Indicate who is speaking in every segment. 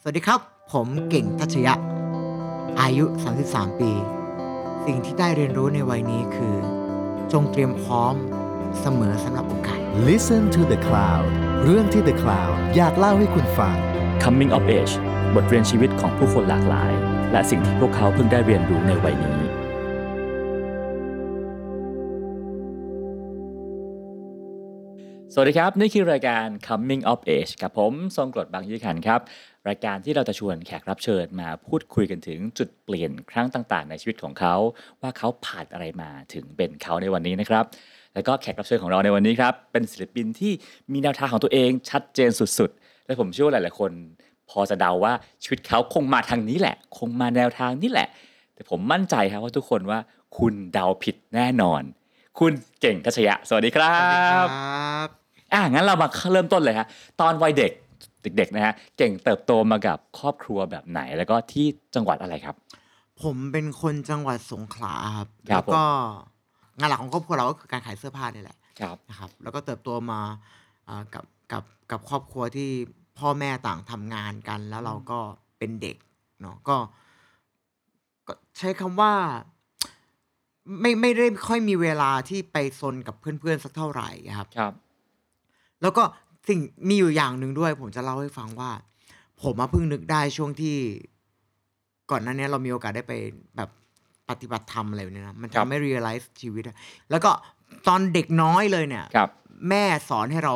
Speaker 1: สวัสดีครับ ผมเก่งทัชยะ อายุ 33 ปี สิ่งที่ได้เรียนรู้ในวัยนี้คือ จงเตรียมพร้อมเสมอสำหรับโอกาส
Speaker 2: Listen to the Cloud เรื่องที่ The Cloud อยากเล่าให้คุณฟัง
Speaker 3: Coming of Age บทเรียนชีวิตของผู้คนหลากหลาย และสิ่งที่พวกเขาเพิ่งได้เรียนรู้ในวัยนี้ สวัสดีครับ นี่คือรายการ Coming of Age กับผม ทรงกรดบางยี่ขันธ์ครับ รายการที่เราจะชวนแขกรับเชิญมาพูดคุยกันถึงจุดเปลี่ยนครั้งต่าง ๆ ในชีวิตของเขา ว่าเขาผ่านอะไรมาถึงเป็นเขาในวันนี้นะครับ แล้วก็แขกรับเชิญของเราในวันนี้ครับ เป็นศิลปินที่มีแนวทางของตัวเองชัดเจนสุด ๆ และผมเชื่อว่าหลาย ๆ คน พอจะเดาว่าชีวิตเขาคงมาทางนี้แหละ คงมาแนวทางนี้แหละ แต่ผมมั่นใจครับว่าทุกคนว่าคุณเดาผิดแน่นอน คุณเก่งทัชยะ สวัสดีครับ
Speaker 1: บ
Speaker 3: อ่ะงั้นเรามาเริ่มต้นเลยฮะตอนวัยเด็กเด็กๆนะฮะเก่งเติบโตมากับครอบครัวแบบไหน แล้วก็ที่จังหวัดอะไรครับ
Speaker 1: ผมเป็นคนจังหวัดสงขลาครับ
Speaker 3: ครั
Speaker 1: แล้ว
Speaker 3: บผม
Speaker 1: ก็งานหลักของครอบครัวเราก็คือการขายเสื้อผ้านี่แหละ
Speaker 3: ครับ
Speaker 1: นะครับแล้วก็เติบโตมาเอ่อกับกับกับครอบครัวที่พ่อแม่ต่างทำงานกัน แล้วเราก็เป็นเด็กเนาะก็ก็ใช้คำว่า ไม่ไม่ได้ค่อยมีเวลาที่ไปซนกับเพื่อนๆสักเท่าไหร่ครับ
Speaker 3: ครับ
Speaker 1: แล้วก็สิ่งมีอยู่อย่างหนึ่งด้วย ผมจะเล่าให้ฟังว่า ผมมาเพิ่งนึกได้ช่วงที่ ก่อนหน้านี้เรามีโอกาสได้ไปแบบปฏิบัติธรรมอะไรแบบนี้นะมันทำให้ realize ชีวิตอะแล้วก็ตอนเด็กน้อยเลยเนี่ย
Speaker 3: ครับ
Speaker 1: แม่สอนให้เรา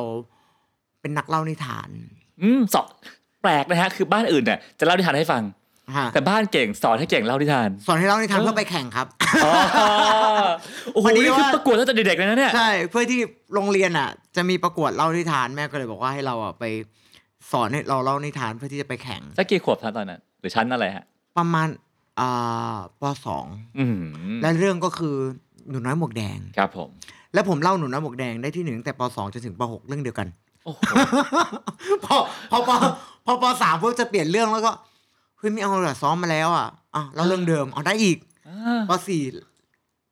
Speaker 1: เป็นนักเล่านิทาน
Speaker 3: อืมสอนแปลกนะฮะคือบ้านอื่นเนี่ยจะเล่านิทานให้ฟัง
Speaker 1: ฮะ
Speaker 3: แต่บ้านเก่งสอนให้เก่งเล่านิทาน
Speaker 1: สอนให้เล่านิทาน
Speaker 3: เออ
Speaker 1: เพื่อไปแข่งครับ
Speaker 3: อ๋อ โอ้โห
Speaker 1: พอดี
Speaker 3: นี่คือ
Speaker 1: ว่า
Speaker 3: ประกวดตั้งแต่เด็กๆเลยนะเนี่ย
Speaker 1: ใช่เพื่อที่โรงเรียนอ่ะ จะมีประกวดเล่านิทานแม่ก็เลยบอกว่าให้เราอ่ะไปสอนให้เราเล่านิทานเพื่อที่จะไปแข่ง
Speaker 3: สักกี่ขวบท่านตอนนั้น หรือชั้นอะไรฮะ
Speaker 1: ประมาณอ่าปสอง
Speaker 3: อืม
Speaker 1: และเรื่องก็คือหนูน้อยหมวกแดง
Speaker 3: ครับผม
Speaker 1: และผมเล่าหนูน้อยหมวกแดงได้ที่หนึ่งตั้งแต่ปสองจนถึงปหกเรื่องเดียวกัน
Speaker 3: โอ้โห
Speaker 1: พอพอปพอปสามเพิ่จะเปลี่ยนเรื่องแล้วก็เฮ้ยไม่เอาละซ้อมมาแล้วอ่ะอ่ะเราเรื่องเดิมเอาได้อีก
Speaker 3: อ่า
Speaker 1: ปสี่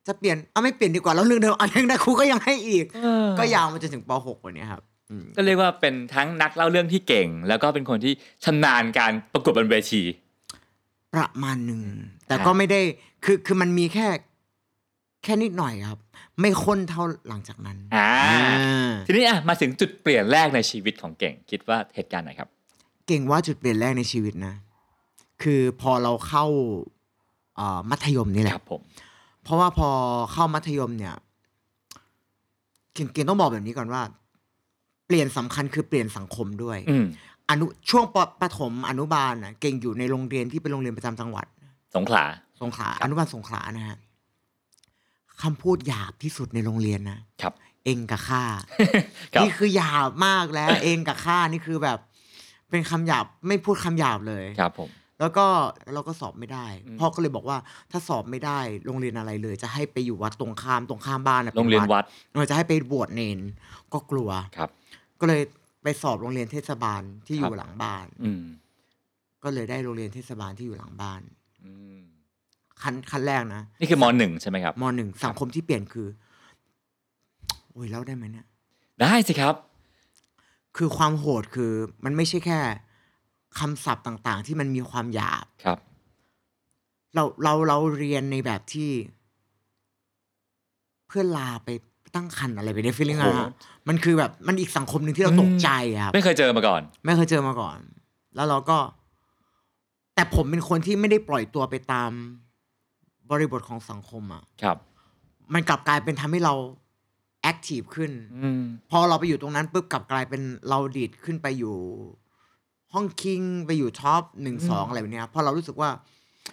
Speaker 1: จะเปลี่ยนเอาไม่เปลี่ยนดีกว่าเราเรื่องเดิมเอายังได้ครูก็ยังให้อีก
Speaker 3: เออ
Speaker 1: ก็ยาวมาจนถึงปหกวันเนี้ยครับอืม
Speaker 3: ก็เรียกว่าเป็นทั้งนักเล่าเรื่องที่เก่ง แล้วก็เป็นคนที่ชำนาญการประกวดบนเวที
Speaker 1: ประมาณหนึ่งแต่
Speaker 3: อ่า
Speaker 1: ก็ไม่ได้คือคือมันมีแค่ แค่นิดหน่อยครับ ไม่ข้นเท่าหลังจากนั้น
Speaker 3: อ่า
Speaker 1: อ่า
Speaker 3: ทีนี้อ่ะมาถึงจุดเปลี่ยนแรกในชีวิตของเก่ง คิดว่าเหตุการณ์ไหนครับ
Speaker 1: เก่งว่าจุดเปลี่ยนแรกในชีวิตนะ คือพอเราเข้าเอ่อมัธยมนี่แห
Speaker 3: ค
Speaker 1: ละ
Speaker 3: รับผม
Speaker 1: เพราะว่าพอเข้ามัธยมเนี่ย เก่งเก่งต้องบอกแบบนี้ก่อนว่า เปลี่ยนสำคัญคือเปลี่ยนสังคมด้วย
Speaker 3: อืม
Speaker 1: อนุช่วงปประถมอนุบาลน่ะเก่งอยู่ในโรงเรียนที่เป็นโรงเรียนประจำจังหวัด
Speaker 3: สงขลา
Speaker 1: สงขลาอนุบาลสงขลานะฮะคำพูดหยาบที่สุดในโรงเรียนนะครับ เองกับข้า
Speaker 3: ครับ
Speaker 1: นี่คือหยาบมากแล้ว เองกับข้านี่คือแบบ เป็นคำหยาบไม่พูดคำหยาบเลย
Speaker 3: ครับผม
Speaker 1: แล้วก็เราก็สอบไม่ได้
Speaker 3: อืม
Speaker 1: พ่อก็เลยบอกว่าถ้าสอบไม่ได้โรงเรียนอะไรเลย จะให้ไปอยู่วัดตรงข้ามตรงข้ามบ้านะป็
Speaker 3: โรงเรียนวัด
Speaker 1: เออจะให้ไปบวชเนนก็กลัว
Speaker 3: ครับ
Speaker 1: ก็เลยไปสอบโรงเรียนเทศบาลที่อ
Speaker 3: ครั
Speaker 1: ยู่
Speaker 3: บ
Speaker 1: หลังบ้าน
Speaker 3: อืม
Speaker 1: ก็เลยได้โรงเรียนเทศบาลที่อยู่หลังบ้าน
Speaker 3: อืม
Speaker 1: ขั้นขั้นแรกนะ
Speaker 3: นี่คือมหนึ่งใช่ไหมครับ
Speaker 1: มหนึ่งสังคมที่เปลี่ยนคือโอ้ยเล่าได้ไหมเนี่ย
Speaker 3: ได้สิครับ
Speaker 1: คือความโหดคือมันไม่ใช่แค่คำศัพท์ต่างๆ ที่มันมีความหยาบ
Speaker 3: ครับ
Speaker 1: เราเราเราเรียนในแบบที่ เพื่อนลาไปตั้งคันอะไรไปได้ฟีลลิ่ง
Speaker 3: โอ้
Speaker 1: อะ
Speaker 3: โห
Speaker 1: ฮะมันคือแบบมันอีกสังคมหนึ่งที่เรา
Speaker 3: อืม
Speaker 1: ตกใจอะครับ
Speaker 3: ไม่เคยเจอมาก่อน
Speaker 1: ไม่เคยเจอมาก่อน แล้วเราก็ แต่ผมเป็นคนที่ไม่ได้ปล่อยตัวไปตาม บริบทของสังคมอะ
Speaker 3: ครับ
Speaker 1: มันกลับกลายเป็นทำให้เราแอคทีฟขึ้น
Speaker 3: อืม
Speaker 1: พอเราไปอยู่ตรงนั้นปุ๊บกลับกลายเป็นเราดีดขึ้นไปอยู่ ห้องคิงไปอยู่ท็อปหนึ่งสองอะไรแบบเนี้ยพอเรารู้สึกว่า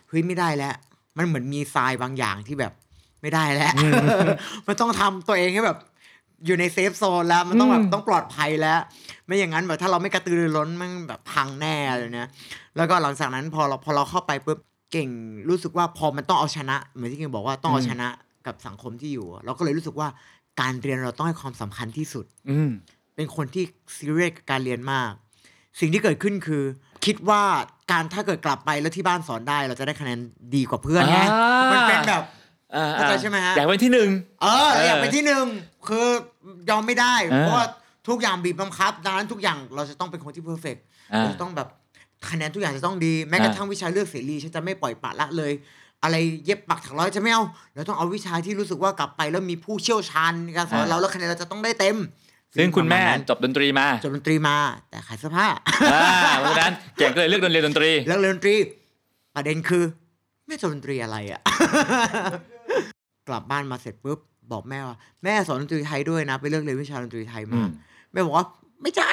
Speaker 1: เฮ้ยไม่ได้แล้ว มันเหมือนมีทรายบางอย่างที่แบบไม่ได้แล้ว มันต้องทำตัวเองให้แบบ อยู่ในเซฟโซนแล้ว มันต้องแบบ
Speaker 3: อืม
Speaker 1: ต้องปลอดภัยแล้ว ไม่อย่างนั้นแบบถ้าเราไม่กระตือรือร้นมันแบบพังแน่อะไรเลยนะแล้วก็หลังจากนั้นพอเราพอเราเข้าไปปุ๊บเก่งรู้สึกว่าพอมันต้องเอาชนะเหมือนที่เก่งบอกว่าต้องเอาชนะกับสังคมที่อยู่ เราก็เลยรู้สึกว่าการเรียนเราต้องให้ความสำคัญที่สุด
Speaker 3: อืม
Speaker 1: เป็นคนที่ซีเรียสกับการเรียนมาก สิ่งที่เกิดขึ้นคือ คิดว่าการถ้าเกิดกลับไปแล้วที่บ้านสอนได้ เราจะได้คะแนนดีกว่าเพื่อนไง
Speaker 3: อ่ามั
Speaker 1: มันเป็นแบบ
Speaker 3: อ่
Speaker 1: เข้าใจใช่ไหมฮะ
Speaker 3: อยากเป็นที่หนึ่ง
Speaker 1: เออเราอยากเป็นที่หนึ่งคือยอมไม่ได้
Speaker 3: เออ
Speaker 1: เพราะว่าทุกอย่างบีบบังคับดังนั้นทุกอย่างเราจะต้องเป็นคนที่เพอร์เฟกต์
Speaker 3: อ่า
Speaker 1: เราจะต้องแบบ คะแนนทุกอย่างจะต้องดี แม้กระทั่งวิชาเลือกเสรีฉันจะไม่ปล่อยปละละเลย อะไรเย็บปักถักร้อยจะไม่เอาเราต้องเอาวิชาที่รู้สึกว่ากลับไปแล้วมีผู้เชี่ยวชาญในการสอน
Speaker 3: อ่า
Speaker 1: เราแล้วคะแนนเราจะต้องได้เต็ม
Speaker 3: ซึ่งคุณแม่
Speaker 1: ประาณนั้น
Speaker 3: จบดนตรีมา
Speaker 1: จบดนตรีมา แต่ขายเสื้อผ้า
Speaker 3: อ่าเพราะฉะนั้นเก่งก็เลยเลือกเรียนดนตรี
Speaker 1: แล้วเรียนดนตรี ประเด็นคือ แม่สอนดนตรีอะไรอะ กลับบ้านมาเสร็จปุ๊บบอกแม่ว่า แม่สอนดนตรีไทยด้วยนะ ไปเลือกเรียนวิชาดนตรีไทย
Speaker 3: อื
Speaker 1: มาม แม่บอกว่าไม่ใช่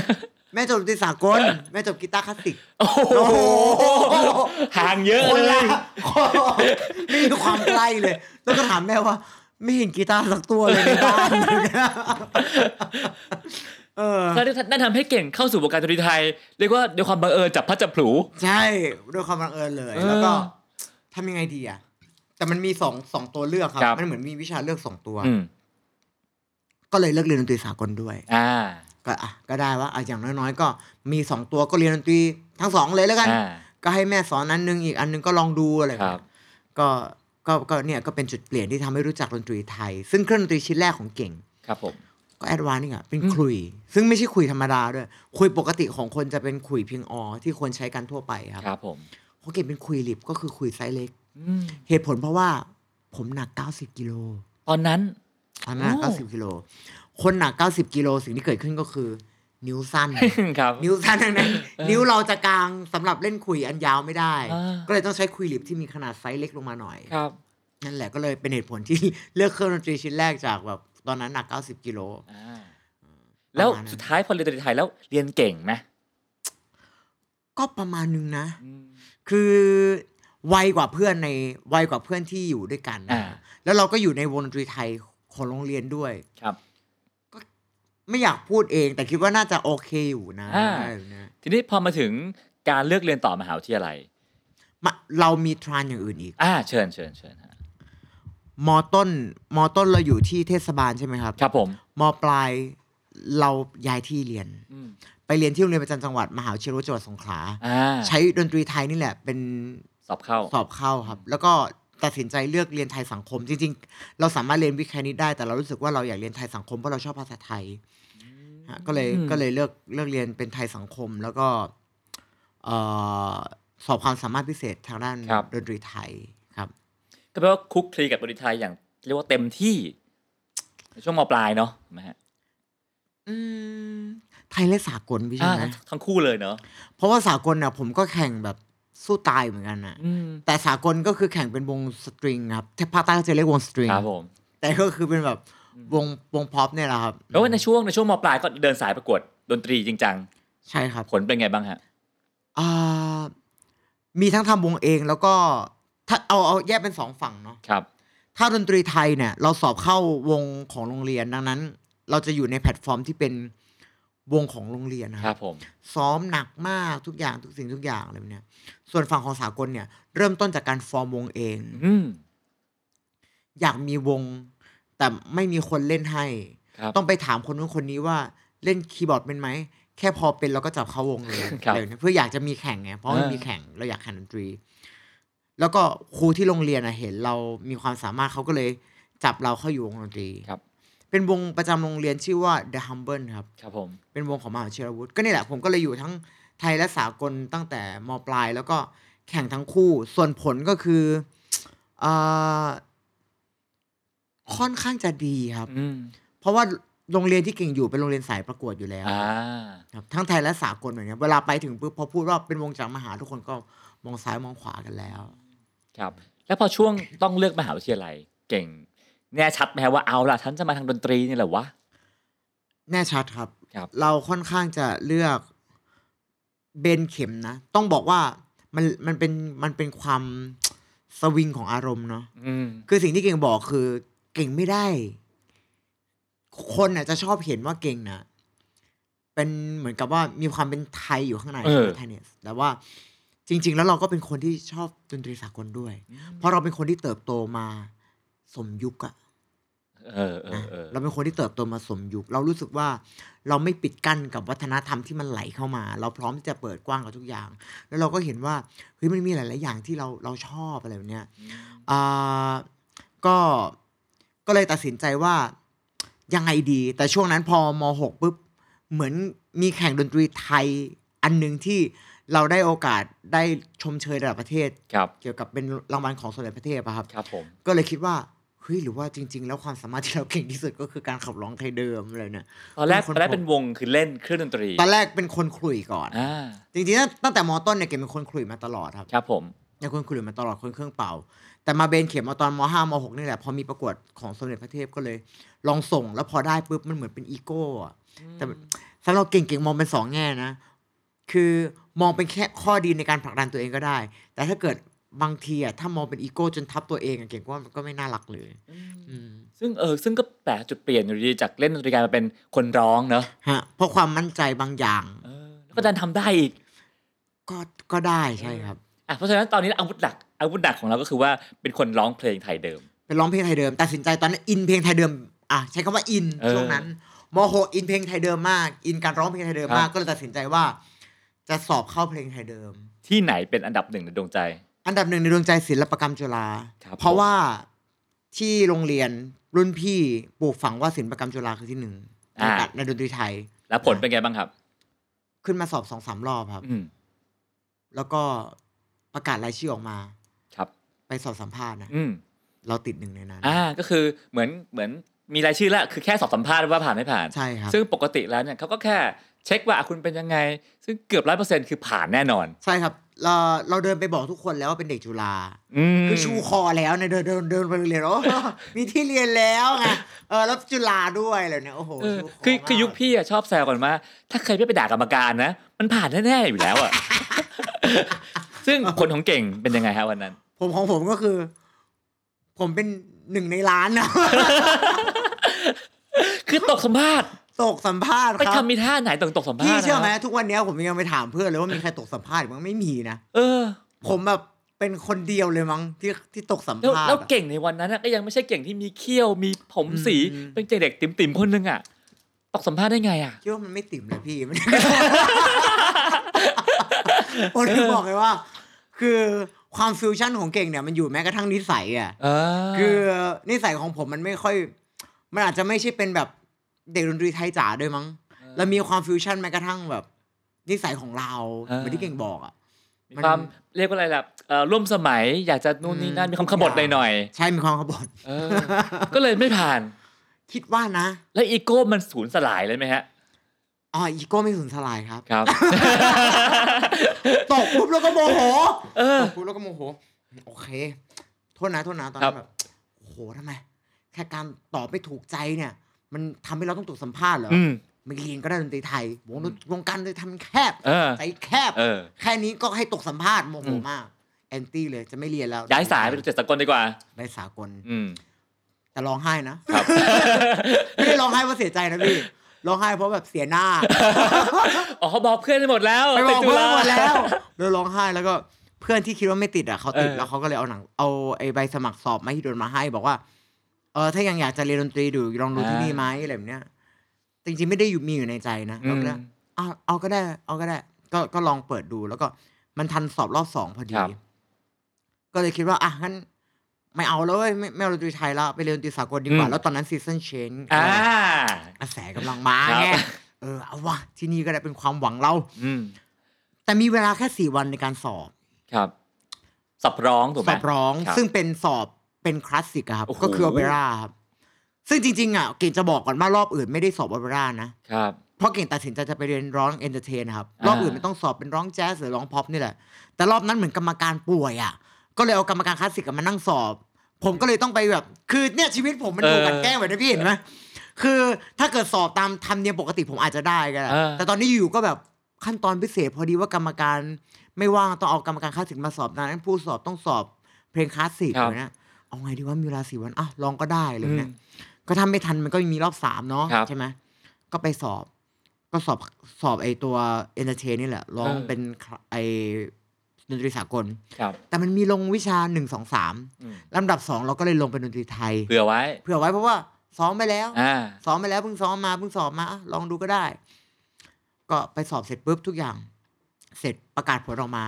Speaker 1: แม่จบดนตรีสากล แม่จบกีตาร์คลาสสิก
Speaker 3: โอ้โห
Speaker 1: โอ้โห
Speaker 3: ห่างเยอะ
Speaker 1: คน
Speaker 3: เล
Speaker 1: ละ
Speaker 3: ย
Speaker 1: ไม่มีความใกล้เลย แล้วก็ถามแม่ว่า ไม่เห็นกีตาร์สักตัวเลยในบ้านเนี่ยเออ
Speaker 3: ถ้าได้ได้ทำให้เก่งเข้าสู่วงการดนตรีไทย เรียกว่าด้วยความบังเอิญจับพลัดจับผลู
Speaker 1: ใช่ด้วยความบังเอิญเลย
Speaker 3: เออ
Speaker 1: แล้วก็ทำยังไงดีอ่ะ แต่มันมีสองสองตัวเลือกครับ
Speaker 3: ครับ
Speaker 1: มันเหมือนมีวิชาเลือกสองตัว
Speaker 3: อืม
Speaker 1: ก็เลยเลือกเรียนดนตรีสากลด้วย
Speaker 3: อ่า
Speaker 1: ก็อ่ะก็ได้ว่าอ่ะอย่างน้อยๆ ก็มีสองตัวก็เรียนดนตรีทั้งสองเลยแล้วกัน
Speaker 3: อ่า
Speaker 1: ก็ให้แม่สอนอันนึงอีกอันนึงก็ลองดูอะไร
Speaker 3: ค
Speaker 1: แบ
Speaker 3: รั
Speaker 1: บบ ก็ก็ก็เนี่ยก็เป็นจุดเปลี่ยนที่ทำให้รู้จักดนตรีไทย ซึ่งเครื่องดนตรีชิ้นแรกของเก่ง
Speaker 3: ครับผม
Speaker 1: ก็แอดวานซ์นี่อ่ะเป็นคุย ซึ่งไม่ใช่คุยธรรมดาด้วยคุยปกติของคนจะเป็นคุยเพียงออที่คนใช้กันทั่วไปครับ
Speaker 3: ครับผม
Speaker 1: ของเก่งเป็นคุยลิบก็คือคุยไซส์เล็ก
Speaker 3: อืม
Speaker 1: เหตุผลเพราะว่าผมหนัก 90 กิโล
Speaker 3: ตอน นั้น
Speaker 1: ตอนนั้นหนัก
Speaker 3: โอ้
Speaker 1: 90 กิโล คนหนัก 90 กิโลสิ่งที่เกิดขึ้นก็คือ นิ้วสั้น
Speaker 3: ครับ
Speaker 1: นิ้วสั้นทั้งนั้น นิ้วเราจะกลางสำหรับเล่นคุยอันยาวไม่ได้
Speaker 3: อ่า
Speaker 1: ก็เลยต้องใช้คุยลิบที่มีขนาดไซส์เล็กลงมาหน่อย
Speaker 3: ครับ
Speaker 1: นั่นแหละก็เลยเป็นเหตุผลที่ เลือกเครื่องดนตรีชิ้นแรกจากแบบตอนนั้นหนัก 90 กิโล
Speaker 3: อ่า แล้ว
Speaker 1: ประมาณนั้น
Speaker 3: สุดท้ายพอเรียนดนตรีไทยแล้วเรียนเก่งไหม
Speaker 1: ก็ประมาณนึงนะ
Speaker 3: อืม
Speaker 1: คือวัยกว่าเพื่อนในวัยกว่าเพื่อนที่อยู่ด้วยกันนะ
Speaker 3: อ่า
Speaker 1: แล้วเราก็อยู่ในวงดนตรีไทยของโรงเรียนด้วย
Speaker 3: ครับ
Speaker 1: ไม่อยากพูดเอง แต่คิดว่าน่าจะโอเคอยู่นะ
Speaker 3: อ่า
Speaker 1: อะไรแบบเนี้ย
Speaker 3: ทีนี้พอมาถึงการเลือกเรียนต่อมหาวิทยาลัย
Speaker 1: มาเรามีทรานอย่างอื่นอีก
Speaker 3: อ่า เชิญเชิญเชิญฮะ
Speaker 1: มอต้นมอต้นเราอยู่ที่เทศบาลใช่ไหมครับ
Speaker 3: ครับผม
Speaker 1: มอปลายเราย้ายที่เรียน
Speaker 3: อืม
Speaker 1: ไปเรียนที่โรงเรียนประจำจังหวัดมหาวิทยาลัยจังหวัดสงขลา
Speaker 3: อ่า
Speaker 1: ใช้ดนตรีไทยนี่แหละเป็น
Speaker 3: สอบเข้า
Speaker 1: สอบเข้าครับ แล้วก็ตัดสินใจเลือกเรียนไทยสังคม จริง ๆ เราสามารถเรียนวิทย์คณิตได้ แต่เรารู้สึกว่าเราอยากเรียนไทยสังคมเพราะเราชอบภาษาไทยฮะก็เลย
Speaker 3: อืม
Speaker 1: ก็เลยเลือกเลือกเรียนเป็นไทยสังคม แล้วก็เอ่อสอบความสามารถพิเศษทางด้านดนตรีไทยครับ
Speaker 3: ก็แปลว่าคลุกคลีกับดนตรีไทยอย่างเรียกว่าเต็มที่ในช่วงมปลายเนาะถูกไหมฮะ
Speaker 1: อืมไทยและสากลพี่ใช่
Speaker 3: อ่า
Speaker 1: ไหม
Speaker 3: ทั้งคู่เลยเนาะ
Speaker 1: เพราะว่าสากลน่ะผมก็แข่งแบบสู้ตายเหมือนกันนะ
Speaker 3: อืม
Speaker 1: แต่สากลก็คือแข่งเป็นวงสตริงครับเทพภาคใต้เขาจะเรียกวงสตริง
Speaker 3: ครับผม
Speaker 1: แต่ก็คือเป็นแบบวงวงพ็อปเนี่ยแหละครับ
Speaker 3: แล้วว่าในช่วงในช่วงมปลายก็เดินสายประกวดดนตรีจริงจัง
Speaker 1: ใช่ครับ
Speaker 3: ผลเป็นไงบ้างฮะ
Speaker 1: อ่ามีทั้งทำวงเองแล้วก็ถ้าเอาเอาแยกเป็นสองฝั่งเนาะ
Speaker 3: ครับ
Speaker 1: ถ้าดนตรีไทยเนี่ย เราสอบเข้าวงของโรงเรียนดังนั้น เราจะอยู่ในแพลตฟอร์มที่เป็นวงของโรงเรียนนะ
Speaker 3: ค
Speaker 1: ค
Speaker 3: รั
Speaker 1: รั
Speaker 3: บบ ผม
Speaker 1: ซ้อมหนักมากทุกอย่างทุกสิ่งทุกอย่างอะไรแบบเนี่ย ส่วนฝั่งของสากลเนี่ย เริ่มต้นจากการฟอร์มวงเอง
Speaker 3: อืม
Speaker 1: อยากมีวง แต่ไม่มีคนเล่นให้
Speaker 3: ครับ
Speaker 1: ต้องไปถามคนนู้นคนนี้ว่าเล่นคีย์บอร์ดเป็นไหม แค่พอเป็นเราก็จับเข้าวงเลย
Speaker 3: ครับ
Speaker 1: อะไรแบบนี้เพื่ออยากจะมีแข่งไงเพราะมัน
Speaker 3: อ่ามี
Speaker 1: มีแข่งเราอยากแข่งดนตรี แล้วก็ครูที่โรงเรียนอะเห็นเรามีความสามารถเขาก็เลยจับเราเข้าอยู่วงดนตรี
Speaker 3: ครับ
Speaker 1: เป็นวงประจำโรงเรียนชื่อว่า The Humble ครับ
Speaker 3: ครับผม
Speaker 1: เป็นวงของมหาวิทยาลัยวุฒิก็นี่แหละผมก็เลยอยู่ทั้งไทยและสากลตั้งแต่มปลาย แล้วก็แข่งทั้งคู่ ส่วนผลก็คือเอ่อค่อนข้างจะดีครับ
Speaker 3: อืม
Speaker 1: เพราะว่าโรงเรียนที่เก่งอยู่เป็นโรงเรียนสายประกวดอยู่แล้ว
Speaker 3: อ่า
Speaker 1: ครับทั้งไทยและสากลเหมือนกันเวลาไปถึงปุ๊บพอพูดว่าเป็นวงจากมหาทุกคนก็มองซ้ายมองขวากันแล้ว
Speaker 3: ครับ แล้วพอช่วงต้องเลือกมหาวิทยาลัย เก่ง แน่ชัดไหมฮะว่าเอาล่ะฉันจะมาทางดนตรีนี่แหละวะ
Speaker 1: แน่ชัดครับ
Speaker 3: ครับ
Speaker 1: เราค่อนข้างจะเลือกเบนเข็มนะ ต้องบอกว่ามันมันเป็นมันเป็นความสวิงของอารมณ์เนาะ
Speaker 3: อืม
Speaker 1: คือสิ่งที่เก่งบอกคือเก่งไม่ได้ คนน่ะจะชอบเห็นว่าเก่งนะเป็นเหมือนกับว่ามีความเป็นไทยอยู่ข้างใน
Speaker 3: เออ
Speaker 1: ไทยเนสแต่ว่าจริง ๆ แล้วเราก็เป็นคนที่ชอบดนตรีสากลด้วย เพราะเราเป็นคนที่เติบโตมาสมยุคอะ
Speaker 3: เออเออเออ
Speaker 1: เราเป็นคนที่เติบโตมาสมยุค เรารู้สึกว่าเราไม่ปิดกั้นกับวัฒนธรรมที่มันไหลเข้ามา เราพร้อมที่จะเปิดกว้างกับทุกอย่าง แล้วเราก็เห็นว่าเฮ้ยมันมีหลาย ๆ อย่างที่เราเราชอบอะไรแบบเนี้ย อ่าก็ก็เลยตัดสินใจว่ายังไงดี แต่ช่วงนั้นพอม .6 ปุ๊บเหมือนมีแข่งดนตรีไทย อันหนึ่งที่เราได้โอกาสได้ชมเชยระดับประเทศ
Speaker 3: ครับ
Speaker 1: เกี่ยวกับเป็นรางวัลของสมเด็จพระเทพอะครับ
Speaker 3: ครับผม
Speaker 1: ก็เลยคิดว่าเฮ้ยหรือว่าจริง ๆ แล้วความสามารถที่เราเก่งที่สุดก็คือการขับร้องไทยเดิมอะไรเนี่ย
Speaker 3: ตอนแรก
Speaker 1: เป็นค
Speaker 3: ต
Speaker 1: น
Speaker 3: อนแรกเป็นวงคือเล่นเครื่องดนตรี
Speaker 1: ตอนแรกเป็นคนขลุ่ยก่อน
Speaker 3: อ่า
Speaker 1: จริงๆตั้งแต่มต้นเนี่ยเก่งเป็นคนขลุ่ยมาตลอดครับ
Speaker 3: ครับผม
Speaker 1: ยังคนคุยมาตลอดคนเครื่องเป่า แต่มาเบนเข็มมาตอนมห้ามหกนี่แหละ พอมีประกวดของสมเด็จพระเทพก็เลย ลองส่งแล้วพอได้ปุ๊บมันเหมือนเป็นอีโก้อะแต่สำหรับเก่งๆ มองเป็นสองแง่นะ คือมองเป็นแค่ข้อดีในการผลักดันตัวเองก็ได้ แต่ถ้าเกิดบางทีอะถ้ามองเป็นอีโก้จนทับตัวเองอะเก่งว่ามันก็ไม่น่ารักเลย อืม
Speaker 3: ซึ่งเออซึ่งก็แปลกจุดเปลี่ยนอยู่ดีจากเล่นดนตรีกลายมาเป็นคนร้องเนอะ
Speaker 1: ฮะเพราะความมั่นใจบางอย่าง
Speaker 3: เออแล้วก็ดันทำได้อีก
Speaker 1: ก็ก็ได้ใช่ครับ
Speaker 3: อ่ะเพราะฉะนั้นตอนนี้อาวุธหลักอาวุธหลักของเราก็คือว่าเป็นคนร้องเพลงไทยเดิม
Speaker 1: เป็นร้องเพลงไทยเดิมตัดสินใจตอนนั้นอินเพลงไทยเดิมอ่ะใช้คำว่าอิน
Speaker 3: เออ
Speaker 1: ช่วงนั้นมหกอินเพลงไทยเดิมมาก อินการร้องเพลงไทยเดิมมา
Speaker 3: ครั
Speaker 1: ก
Speaker 3: บ
Speaker 1: ก็เลยตัดสินใจว่า จะสอบเข้าเพลงไทยเดิม
Speaker 3: ที่ไหนเป็นอันดับหนึ่งในดวงใจ
Speaker 1: อันดับหนึ่งในดวงใจศิลปกรรมจุฬา
Speaker 3: ครับ
Speaker 1: เพราะ
Speaker 3: ผม
Speaker 1: ว่าที่โรงเรียนรุ่นพี่ปลูกฝังว่าศิลปกรรมจุฬาคือที่หนึ่งในอันดับในดนตรีไทย
Speaker 3: แล้วผลเป็นไงบ้างครับ
Speaker 1: ขึ้นมาสอบสองสามรอบครับ
Speaker 3: อืม
Speaker 1: แล้วก็ประกาศรายชื่อออกมา
Speaker 3: ครับ
Speaker 1: ไปสอบสัมภาษณ์นะ
Speaker 3: อืม
Speaker 1: เราติดหนึ่งในนั้น
Speaker 3: อ่าก็คือเหมือนเหมือนมีรายชื่อแล้วคือแค่สอบสัมภาษณ์ว่าผ่านไม่ผ่าน
Speaker 1: ใช่ครับ
Speaker 3: ซึ่งปกติแล้วเนี่ยเขาก็แค่เช็คว่าอ่ะคุณเป็นยังไง ซึ่งเกือบร้อยเปอร์เซ็นต์คือผ่านแน่นอน
Speaker 1: ใช่ครับ เราเราเดินไปบอกทุกคนแล้วว่าเป็นเด็กจุฬา
Speaker 3: อืม
Speaker 1: คือชูคอแล้วเนี่ยเดินเดินเดินไปเรียนโอ้ มีที่เรียนแล้วไงเออแล้วจุฬาด้วยอะไรเนี่ยโอ้โห
Speaker 3: เออ
Speaker 1: ชูมาก
Speaker 3: คือคือยุคพี่อะชอบแซวกันว่า ถ้าใครไม่ไปด่ากรรมการนะ มันผ่านแน่ๆอยู่แล้วอะ ซึ่งคนของเก่งเป็นยังไงฮะวันนั้น
Speaker 1: ผมของผมก็คือ ผมเป็นหนึ่งในร้านนะ
Speaker 3: คือตกสัมภาษณ์
Speaker 1: ตกสัมภาษณ์
Speaker 3: ไป
Speaker 1: ครับ
Speaker 3: ทำมีท่าไหนตอนตกสัมภาษณ์
Speaker 1: พี่เชื่อไหม
Speaker 3: นะ
Speaker 1: ทุกวันเนี้ยผมยังไปถามเพื่อนเลยว่ามีใครตกสัมภาษณ์มั้งไม่มีนะ
Speaker 3: เออ
Speaker 1: ผมแบบเป็นคนเดียวเลยมั้งที่ที่ตกสัม
Speaker 3: แล้ว
Speaker 1: ภาษ
Speaker 3: แล้ว
Speaker 1: ณ์อะ
Speaker 3: เก่งในวันนั้นน่ะก็ยังไม่ใช่เก่งที่มีเขี้ยวมีผมสี
Speaker 1: อืม
Speaker 3: เป็นเด็กๆติ๋มๆคนหนึงอ่ะตกสัมภาษณ์ได้ไงอ่ะ
Speaker 1: คิดว่ามันไม่ติ่มเลยพี่ มัน ผมถึงบอกเลยว่า คือความฟิวชั่นของเก่งเนี่ยมันอยู่แม้กระทั่งนิสัยอ่ะ
Speaker 3: เออ
Speaker 1: คือนิสัยของผมมันไม่ค่อย มันอาจจะไม่ใช่เป็นแบบเด็กดนตรีไทยจ๋าด้วยมั้ง แล้วมีความฟิวชั่นแม้กระทั่งแบบ นิสัยของเราเหมือนที่เก่งบอกอ่ะ
Speaker 3: มีความ
Speaker 1: มัน
Speaker 3: เรียกว่าอะไรล่ะเอ่อร่วมสมัยอยากจะนู่นนี่นั่น
Speaker 1: อืม
Speaker 3: มีความขบ
Speaker 1: อ
Speaker 3: ถ
Speaker 1: ยาก
Speaker 3: หน่อย
Speaker 1: ใช่มีความ ขบถ
Speaker 3: ๆเออ ก็เลยไม่ผ่าน
Speaker 1: คิดว่านะ
Speaker 3: แล้วอีโก้มันสูญสลายเลยไหมฮะ
Speaker 1: อ๋ออีโก้ไม่สูญสลายครับ
Speaker 3: ครับ
Speaker 1: ตกปุ๊บแล้วก็โมโห
Speaker 3: เออ
Speaker 1: ตกปุ๊บแล้วก็โมโห โอเค โทษนะโทษนะตอนนั้นแบบโอ้โหทำไมแค่การตอบไม่ถูกใจเนี่ย มันทำให้เราต้องถูกสัมภาษณ์เหรอ
Speaker 3: อืม
Speaker 1: ไม่เรียนก็ได้ดนตรีไทยวงดนวงการดนตรีไทยมันแคบ
Speaker 3: เออ
Speaker 1: ใจแคบ
Speaker 3: เออ
Speaker 1: แค่นี้ก็ให้ตกสัมภาษณ์โม
Speaker 3: อื
Speaker 1: โห
Speaker 3: ม
Speaker 1: มาก แอนตี้เลยจะไม่เรียนแล้ว
Speaker 3: ย้ายสายไปดูเจ็ดสกลดีกว่า
Speaker 1: ไปสากล
Speaker 3: อืม
Speaker 1: แต่ร้องไห้นะ
Speaker 3: ครับ
Speaker 1: ไม่ได้ร้องไห้เพราะเสียใจนะพี่ ร้องไห้เพราะแบบเสียหน้า
Speaker 3: อ๋อเขาบอกเพื่อนไปหมดแล้ว
Speaker 1: ไปบอก
Speaker 3: ติดธุ
Speaker 1: เพื่อน
Speaker 3: ระ
Speaker 1: หมดแล้วเลยร้องไห้แล้วก็เพื่อนที่คิดว่าไม่ติดอ่ะเขาติด
Speaker 3: เออ
Speaker 1: แล้วเขาก็เลยเอาหนังเอาไอใบสมัครสอบมาที่โดนมาให้ บอกว่าเออถ้ายังอยากจะเรียนดนตรีดูลองดูที่นี่ไหมอะไรแบบเนี้ยจริงๆไม่ได้อยู่มีอยู่ในใจนะ
Speaker 3: อื
Speaker 1: เรา
Speaker 3: ม
Speaker 1: ก็เลยเอาเอาก็ได้ เอาก็ได้ ก็ก็ลองเปิดดูแล้วก็มันทันสอบรอบสองพอดี
Speaker 3: ครับ
Speaker 1: ก็เลยคิดว่าอ่ะงั้นไม่เอาแล้วเว้ยไม่ไม่เอาดนตรีไทยแล้วไปเรียนดนตรีสากลดีกว่า
Speaker 3: อืม
Speaker 1: แล้วตอนนั้นซีซันเชน
Speaker 3: อ่า
Speaker 1: กระแสกำลังมา
Speaker 3: ครับ
Speaker 1: ไงเออเอาวะที่นี่ก็ได้เป็นความหวังเรา
Speaker 3: อืม
Speaker 1: แต่มีเวลาแค่สี่วันในการสอบ
Speaker 3: ครับ สับร้องถูกไห
Speaker 1: ส
Speaker 3: ม
Speaker 1: อบร้อง
Speaker 3: ครับ
Speaker 1: ซึ่งเป็นสอบเป็นคลาสสิกอะครับ
Speaker 3: โอ้โห
Speaker 1: ก็คือโอเปร่าครับ ซึ่งจริงๆอะเก่งจะบอกก่อนว่ารอบอื่นไม่ได้สอบโอเปร่านะ
Speaker 3: ครับ
Speaker 1: เพราะเก่งตัดสินใจจะไปเรียนร้องเอนเตอร์เทนนะครับ
Speaker 3: อ่าร
Speaker 1: อบอื่นมันต้องสอบเป็นร้องแจ๊สหรือร้องพ็อปนี่แหละ แต่รอบนั้นเหมือนกรรมการป่วยอะก็เลยเอากรรมการคลาสสิกอะมานั่งสอบ ผมก็เลยต้องไปแบบ คือเนี่ยชีวิตผมมัน
Speaker 3: เออ
Speaker 1: ถูกกลันแกล้งแบบนี้พี่เห็นไหมคือถ้าเกิดสอบตามธรรมเนียมปกติผมอาจจะได้ก็ได้
Speaker 3: เออ
Speaker 1: แต่ตอนนี้อยู่ๆก็แบบขั้นตอนพิเศษ พอดีว่ากรรมการไม่ว่างต้องเอากรรมการคลาสสิกมาสอบดังนั้นผู้สอบต้องสอบเพลงคลาสสิกเลยนะเอาไงดีว่ามีเวลาสี่วันอ่ะลองก็ได้เลยเนี่ย ก็ทำไม่ทันมันก็มีรอบสามเนาะ
Speaker 3: ครับ
Speaker 1: ใช่ไหมก็ไปสอบ ก็สอบสอบไอตัวเอนเตอร์เทนนี่แหละร้องเป็นคลาไอดนตรีสากล
Speaker 3: ครับ
Speaker 1: แต่มันมีลงวิชาหนึ่งสองสาม
Speaker 3: อืม
Speaker 1: ลำดับสองเราก็เลยลงเป็นดนตรีไทย
Speaker 3: เผื่อไว้
Speaker 1: เผื่อไว้เพราะว่าซ้อมไปแล้ว
Speaker 3: อ่า
Speaker 1: ซ้อมไปแล้วเพิ่งซ้อมมาเพิ่งสอบมาอ่ะลองดูก็ได้ ก็ไปสอบเสร็จปุ๊บทุกอย่าง เสร็จประกาศผลออกมา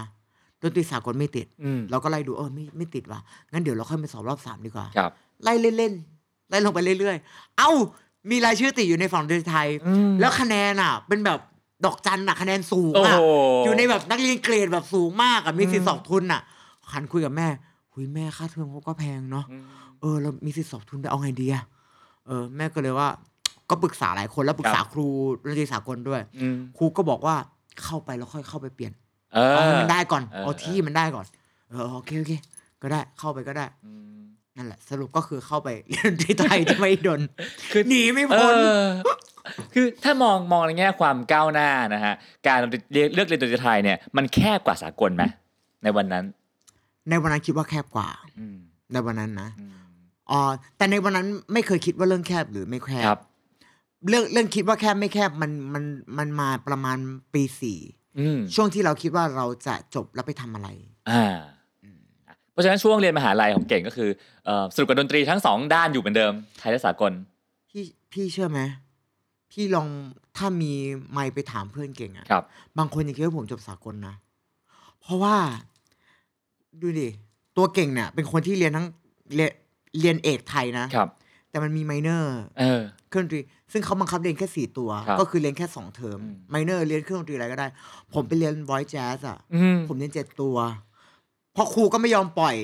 Speaker 1: ดนตรีสากลไม่ติด
Speaker 3: อืม
Speaker 1: เราก็ไล่ดูเออไม่ไม่ติดว่ะงั้นเดี๋ยวเราค่อยไปสอบรอบสามดีกว่า
Speaker 3: ครับ
Speaker 1: ไล่เล่นๆ ไล่ลงไปเรื่อยๆ เอ้า มีรายชื่อติดอยู่ในฝั่งดนตรีไทย
Speaker 3: อืม
Speaker 1: แล้วคะแนนอ่ะ เป็นแบบ ดอกจันอะคะแนนสูง
Speaker 3: โอ้
Speaker 1: อะ
Speaker 3: โห
Speaker 1: อยู่ในแบบนักเรียนเกรดแบบสูงมากอะมีสิทธิ์สอบทุนอะหันคุยกับแม่หุยแม่ค่าเทอมเขาก็แพงเนาะ เออเรามีสิทธิ์สอบทุนไปเอาไงดีอะเออ แม่ก็เลยว่า ก็ปรึกษาหลายคนแล้วปรึกษา
Speaker 3: ครับ
Speaker 1: ครูดนตรีสากลด้วย
Speaker 3: อืม
Speaker 1: ครูก็บอกว่าเข้าไปแล้วค่อยเข้าไปเปลี่ยน
Speaker 3: เออ
Speaker 1: เอาให้มันได้ก่อน
Speaker 3: เออ
Speaker 1: เอาที่มันได้ก่อน เออโอเคโอเค ก็ได้เข้าไปก็ได้
Speaker 3: อืม
Speaker 1: นั่นแหละ สรุปก็คือเข้าไป เรียนที่ไทยที่ไม่ดน
Speaker 3: คือ
Speaker 1: หนีไม่
Speaker 3: เอ
Speaker 1: พ้น
Speaker 3: อคือถ้ามองมองในแง่ความก้าวหน้านะฮะการเลือกเลือกเรียนดนตรีไทยเนี่ยมันแคบกว่าสากลไหมในวันนั้น
Speaker 1: ในวันนั้นคิดว่าแคบกว่า
Speaker 3: อืม
Speaker 1: ในวันนั้นนะ
Speaker 3: อืม
Speaker 1: อ๋อแต่ในวันนั้นไม่เคยคิดว่าเรื่องแคบหรือไม่แคบ
Speaker 3: ครับ
Speaker 1: เรื่องเรื่องคิดว่าแคบไม่แคบมันมันมันมาประมาณปีสี่
Speaker 3: อืม
Speaker 1: ช่วงที่เราคิดว่าเราจะจบแล้วไปทำอะไร
Speaker 3: อ่าเพราะฉะนั้นช่วงเรียนมหาลัยของเก่งก็คือเอ่อสรุปกับดนตรีทั้งสองด้านอยู่เหมือนเดิม ไทยและสากล
Speaker 1: พี่พี่เชื่อไหมพี่ลองถ้ามีไมค์ไปถามเพื่อนเก่งอะ
Speaker 3: ครับ
Speaker 1: บางคนยังคิดว่าผมจบสากลนะ เพราะว่าดูดิตัวเก่งเนี่ยเป็นคนที่เรียนทั้งเรียนเรียนเอกไทยนะ
Speaker 3: ครับ
Speaker 1: แต่มันมีไมเนอร์
Speaker 3: เออ
Speaker 1: เครื่องดนตรี ซึ่งเขาบังคับเรียนแค่สี่ตัว
Speaker 3: ครับ
Speaker 1: ก็คือเรียนแค่สองเทอม
Speaker 3: อืม
Speaker 1: ไมเนอร์เรียนเครื่องดนตรีอะไรก็ได้ ผมไปเรียน voice jazz อะ
Speaker 3: อืม
Speaker 1: ผมเรียนเจ็ดตัวเพอครูก็ไม่ยอมปล่อย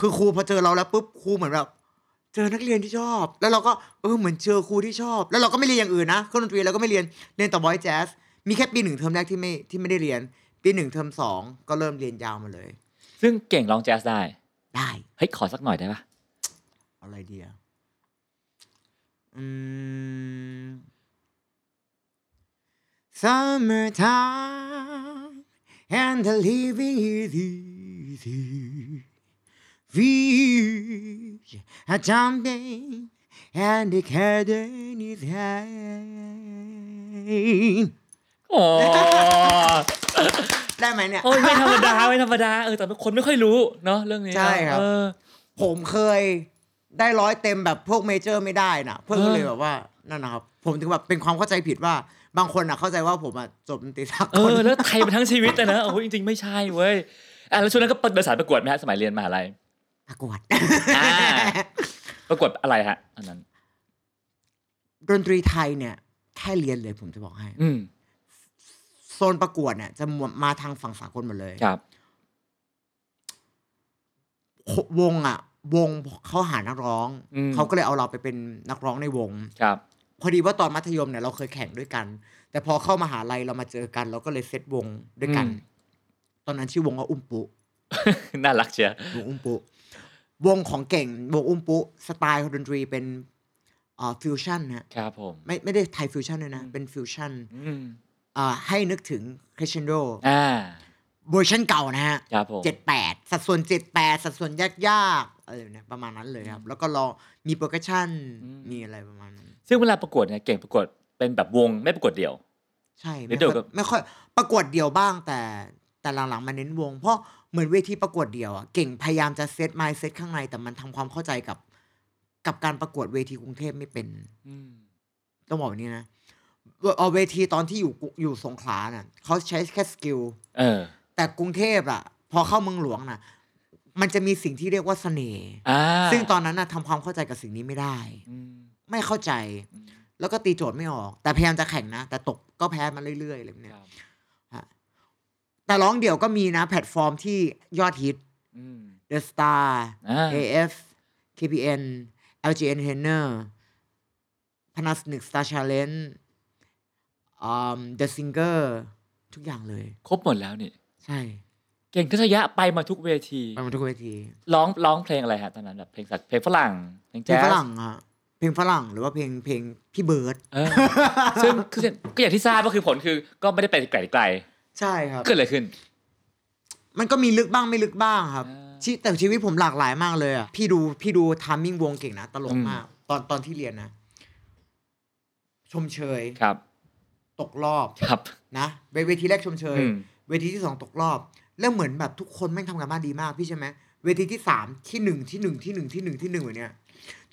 Speaker 1: คือครูพอเจอเราแล้วปุ๊บครูเหมือนแบบเจอนักเรียนที่ชอบ แล้วเราก็เออเหมือนเจอครูที่ชอบ แล้วเราก็ไม่เรียนอย่างอื่นนะเครื่องดนตรีเราก็ไม่เรียนเรียนแต่บอยแจ๊สมีแค่ปีหนึ่งเทอมแรกที่ไม่ที่ไม่ได้เรียน ปีหนึ่งเทอมสองก็เริ่มเรียนยาวมาเลย
Speaker 3: ซึ่งเก่งร้องแจ๊สได้
Speaker 1: ได้
Speaker 3: เฮ้ย ขอสักหน่อยได้ปะ
Speaker 1: อะไรเดียอืม Summertime and the living is easy. We are jumping and the curtain is high.
Speaker 3: โอ้
Speaker 1: ได้ไหมเนี่ย
Speaker 3: โอ้ยไม่ธรรมดา ไม่ธรรมดา เออ แต่คนไม่ค่อยรู้เนาะเรื่องนี้
Speaker 1: ใช่ครับ
Speaker 3: เออ
Speaker 1: ผมเคยได้ร้อยเต็มแบบพวกเมเจอร์ไม่ได้นะเพื่อนก็เลย
Speaker 3: เออ
Speaker 1: แบบว่านั่นนะครับ ผมถึงแบบเป็นความเข้าใจผิดว่าบางคนอ่ะเข้าใจว่าผมอ่ะจบดนตรีสาก
Speaker 3: เอ
Speaker 1: ล
Speaker 3: อ แล้วไทยมาทั้งชีวิตเลยนะ โอ้โหจริง ๆ ไม่ใช่เว้ย อ่ะ แล้วช่วงนั้นก็เดินสายประกวดไหมฮะ สมัยเรียนมหาลัย
Speaker 1: ประกวด
Speaker 3: อ่า ประกวดอะไรฮะอันนั้น
Speaker 1: ดนตรีไทยเนี่ยแค่เรียนเลยผมจะบอกให้
Speaker 3: อืม
Speaker 1: โซนประกวดเนี่ยจะมาทางฝั่งสากลหมดเลย
Speaker 3: ครับ
Speaker 1: วงอ่ะ วงเขาหานักร้อง
Speaker 3: อืม
Speaker 1: เขาก็เลยเอาเราไปเป็นนักร้องในวง
Speaker 3: ครับ
Speaker 1: พอดีว่าตอนมัธยมเนี่ยเราเคยแข่งด้วยกัน แต่พอเข้ามาหาลัยเรามาเจอกัน เราก็เลยเซตวงด้วยกัน
Speaker 3: อืม
Speaker 1: ตอนนั้นชื่อวงว่าอุ้มปุ
Speaker 3: น่ารักเชียว
Speaker 1: วงอุ้มปุวงของเก่งวงอุ้มปุสไตล์ดนตรีเป็นเอ่อฟิวชั่นนะฮะ
Speaker 3: ครับผม
Speaker 1: ไม่ไม่ได้ไทยฟิวชั่นเลยนะ เป็นฟิวชั่น
Speaker 3: อืม
Speaker 1: เอ่อให้นึกถึงคริสเชนโด
Speaker 3: อ่า
Speaker 1: เวอร์ชันเก่านะฮะ
Speaker 3: ครับผม
Speaker 1: เจ็ดแปดสัดส่วนเจ็ดแปดสัดส่วนยากยากๆอะไรแบบเนี่ยประมาณนั้นเลยครับ แล้วก็รองมีโปรแกชั่น
Speaker 3: อืม
Speaker 1: มีอะไรประมาณนั้น
Speaker 3: ซึ่งเวลาประกวดเนี่ย เก่งประกวดเป็นแบบวง ไม่ประกวดเดี่ยว
Speaker 1: ใช่
Speaker 3: เดี๋
Speaker 1: ไม่ค่อ
Speaker 3: ยวเดี๋ยว
Speaker 1: ย
Speaker 3: กับ
Speaker 1: ไม่ค่อยประกวดเดียวบ้างแต่แต่หลังๆมาเน้นวง เพราะเหมือนเวทีประกวดเดียวอ่ะเก่งพยายามจะเซตไมล์เซตข้างในแต่มันทำความเข้าใจกับกับการประกวดเวทีกรุงเทพไม่เป็น
Speaker 3: อืม
Speaker 1: ต้องบอกแบบนี้นะเอาเวทีตอนที่อยู่กรุอยู่สงขลาน่ะเขาใช้แค่สกิล
Speaker 3: เออ
Speaker 1: แต่กรุงเทพอ่ะ พอเข้าเมืองหลวงน่ะ มันจะมีสิ่งที่เรียกว่าเสน่ห์
Speaker 3: อ่า
Speaker 1: ซึ่งตอนนั้นน่ะทำความเข้าใจกับสิ่งนี้ไม่ได้
Speaker 3: อืม
Speaker 1: ไม่เข้าใจ แล้วก็ตีโจทย์ไม่ออก แต่พยายามจะแข่งนะ แต่ตกก็แพ้มาเรื่อยๆอะไรแบบเนี้
Speaker 3: ค
Speaker 1: ย
Speaker 3: รับ
Speaker 1: แต่ร้องเดี่ยวก็มีนะ แพลตฟอร์มที่ยอดฮิต
Speaker 3: อืม
Speaker 1: The Star
Speaker 3: อ่า
Speaker 1: AF KPN LGN t e n n e r Panasonic Star Challenge อืม The Singer ทุกอย่างเลย
Speaker 3: ครบหมดแล้วนี่
Speaker 1: ใช่
Speaker 3: เก่งทัศยะไปมาทุกเวที
Speaker 1: ไปหมาทุกเวที
Speaker 3: ร้องร้องเพลงอะไรฮะตอนนั้นแบบเพลงสักเพลงฝรั่งเพลง
Speaker 1: เพล
Speaker 3: แจ๊
Speaker 1: ง
Speaker 3: ส
Speaker 1: ฝรั่งอะเพลงฝรั่งหรือว่าเพลงเพลงพี่เบิร์ด
Speaker 3: เออซึ่งคือก็อย่างที่ทราบก็คือผลคือก็ไม่ได้ไปไกลไกล
Speaker 1: ใช่ครับ
Speaker 3: เกิดอะไรขึ้น
Speaker 1: มันก็มีลึกบ้างไม่ลึกบ้างครับ
Speaker 3: อ่า
Speaker 1: ชีแต่ชีวิตผมหลากหลายมากเลยอ่ะพี่ดูพี่ดูทามมิ่งวงเก่งนะ ตลก
Speaker 3: อืม
Speaker 1: มาก ตอนตอนที่เรียนนะ ชมเชย
Speaker 3: ครับ
Speaker 1: ตกรอบ
Speaker 3: ครับ
Speaker 1: นะเวเวทีแรกชมเชย
Speaker 3: อืม
Speaker 1: เวทีที่สองตกรอบ แล้วเหมือนแบบทุกคนแม่งทำกันบ้านดีมากพี่ใช่ไหมเวทีที่สามที่หนึ่งที่หนึ่งที่หนึ่งที่หนึ่งที่หนึ่งแบบเนี้ย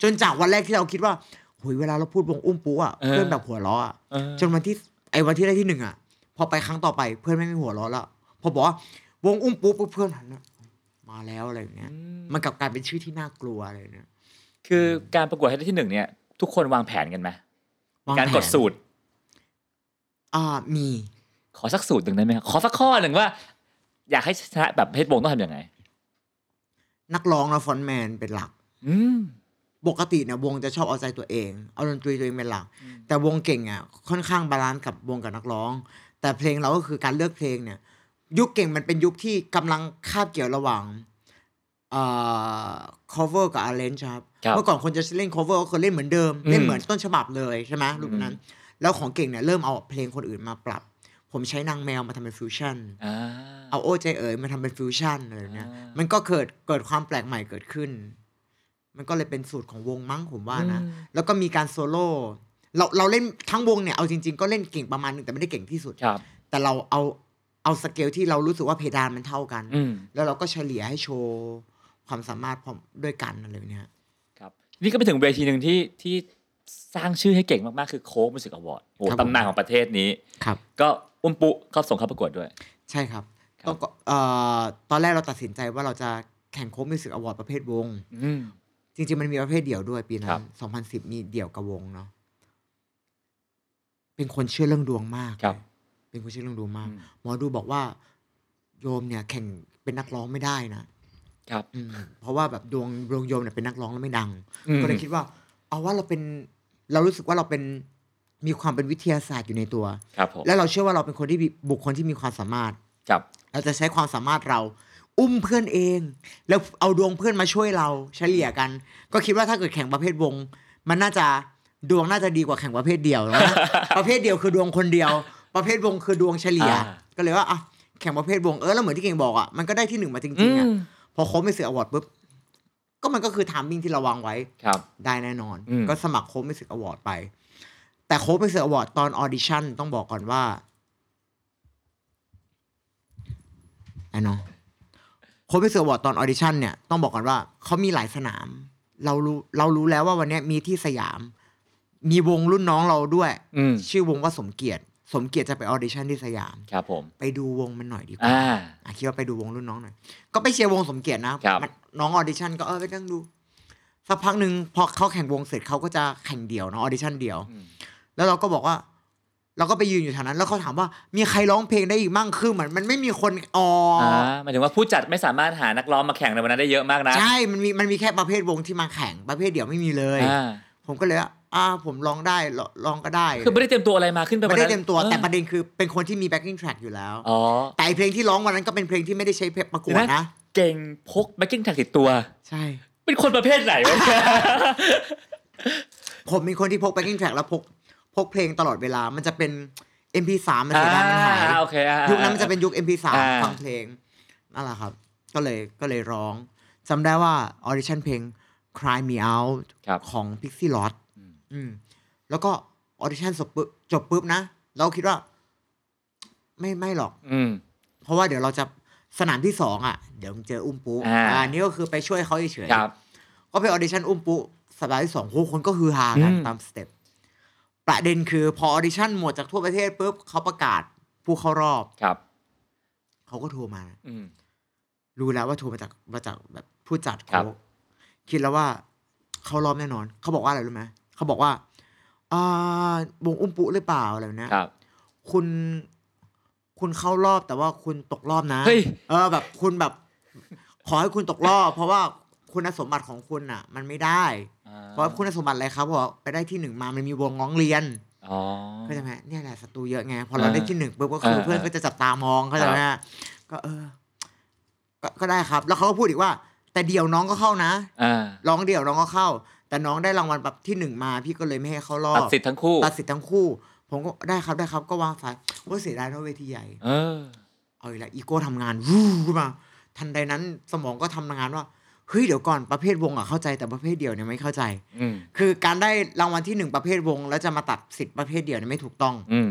Speaker 1: จนจากวันแรกที่เราคิดว่าหุยเวลาเราพูดวงอุ้มปูอ่ะ
Speaker 3: เออ
Speaker 1: เพื่อนแบบหัวเราะอะ
Speaker 3: เออ
Speaker 1: จนวันที่ไอ้วันที่ได้ที่หนึ่งอ่ะ พอไปครั้งต่อไปเพื่อนไม่มีหัวเราะแล้วพอบอกว่าวงอุ้มปูปุ๊บเพื่อนหันมามาแล้วอะไรแบบเนี้ย
Speaker 3: อืม
Speaker 1: มันกลับกลายเป็นชื่อที่น่ากลัวอะไรแบบเนี้ย
Speaker 3: คือการประกวดให้ได้ที่หนึ่งเนี่ย ทุกคนวางแผนกันไหม
Speaker 1: วง
Speaker 3: การ
Speaker 1: แผน
Speaker 3: กดสูตร
Speaker 1: อ่ามี
Speaker 3: ขอสักสูตรหนึ่งได้ไหมครับขอสักข้อหนึ่งว่า อยากให้ชนะแบบเพชรวงต้องทำยังไง
Speaker 1: นักร้องและฟอนต์แมนเป็นหลัก
Speaker 3: อืม
Speaker 1: ปกติเนี่ยวงจะชอบเอาใจตัวเอง เอาดนตรีตัวเองเป็นหลัก แต่วงเก่งอ่ะค่อนข้างบาลานซ์กับวงกับนักร้อง แต่เพลงเราก็คือการเลือกเพลงเนี่ย ยุคเก่งมันเป็นยุคที่กำลังคาบเกี่ยวระหว่างเอ่อ cover กับ arrange ครับ
Speaker 3: ครับ
Speaker 1: เมื่อก่อนคนจะเล่น cover ก็คือเล่นเหมือนเดิม
Speaker 3: อืม
Speaker 1: เล่นเหมือนต้นฉบับเลยใช่ไหม
Speaker 3: อืม
Speaker 1: รูปนั้น แล้วของเก่งเนี่ยเริ่มเอาเพลงคนอื่นมาปรับ ผมใช้นางแมวมาทำเป็นฟิวชั่น
Speaker 3: อ่า
Speaker 1: เอาโอ้ใจเอ๋ยมาทำเป็นฟิวชั่นอะไรแบบเนี้ย
Speaker 3: อ่ามั
Speaker 1: มันก็เกิดเกิดความแปลกใหม่เกิดขึ้น มันก็เลยเป็นสูตรของวงมั้งผมว่านะ
Speaker 3: อืม
Speaker 1: แล้วก็มีการโซโล่เราเราเล่นทั้งวงเนี่ยเอาจริง ๆ ก็เล่นเก่งประมาณหนึงแต่ไม่ได้เก่งที่สุด
Speaker 3: ครับ
Speaker 1: แต่เราเอาเอาสเกลที่เรารู้สึกว่าเพดานมันเท่ากัน
Speaker 3: อืม
Speaker 1: แล้วเราก็เฉลี่ยให้โชว์ความสามารถพร้อมด้วยกันอะไรแบบเนี้ย
Speaker 3: ครับ นี่ก็ไปถึงเวทีหนึ่งที่ที่สร้างชื่อให้เก่งมากๆ คือโค้กมิวสิกอวอร์ดโอ้โหตำนานของประเทศนี้
Speaker 1: ครับ
Speaker 3: ก็อุ้มปุเข้าส่งเข้าประกวดด้วย
Speaker 1: ใช่ครับ
Speaker 3: ครับ
Speaker 1: ต้องก็เอ่อตอนแรกเราตัดสินใจว่าเราจะแข่งโค้ชมิวสิกอวอร์ดประเภทวง
Speaker 3: อืม
Speaker 1: จริงๆ มันมีประเภทเดี่ยวด้วยปีนั้
Speaker 3: ครั
Speaker 1: น
Speaker 3: บ
Speaker 1: 2010 มีเดี่ยวกับวงเนาะ เป็นคนเชื่อเรื่องดวงมาก
Speaker 3: ครับ
Speaker 1: เลยเป็นคนเชื่อเรื่องดวงมาก
Speaker 3: อืม
Speaker 1: หมอดูบอกว่าโยมเนี่ย แข่งเป็นนักร้องไม่ได้นะครับ อืมเพราะว่าแบบดวงดวงโยมเนี่ยเป็นนักร้องแล้วไม่ดัง
Speaker 3: อืม
Speaker 1: ก็เลยคิดว่า เอาว่าเราเป็น เรารู้สึกว่าเราเป็นมีความเป็นวิทยาศาสตร์อยู่ในตัว
Speaker 3: ครับผม
Speaker 1: แล้วเราเชื่อว่าเราเป็นคนที่มีบุคคลที่มีความสามารถ
Speaker 3: ครับ
Speaker 1: เราจะใช้ความสามารถเรา อุ้มเพื่อนเอง แล้วเอาดวงเพื่อนมาช่วยเราเฉลี่ยกัน ก็คิดว่าถ้าเกิดแข่งประเภทวง มันน่าจะดวงน่าจะดีกว่าแข่งประเภทเดียวนะ ประเภทเดียวคือดวงคนเดียว ประเภทวงคือดวงเฉลี่ย ก็เลยว่าอ่ะแข่งประเภทวงเออแล้วเหมือนที่เก่งบอกอ่ะมันก็ได้ที่หนึ่งมาจ
Speaker 3: อื
Speaker 1: ริงๆอ่ะ
Speaker 3: ม
Speaker 1: พอโค้ชไม่เสืออวอร์ดปุ๊บก็มันก็คือทามมิ่งที่เราวางไว้
Speaker 3: ครับ
Speaker 1: ได้แน่นอน
Speaker 3: อืม
Speaker 1: ก็สมัครโค้ชมิวสิกอวอร์ดไป แต่โค้ชมิวสิกอวอร์ดตอนออดิชั่นต้องบอกก่อนว่าไอ้น้องโค้ชมิวสิกอวอร์ดตอนออดิชั่นเนี่ยต้องบอกก่อนว่าเขามีหลายสนาม เรารู้เรารู้แล้วว่าวันเนี้ยมีที่สยาม มีวงรุ่นน้องเราด้วย
Speaker 3: อืม
Speaker 1: ชื่อวงว่าสมเกียรติ สมเกียรติจะไปออดิชั่นที่สยาม
Speaker 3: ครับผม
Speaker 1: ไปดูวงมันหน่อยดีกว่า
Speaker 3: อ่า
Speaker 1: อ่ะคิดว่าไปดูวงรุ่นน้องหน่อย ก็ไปเชียร์วงสมเกียรตินะครับ มันน้องออดิชั่นก็เออไปนั่งดู สักพักหนึ่งพอเขาแข่งวงเสร็จเขาก็จะแข่งเดี่ยวเนอะออดิชั่นเดี่ยว แล้วเราก็บอกว่า เราก็ไปยืนอยู่แถวนั้น แล้วเขาถามว่ามีใครร้องเพลงได้อีกมั่งคือเหมือนมันไม่มีคนอ๋ออ
Speaker 3: อ่าหมายถึงว่าผู้จัดไม่สามารถหานักร้องมาแข่งในวันนั้นได้เยอะมากนะ
Speaker 1: ใช่ มันมีมันมีแค่ประเภทวงที่มาแข่งประเภทเดี่ยวไม่มีเลย
Speaker 3: อ่า
Speaker 1: ผมก็เลยว่าอ่าผมร้องได้ร้องร้องก็ได้
Speaker 3: คือไม่ได้เตรียมตัวอะไรมาขึ้นไปวั
Speaker 1: ไม่
Speaker 3: นนั้น
Speaker 1: ได้เต็มตัว
Speaker 3: ออ
Speaker 1: แต่ประเด็นคือเป็นคนที่มี backing track อยู่แล้ว
Speaker 3: อ๋อ
Speaker 1: แต่ไอ้เพลงที่ร้องวันนั้นก็เป็นเพลงที่ไม่ได้ใช้เพลงประกวด
Speaker 3: เดี๋ยวนะ
Speaker 1: นะ
Speaker 3: เก่งพกแบ็กกิ้งแท็กติดตัว
Speaker 1: ใช่
Speaker 3: เป็นคนประเภทไหนวะ
Speaker 1: ผมเป็นคนที่พก backing track แล้วพกพกเพลงตลอดเวลา มันจะเป็น MP3 มันเสียดายมันหาย
Speaker 3: อ่โอเคอ่า
Speaker 1: ยุคนั้นมันจะเป็นยุค MP3
Speaker 3: อ่า
Speaker 1: ฟังเพลงนั่นแหละครับ ก็เลยก็เลยร้องจำได้ว่าออดิชั่นเพลง Cry Me Out
Speaker 3: ครับ
Speaker 1: ของ Pixie l o t อืม แล้วก็ออดิชั่นจบปุ๊บจบปุ๊บนะ เราคิดว่า ไม่ไม่หรอก
Speaker 3: อืม
Speaker 1: เพราะว่าเดี๋ยวเราจะสนามที่สองอ่ะ เดี๋ยวเจออุ้มปุ๊
Speaker 3: อ่า
Speaker 1: อันนี้ก็คือไปช่วยเขาเฉย
Speaker 3: ค
Speaker 1: ๆ
Speaker 3: รับ
Speaker 1: ก็ไปออเดชั่นอุ้มปุ๊สัปดาห์ที่สองโหคนก็ฮือฮากัน
Speaker 3: อืม
Speaker 1: ตามสเต็ปประเด็นคือพอออเดชั่นหมดจากทั่วประเทศปุ๊บเขาประกาศผู้เข้ารอบ
Speaker 3: ครับ
Speaker 1: เขาก็โทรมา
Speaker 3: อืม
Speaker 1: รู้แล้วว่าโทรมาจากมาจากแบบผู้จัด
Speaker 3: ครั
Speaker 1: เขา
Speaker 3: บ
Speaker 1: คิดแล้วว่าเขารอบแน่นอน เขาบอกว่าอะไรรู้ไหมเขาบอกว่าอ่าวงอุ้มปุ๊หรือเปล่าอะไรแบบเนะครับ คุณ คุณเข้ารอบแต่ว่าคุณตกรอบนะ
Speaker 3: เฮ้ย
Speaker 1: เออแบบคุณแบบ ขอให้คุณตกรอบ เพราะว่าคุณสมบัติของคุณอ่ะ มันไม่ได้ เพราะคุณสมบัติอะไรครับบอกไปได้ที่หนึ่งมามันมีวงร้องเรียน
Speaker 3: อ๋อ
Speaker 1: เข้าใจไหมเนี่ยแหละศัตรูเยอะไงพอเรา
Speaker 3: อ่า
Speaker 1: ได้ที่หนึ่งปุ๊บก็คือ
Speaker 3: เออ
Speaker 1: เพื่อนก็จะจับตามองเข้าใจไหมฮะก็เออก็ก็ได้ครับ แล้วเขาก็พูดอีกว่า แต่เดี่ยวน้องก็เข้านะ
Speaker 3: ่า
Speaker 1: ร้องเดี่ยวน้องก็เข้า แต่น้องได้รางวัลแบบที่หนึ่งมา พี่ก็เลยไม่ให้เข้ารอ
Speaker 3: ตั
Speaker 1: บ
Speaker 3: ดสิทธิ์ทั้งคู่
Speaker 1: ตัดสิทธิ์ทั้งคู่ ผมก็ได้ครับได้ครับก็วางสายว่าเสียดายเนาะเวทีใหญ่
Speaker 3: เออ
Speaker 1: เอาอีกแล้วอีโก้ทำงานวูขึ้นมา ทันใดนั้นสมองก็ทำงานว่าเฮ้ยเดี๋ยวก่อนประเภทวงอะเข้าใจแต่ประเภทเดี่ยวเนี่ยไม่เข้าใจ
Speaker 3: อืม
Speaker 1: คือการได้รางวัลที่หนึ่งประเภทวง แล้วจะมาตัดสิทธิ์ประเภทเดียวเนี่ยไม่ถูกต้อง
Speaker 3: อืม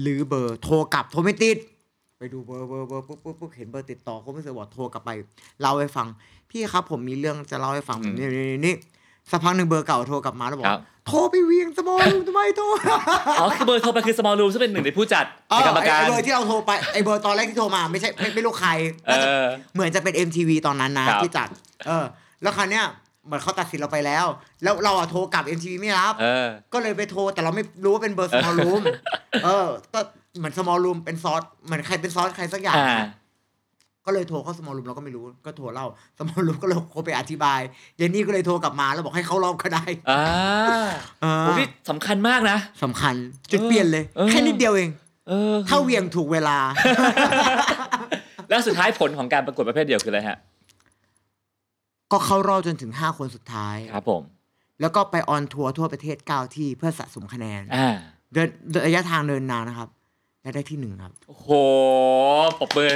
Speaker 1: หรือเบอร์โทรกลับโทรไม่ติด ไปดูเบอร์เบอร์เบอร์ปุ๊บปุ๊บปุ๊บเห็นเบอร์ติดต่อเขาไม่เสือบอกโทรกลับไปเล่าให้ฟัง พี่ครับผมมีเรื่องจะเล่าให้ฟัง
Speaker 3: อืม
Speaker 1: นี่นี่นี่นี่สักพักหนึ่งเบอร์เก่าโทรกลับมาแล้วบอก
Speaker 3: ครับ
Speaker 1: โทรไปเวียงสมองทำไมโทร
Speaker 3: อ๋อคือเบอร์โทรไปคือ small room ซึ่งเป็นหนึ่งในผู้จัด
Speaker 1: เออ
Speaker 3: ในกรรม
Speaker 1: ไอ้
Speaker 3: การ
Speaker 1: ไอ้เบอร์ที่เราโทรไปไอ้เบอร์ตอนแรกที่โทรมาไม่ใช่ไม่ไม่รู้ใคร
Speaker 3: เอ
Speaker 1: น่าจะ
Speaker 3: อ
Speaker 1: เหมือนจะเป็น MTV ตอนนั้นนะครับ ที่จัด เออ แล้วคราวเนี้ย เหมือนเขาตัดสินเราไปแล้ว แล้วเราอะโทรกลับ MTV ไม่รับ
Speaker 3: เออ
Speaker 1: ก็เลยไปโทรแต่เราไม่รู้ว่าเป็นเบอร์ small room เออก็เหมือน small room เป็นซอสเหมือนใครเป็นซอสใครสักอย่าง
Speaker 3: อ่า
Speaker 1: อะก็เลยโทรเข้า small room เราก็ไม่รู้ก็โทรเล่า small room ก็เลยโทรไปอธิบายเยนนี่ก็เลยโทรกลับมาแล้วบอกให้เขารอบก็ได้
Speaker 3: อ่า
Speaker 1: เออ
Speaker 3: โอ้ที่สำคัญมากนะ
Speaker 1: สำคัญจุดเปลี่ยนเลย
Speaker 3: เออ
Speaker 1: แค่นิดเดียวเอง
Speaker 3: เออ
Speaker 1: ถ้าเหวียงถูกเวลา
Speaker 3: แล้วสุดท้ายผลของการประกวดประเภทเดียวคืออะไรฮะ
Speaker 1: ก็เข้ารอบจนถึงห้าคนสุดท้าย
Speaker 3: ครับผม
Speaker 1: แล้วก็ไปออนทัวร์ทั่วประเทศเก้าที่เพื่อสะสมคะแนน
Speaker 3: อ่า
Speaker 1: เดินระยะทางเดินนานนะครับ และได้ที่หนึ่งครับ
Speaker 3: โอ้โหปรบมือ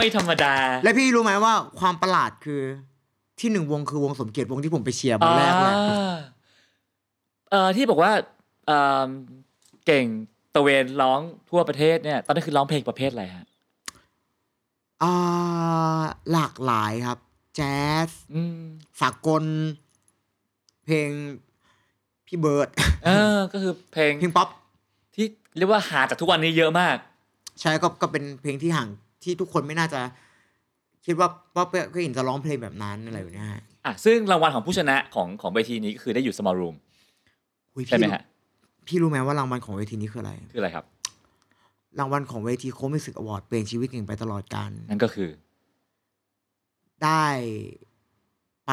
Speaker 3: ไม่ธรรมดา
Speaker 1: และพี่รู้ไหมว่าความประหลาดคือที่หนึ่งวงคือวงสมเกียรติวงที่ผมไปเชียร์วันแรกเลย
Speaker 3: อ่าเอ่อที่บอกว่าเอ่อเก่งตะเวนร้องทั่วประเทศเนี่ย ตอนนั้นคือร้องเพลงประเภทอะไรฮะ
Speaker 1: อ่าหลากหลายครับ แจ๊ส
Speaker 3: อืม
Speaker 1: สากล เพลงพี่เบิร์ด
Speaker 3: เออ ก็คือเพลง
Speaker 1: เพลงป๊อป
Speaker 3: ที่เรียกว่าหาจากทุกวันนี้เยอะมาก
Speaker 1: ใช่ก็ก็เป็นเพลงที่ห่างที่ทุกคนไม่น่าจะ คิดว่าว่าเป้ก็เห็นจะร้องเพลงแบบนั้นอะไรแบบเนี้ยฮะ
Speaker 3: อ่ะ ซึ่งรางวัลของผู้ชนะของของเวทีนี้ก็คือได้อยู่ small room
Speaker 1: อุ๊ย
Speaker 3: ใช่ไหม
Speaker 1: พี่รู้
Speaker 3: ฮะ
Speaker 1: พี่รู้ไหมว่ารางวัลของเวทีนี้คืออะไร
Speaker 3: คืออะไรครับ
Speaker 1: รางวัลของเวทีโค้มิสึกอวอร์ดเปลี่ยนชีวิตเก่งไปตลอดการ
Speaker 3: นั่นก็คือ
Speaker 1: ได้ไป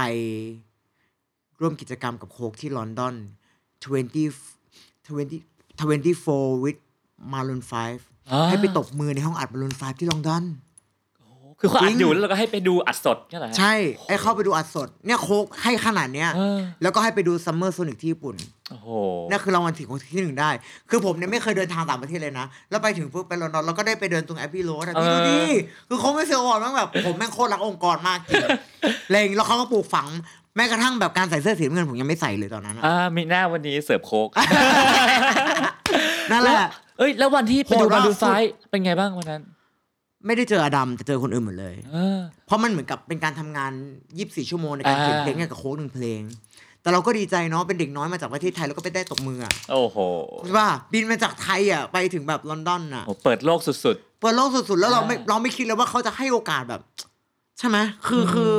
Speaker 1: ร่วมกิจกรรมกับโคกที่ลอนดอน 20 20 24 with Maroon
Speaker 3: อ่า
Speaker 1: 5 ให้ไปตบมือในห้องอัด Maroon 5 ที่ลอนดอน
Speaker 3: คือเขาอั
Speaker 1: จริ
Speaker 3: ด
Speaker 1: ง
Speaker 3: อยู่แล้วเราก็ให้ไปดูอัดสดเนี่ยแหละ
Speaker 1: ใช่ ไอ้เข้าไปดูอัดสด เนี่ยโคกให้ขนาดเนี้ย แล้วก็ให้ไปดูซัมเมอร์โซนิกที่ญี่ปุ่น
Speaker 3: โอ้โห
Speaker 1: นั่นคือรางวัลที่ของที่หนึ่งได้ คือผมเนี่ยไม่เคยเดินทางต่างประเทศเลยนะ แล้วไปถึงปุ๊บไปลอนดอนแล้วก็ได้ไปเดินตรงแอปปี้โรดอะพี่
Speaker 3: เออ
Speaker 1: ดูดิ คือเขาไม่เสียอ่อนมั้งแบบ ผมแม่งโคตรรักองค์กรมากจริงเลงแล้วเขาก็ปลูกฝัง แม้กระทั่งแบบการใส่เสื้อสีน้ำเงินผมยังไม่ใส่เลยตอนนั้นอะ
Speaker 3: อ่ามีหน้าวันนี้เสิร์ฟโคก
Speaker 1: นั่นแหละ
Speaker 3: เอ้ย แล้ววันที่ไปดู
Speaker 1: โหด
Speaker 3: มาดู
Speaker 1: มาก
Speaker 3: ไฟท์เป็นไงบ้างวันนั้น
Speaker 1: ไม่ได้เจออดัมแต่เจอคนอื่นหมดเลย
Speaker 3: เออ
Speaker 1: เพราะมันเหมือนกับเป็นการทำงาน 24 ชั่วโมงในการเขียน
Speaker 3: อ่า
Speaker 1: เพลงให้กับโค้ดหนึ่งเพลง แต่เราก็ดีใจเนาะ เป็นเด็กน้อยมาจากประเทศไทยแล้วก็ไปได้ตบมืออะ
Speaker 3: โอ้โห
Speaker 1: ว่าบินมาจากไทยอะไปถึงแบบลอนดอนอะ
Speaker 3: โหเปิดโลกสุด
Speaker 1: เปิดโลกสุดๆ แล้วเราไม่
Speaker 3: อ่า
Speaker 1: เราไม่คิดเลยว่าเขาจะให้โอกาสแบบ ใช่ไหมคือคือ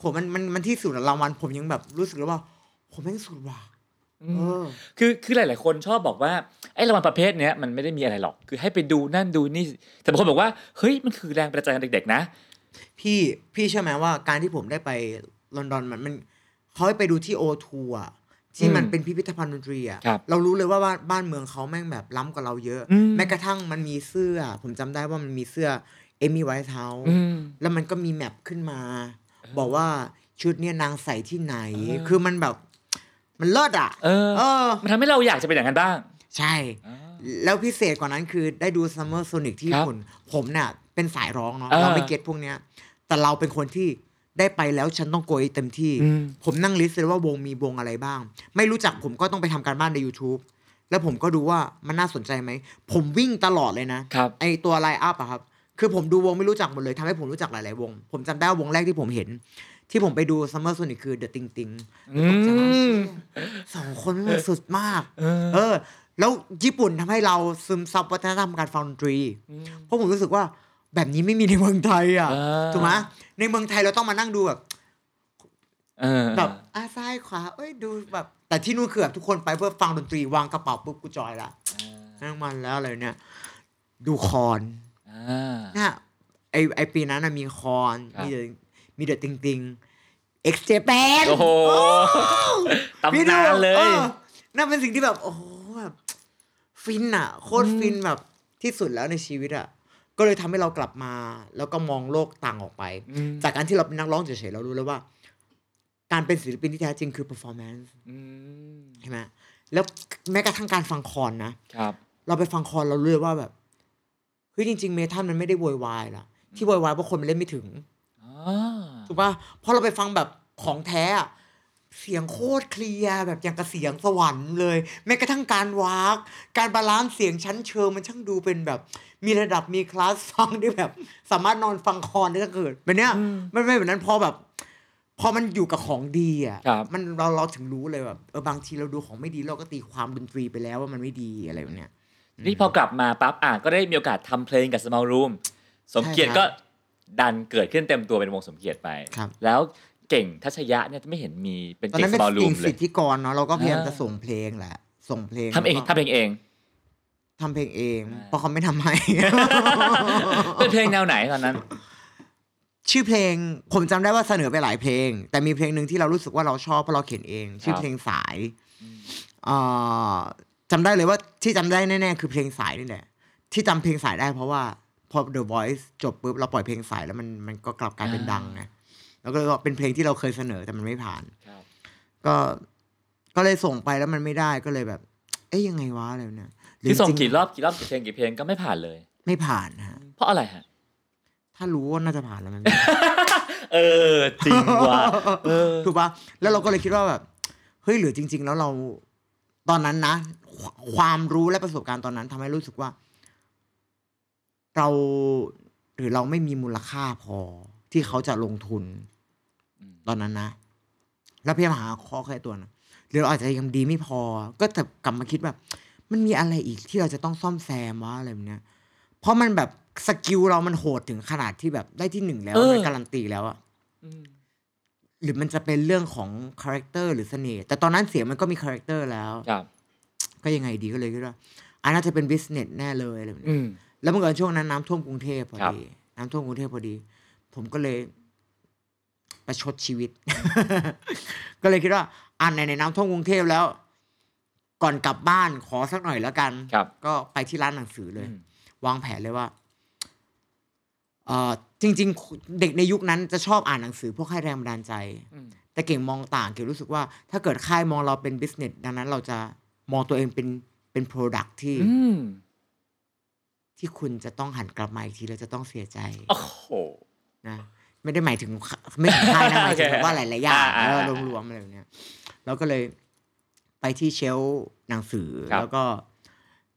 Speaker 1: ผมมันมันมันที่สุดอะรางวัลผมยังแบบรู้สึกเลยว่าผมแม่งสุดว่ะ
Speaker 3: ๆอืม
Speaker 1: เออ
Speaker 3: คือคือหลาย ๆ คนชอบบอกว่าไอ้รางวัลประเภทเนี้ยมันไม่ได้มีอะไรหรอก คือให้ไปดูนั่นดูนี่ แต่บางคนบอกว่า เฮ้ย มันคือแรงประจานเด็ก ๆ นะ
Speaker 1: พี่พี่เชื่อไหมว่าการที่ผมได้ไปลอนดอนมันมันเขาให้ไปดูที่โอทูอะที่มัน
Speaker 3: อืม
Speaker 1: เป็นพิพิธภัณฑ์ดนตรีอะ
Speaker 3: ครับ
Speaker 1: เรารู้เลยว่าบ้านบ้านเมืองเขาแม่งแบบล้ำกว่าเราเยอะ
Speaker 3: อืม
Speaker 1: แม้กระทั่งมันมีเสื้อ ผมจำได้ว่ามันมีเสื้อเอมี่ไวท์เฮา
Speaker 3: อืม
Speaker 1: แล้วมันก็มีแมปขึ้นมา บอกว่าชุดเนี่ยนางใส่ที่ไหน
Speaker 3: เออ
Speaker 1: คือมันแบบ มันเลิศอ่ะ
Speaker 3: เออ
Speaker 1: เออ
Speaker 3: มันทำให้เราอยากจะเป็นอย่างนั้นบ้าง
Speaker 1: ใช่ แล้วพิเศษกว่านั้นคือได้ดูซัมเมอร์โซนิกที่
Speaker 3: ครับ
Speaker 1: ญี่ปุ่น ผมเนี่ยเป็นสายร้องเนาะ
Speaker 3: เออ
Speaker 1: เราไม่เก็ตพวกเนี้ย แต่เราเป็นคนที่ได้ไปแล้วฉันต้องโกยเต็มที่
Speaker 3: อืม
Speaker 1: ผมนั่งลิสต์เลยว่าวงมีวงอะไรบ้าง ไม่รู้จักผมก็ต้องไปทำการบ้านใน YouTube แล้วผมก็ดูว่ามันน่าสนใจไหม ผมวิ่งตลอดเลยนะ
Speaker 3: ครับ
Speaker 1: ไอตัวไลน์อัพอะครับ คือผมดูวงไม่รู้จักหมดเลยทำให้ผมรู้จักหลาย ๆ วง ผมจำได้ว่าวงแรกที่ผมเห็น ที่ผมไปดูซัมเมอร์โซนิกคือเดอะติงติง
Speaker 3: อืม
Speaker 1: สองคนมันสุดมาก
Speaker 3: เออ
Speaker 1: เออ แล้วญี่ปุ่นทำให้เราซึมซับวัฒนธรรมการฟังดนตรี เพราะผมรู้สึกว่าแบบนี้ไม่มีในเมืองไทยอ่ะ
Speaker 3: อ่า
Speaker 1: ถูกไหมในเมืองไทยเราต้องมานั่งดูแบบ
Speaker 3: เออ
Speaker 1: แบบอาซ้ายขวาเอ้ยดูแบบ แต่ที่นู่นคือแบบทุกคนไปเพื่อฟังดนตรีวางกระเป๋าปุ๊บกูจอยละนั่งมันแล้วอะไรเนี่ย ดูคอน
Speaker 3: อ่า
Speaker 1: เนี่ยไอไอปีนั้นน่ะมีคอน
Speaker 3: ครับ
Speaker 1: มีเดอะมีเดอะติงติงเอ็กเจแปน
Speaker 3: โอ้โหตำนานเลย
Speaker 1: นั่นเป็นสิ่งที่แบบ โอ้โหแบบฟินอะโคตรฟินแบบที่สุดแล้วในชีวิตอะก็เลยทำให้เรากลับมา แล้วก็มองโลกต่างออกไป
Speaker 3: อืม
Speaker 1: จากการที่เราเป็นนักร้องเฉยๆเรารู้แล้วว่า การเป็นศิลปินที่แท้จริงคือ performance
Speaker 3: อืม
Speaker 1: ใช่ไหมแล้วแม้กระทั่งการฟังคอนนะ
Speaker 3: ครับ
Speaker 1: เราไปฟังคอนเรารู้เลยว่าแบบเฮ้ยจริง ๆ เมทัลมันไม่ได้โวยวายล่ะ ที่โวยวายเพราะคนมันเล่นไม่ถึง
Speaker 3: อ๋อ
Speaker 1: ถูกป่ะเพราะเราไปฟังแบบของแท้อะเสียงโคตรเคลียร์แบบอย่างกับเสียงสวรรค์เลย แม้กระทั่งการวากการบาลานซ์เสียงชั้นเชิงมันช่างดูเป็นแบบ มีระดับมีคลาส ฟังได้แบบ สามารถนอนฟังคอนได้ก็เกิดแบบเนี้ยมันไม่แบบนั้นพอแบบ พอมันอยู่กับของดีอ่ะ
Speaker 3: ครับ
Speaker 1: มันเราเราถึงรู้เลยแบบเออบางทีเราดูของไม่ดีเราก็ตีความดนตรีไปแล้วว่ามันไม่ดีอะไรแบบเนี้ย
Speaker 3: นี่พอกลับมาปั๊บอ่ะก็ได้มีโอกาสทำเพลงกับ small room สมเกียรติ
Speaker 1: ใช่ครั
Speaker 3: ก็
Speaker 1: บ
Speaker 3: ดันเกิดขึ้นเต็มตัวเป็นวงสมเกียรติไป
Speaker 1: ครับ
Speaker 3: แล้ว เก่งทัชยะเนี่ยไม่เห็นมีเป็น
Speaker 1: ตอน
Speaker 3: เก่
Speaker 1: นั้
Speaker 3: ง
Speaker 1: นก็
Speaker 3: บอลลู
Speaker 1: จริ
Speaker 3: ม
Speaker 1: ง
Speaker 3: เล
Speaker 1: สิ
Speaker 3: ย
Speaker 1: ทธิกรเนาะเราก็พยายาม
Speaker 3: อ่า
Speaker 1: จะส่งเพลงแหละ ส่งเพลง
Speaker 3: ทำเอง
Speaker 1: แล้วก็
Speaker 3: ทำเองเอง
Speaker 1: ทำเพลงเอง
Speaker 3: อ่า
Speaker 1: เพราะเขาไม่ทำให้
Speaker 3: เป็นเพลงแนวไหนตอนนั้น
Speaker 1: ชื่อเพลงผมจำได้ว่าเสนอไปหลายเพลง แต่มีเพลงหนึ่งที่เรารู้สึกว่าเราชอบเพราะเราเขียนเอง ชื่อเพลงสายเอ่อจำได้เลยว่าที่จำได้แน่ๆคือเพลงสายนี่แหละที่จำเพลงสายได้เพราะว่าพอ The Voice จบปุ๊บเราปล่อยเพลงสายแล้วมันมันก็กลับกลายเป็นดังไงแล้วก็เลยว่าเป็นเพลงที่เราเคยเสนอแต่มันไม่ผ่าน
Speaker 3: ครับ
Speaker 1: ก็ก็เลยส่งไปแล้วมันไม่ได้ก็เลยแบบ เอ๊ยยังไงวะอะไรเนี่ยห
Speaker 3: คือส่ง
Speaker 1: จริๆ
Speaker 3: กี่รอบกี่รอบกี่เพลงกี่เพลงก็ไม่ผ่านเลย
Speaker 1: ไม่ผ่านฮะ
Speaker 3: เพราะอะไรฮะ
Speaker 1: ถ้ารู้ว่าน่าจะผ่านแล้วมัน
Speaker 3: เออ จริงว่ะเออ
Speaker 1: ถูกปะแล้วเราก็เลยคิดว่าแบบเฮ้ยหรือจริง ๆ แล้วเราตอนนั้นนะควความรู้และประสบการณ์ตอนนั้นทำให้รู้สึกว่า เราหรือเราไม่มีมูลค่าพอที่เขาจะลงทุน
Speaker 3: อืม
Speaker 1: ตอนนั้นนะ แล้วพยายามหาข้อแค่ตัวนะหรือเราอาจจะยังดีไม่พอ ก็แต่กลับมาคิดแบบ มันมีอะไรอีกที่เราจะต้องซ่อมแซมวะอะไรแบบเนี้ย เพราะมันแบบสกิลเรามันโหดถึงขนาดที่แบบได้ที่หนึ่งแล้ว
Speaker 3: เออ
Speaker 1: มันการันตีแล้วอะ
Speaker 3: อืม
Speaker 1: หรือมันจะเป็นเรื่องของคาแรคเตอร์หรือเสน่ห์แต่ตอนนั้นเสียงมันก็มีคาแรคเตอร์แล้ว
Speaker 3: ครับ
Speaker 1: ก็ยังไงดีก็เลยคิดว่าอันน่าจะเป็นบิสเนสแน่เลยอะไรแบบ
Speaker 3: อื
Speaker 1: นี้
Speaker 3: ม
Speaker 1: แล้วเมื่อก่อนช่วงนั้นน้ำท่วมกรุงเทพพอ
Speaker 3: ครับ
Speaker 1: ดีน้ำท่วมกรุงเทพพอดี ผมก็เลย ประชดชีวิต ก็เลยคิดว่าอันในในๆน้ำท่วมกรุงเทพแล้ว ก่อนกลับบ้านขอสักหน่อยแล้วกัน
Speaker 3: ครับ
Speaker 1: ก็ไปที่ร้านหนังสือเลย
Speaker 3: อืม
Speaker 1: วางแผนเลยว่าเออจริง ๆ เด็กในยุคนั้นจะชอบอ่านหนังสือพวกให้แรงบันดาลใจ
Speaker 3: อืม
Speaker 1: แต่เก่งมองต่างเก่งรู้สึกว่า ถ้าเกิดค่ายมองเราเป็นบิสเนสดังนั้นเราจะมองตัวเองเป็นเป็นโปรดักที่
Speaker 3: อืม
Speaker 1: ที่คุณจะต้องหันกลับมาอีกทีแล้วจะต้องเสียใจ
Speaker 3: โอ้โห
Speaker 1: นะไม่ได้หมายถึงไม่ถึงค่าย นะหมายถึง
Speaker 3: โอเค
Speaker 1: แบบว่าหลายๆอย่าง
Speaker 3: อ่า
Speaker 1: แล้ว
Speaker 3: อ่าร
Speaker 1: รวมๆอะไรแบบเนี้ยแล้วก็เลยไปที่เชลฟ์หนังสือ
Speaker 3: ครับ
Speaker 1: แล้วก็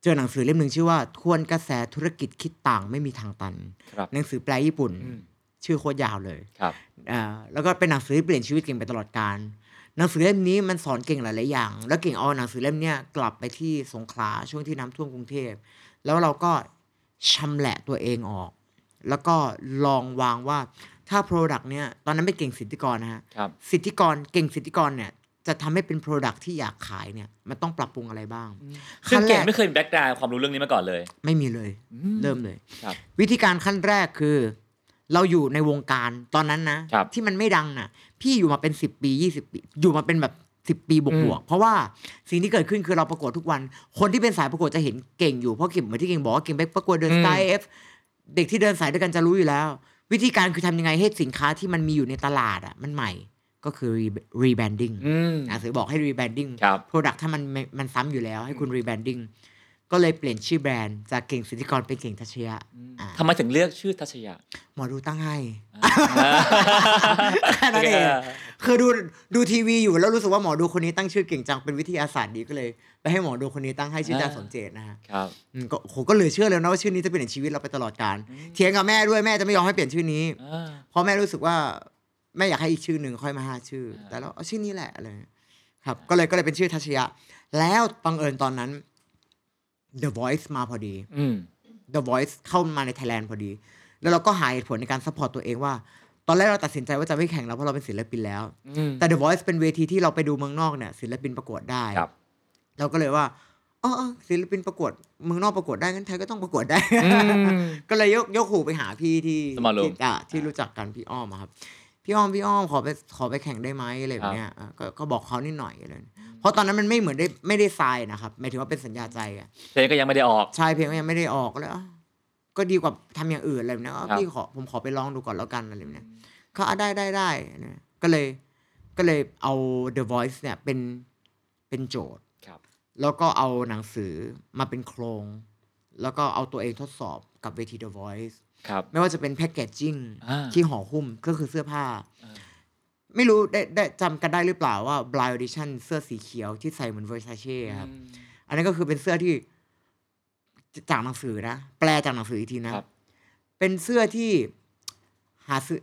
Speaker 1: เจอหนังสือเล่มหนึ่งชื่อว่า ทวนกระแสธุรกิจคิดต่างไม่มีทางตัน
Speaker 3: ครับ
Speaker 1: หนังสือแปลญี่ปุ่น
Speaker 3: อืม
Speaker 1: ชื่อโคตรยาวเลย
Speaker 3: ครับ
Speaker 1: อ่าแล้วก็เป็นหนังสือที่เปลี่ยนชีวิตเก่งไปตลอดการ หนังสือเล่มนี้มันสอนเก่งหลายๆอย่าง แล้วเก่งเอาหนังสือเล่มเนี้ยกลับไปที่สงขลาช่วงที่น้ำท่วมกรุงเทพ แล้วเราก็ชำแหละตัวเองออก แล้วก็ลองวางว่าถ้าโปรดักต์เนี้ยตอนนั้นไม่เก่งสิทธิกรนะฮะ
Speaker 3: ครับ
Speaker 1: สิทธิกรเก่งสิทธิกรเนี่ยจะทำให้เป็นโปรดักต์ที่อยากขายเนี่ยมันต้องปรับปรุงอะไรบ้าง
Speaker 3: ซึ่ง
Speaker 1: ขั้นแร
Speaker 3: เก่ง
Speaker 1: ก
Speaker 3: ไม่เคยมีแบ็กกราวด์ความรู้เรื่องนี้มาก่อนเลย
Speaker 1: ไม่มีเลย
Speaker 3: อืม
Speaker 1: เริ่มเลย
Speaker 3: ครับ
Speaker 1: วิธีการขั้นแรกคือ เราอยู่ในวงการตอนนั้นนะ
Speaker 3: ครับ
Speaker 1: ที่มันไม่ดังนะ่ะ พี่อยู่มาเป็นสิบปียี่สิบปี อยู่มาเป็นแบบสิบ10 ปีบวกบวกๆเพราะว่าสิ่งที่เกิดขึ้นคือเราประกวดทุกวัน คนที่เป็นสายประกวดจะเห็นเก่งอยู่เพราะเก่งเหมือนที่เก่งบอกว่าเก่งไปประกวดเดิน
Speaker 3: อืม
Speaker 1: สไตล์เอฟเด็กที่เดินสายด้วยกันจะรู้อยู่แล้ว วิธีการคือทำยังไงให้สินค้าที่มันมีอยู่ในตลาดอ่ะมันใหม่ก็คือรีแบรนดิ้ง
Speaker 3: อืม
Speaker 1: หนังสือบอกให้รีแบรนดิ้ง
Speaker 3: ครับ
Speaker 1: โปรดักต์ถ้ามันไม่มันซ้ำอยู่แล้วให้คุณรีแบรนดิ้ง ก็เลยเปลี่ยนชื่อแบรนด์จากเก่งสิทธิกรเป็นเก่งทัชยะอ่า
Speaker 3: ทำไมถึงเลือกชื่อทัชยะ
Speaker 1: หมอดูตั้งให้
Speaker 3: แค่
Speaker 1: นั่นเอง คือดูดูทีวีอยู่แล้วรู้สึกว่าหมอดูคนนี้ตั้งชื่อเก่งจังเป็นวิทยาศาสตร์ดีก็เลยไปให้หมอดูคนนี้ตั้งให้ชื่ออาจารย์สมเจตนะฮะ
Speaker 3: ครับ
Speaker 1: อืมก็โหก็เหลือเชื่อแล้วนะว่าชื่อนี้จะเปลี่ยนชีวิตเราไปตลอดกาลเถียงกับแม่ด้วยแม่จะไม่ยอมให้เปลี่ยนชื่อนี้
Speaker 3: อ่า
Speaker 1: เพราะแม่รู้สึกว่าแม่อยากให้อีกชื่อหนึ่งค่อยมาหาชื่อ
Speaker 3: อ่า
Speaker 1: แต่เราเอาชื่อนี้แหละอะไรเงี้ยครับ ก็เลยก็เลยเป็นชื่อทัชยะ แล้วบังเอิญตอนนั้น The Voice มาพอดี
Speaker 3: อืม
Speaker 1: The Voice เข้ามาในไทยแลนด์พอดี แล้วเราก็หาเหตุผลในการซัพพอร์ตตัวเองว่า ตอนแรกเราตัดสินใจว่าจะไม่แข่งแล้วเพราะเราเป็นศิลปินแล้ว
Speaker 3: อืม
Speaker 1: แต่ The Voice เป็นเวทีที่เราไปดูเมืองนอกเนี่ยศิลปินประกวดได้
Speaker 3: ครับ
Speaker 1: เราก็เลยว่าอ๋อเออศิลปินประกวดเมืองนอกประกวดได้งั้นไทยก็ต้องประกวดได้
Speaker 3: อืม
Speaker 1: ก็เลยยกยกหูไปหาพี่ที่
Speaker 3: สมารุม
Speaker 1: ที่อ่ะที่รู้จักกันพี่อ้อมอะครับ พี่อ้อมพี่อ้อมขอไปขอไปแข่งได้ไหมอะไรแบบเนี้ยอ่ะก็ก็บอกเขานิดหน่อยอะไรเลยเพราะตอนนั้นมันไม่เหมือนได้ไม่ได้ทรายนะครับหมายถึงว่าเป็นสัญญาใจอะ
Speaker 3: เพลงก็ยังไม่ได้ออก
Speaker 1: ใช่เพลงก็ยังไม่ได้ออกแล้วอ่ะก็ดีกว่าทำอย่างอื่นอะไรแบบเนี้ยอ่ะ
Speaker 3: ครับ
Speaker 1: พี่ขอผมขอไปลองดูก่อนแล้วกันอะไรแบบเนี้ยเขาอ่ะได้ได้ได้เนี่ยก็เลยก็เลยเอา The Voice เนี่ยเป็นเป็นโจทย์
Speaker 3: ครับ
Speaker 1: แล้วก็เอาหนังสือมาเป็นโครง แล้วก็เอาตัวเองทดสอบกับเวที The Voice
Speaker 3: ครับ
Speaker 1: ไม่ว่าจะเป็นแพ c เกจจิ้ง
Speaker 3: อ่า
Speaker 1: ที่ห่อหุ้มก็คือเสื้อผ้า
Speaker 3: เออ
Speaker 1: ไม่รู้ได้ได้จำกันได้หรือเปล่าว่า Blind Audition เสื้อสีเขียวที่ใส่เหมือน Versace ครับ
Speaker 3: อืม
Speaker 1: อันนี้นก็คือเป็นเสื้อที่จากหนังสือนะ แปลจากหนังสืออีกทีนะ
Speaker 3: ครับ
Speaker 1: เป็นเสื้อที่หาซื้อ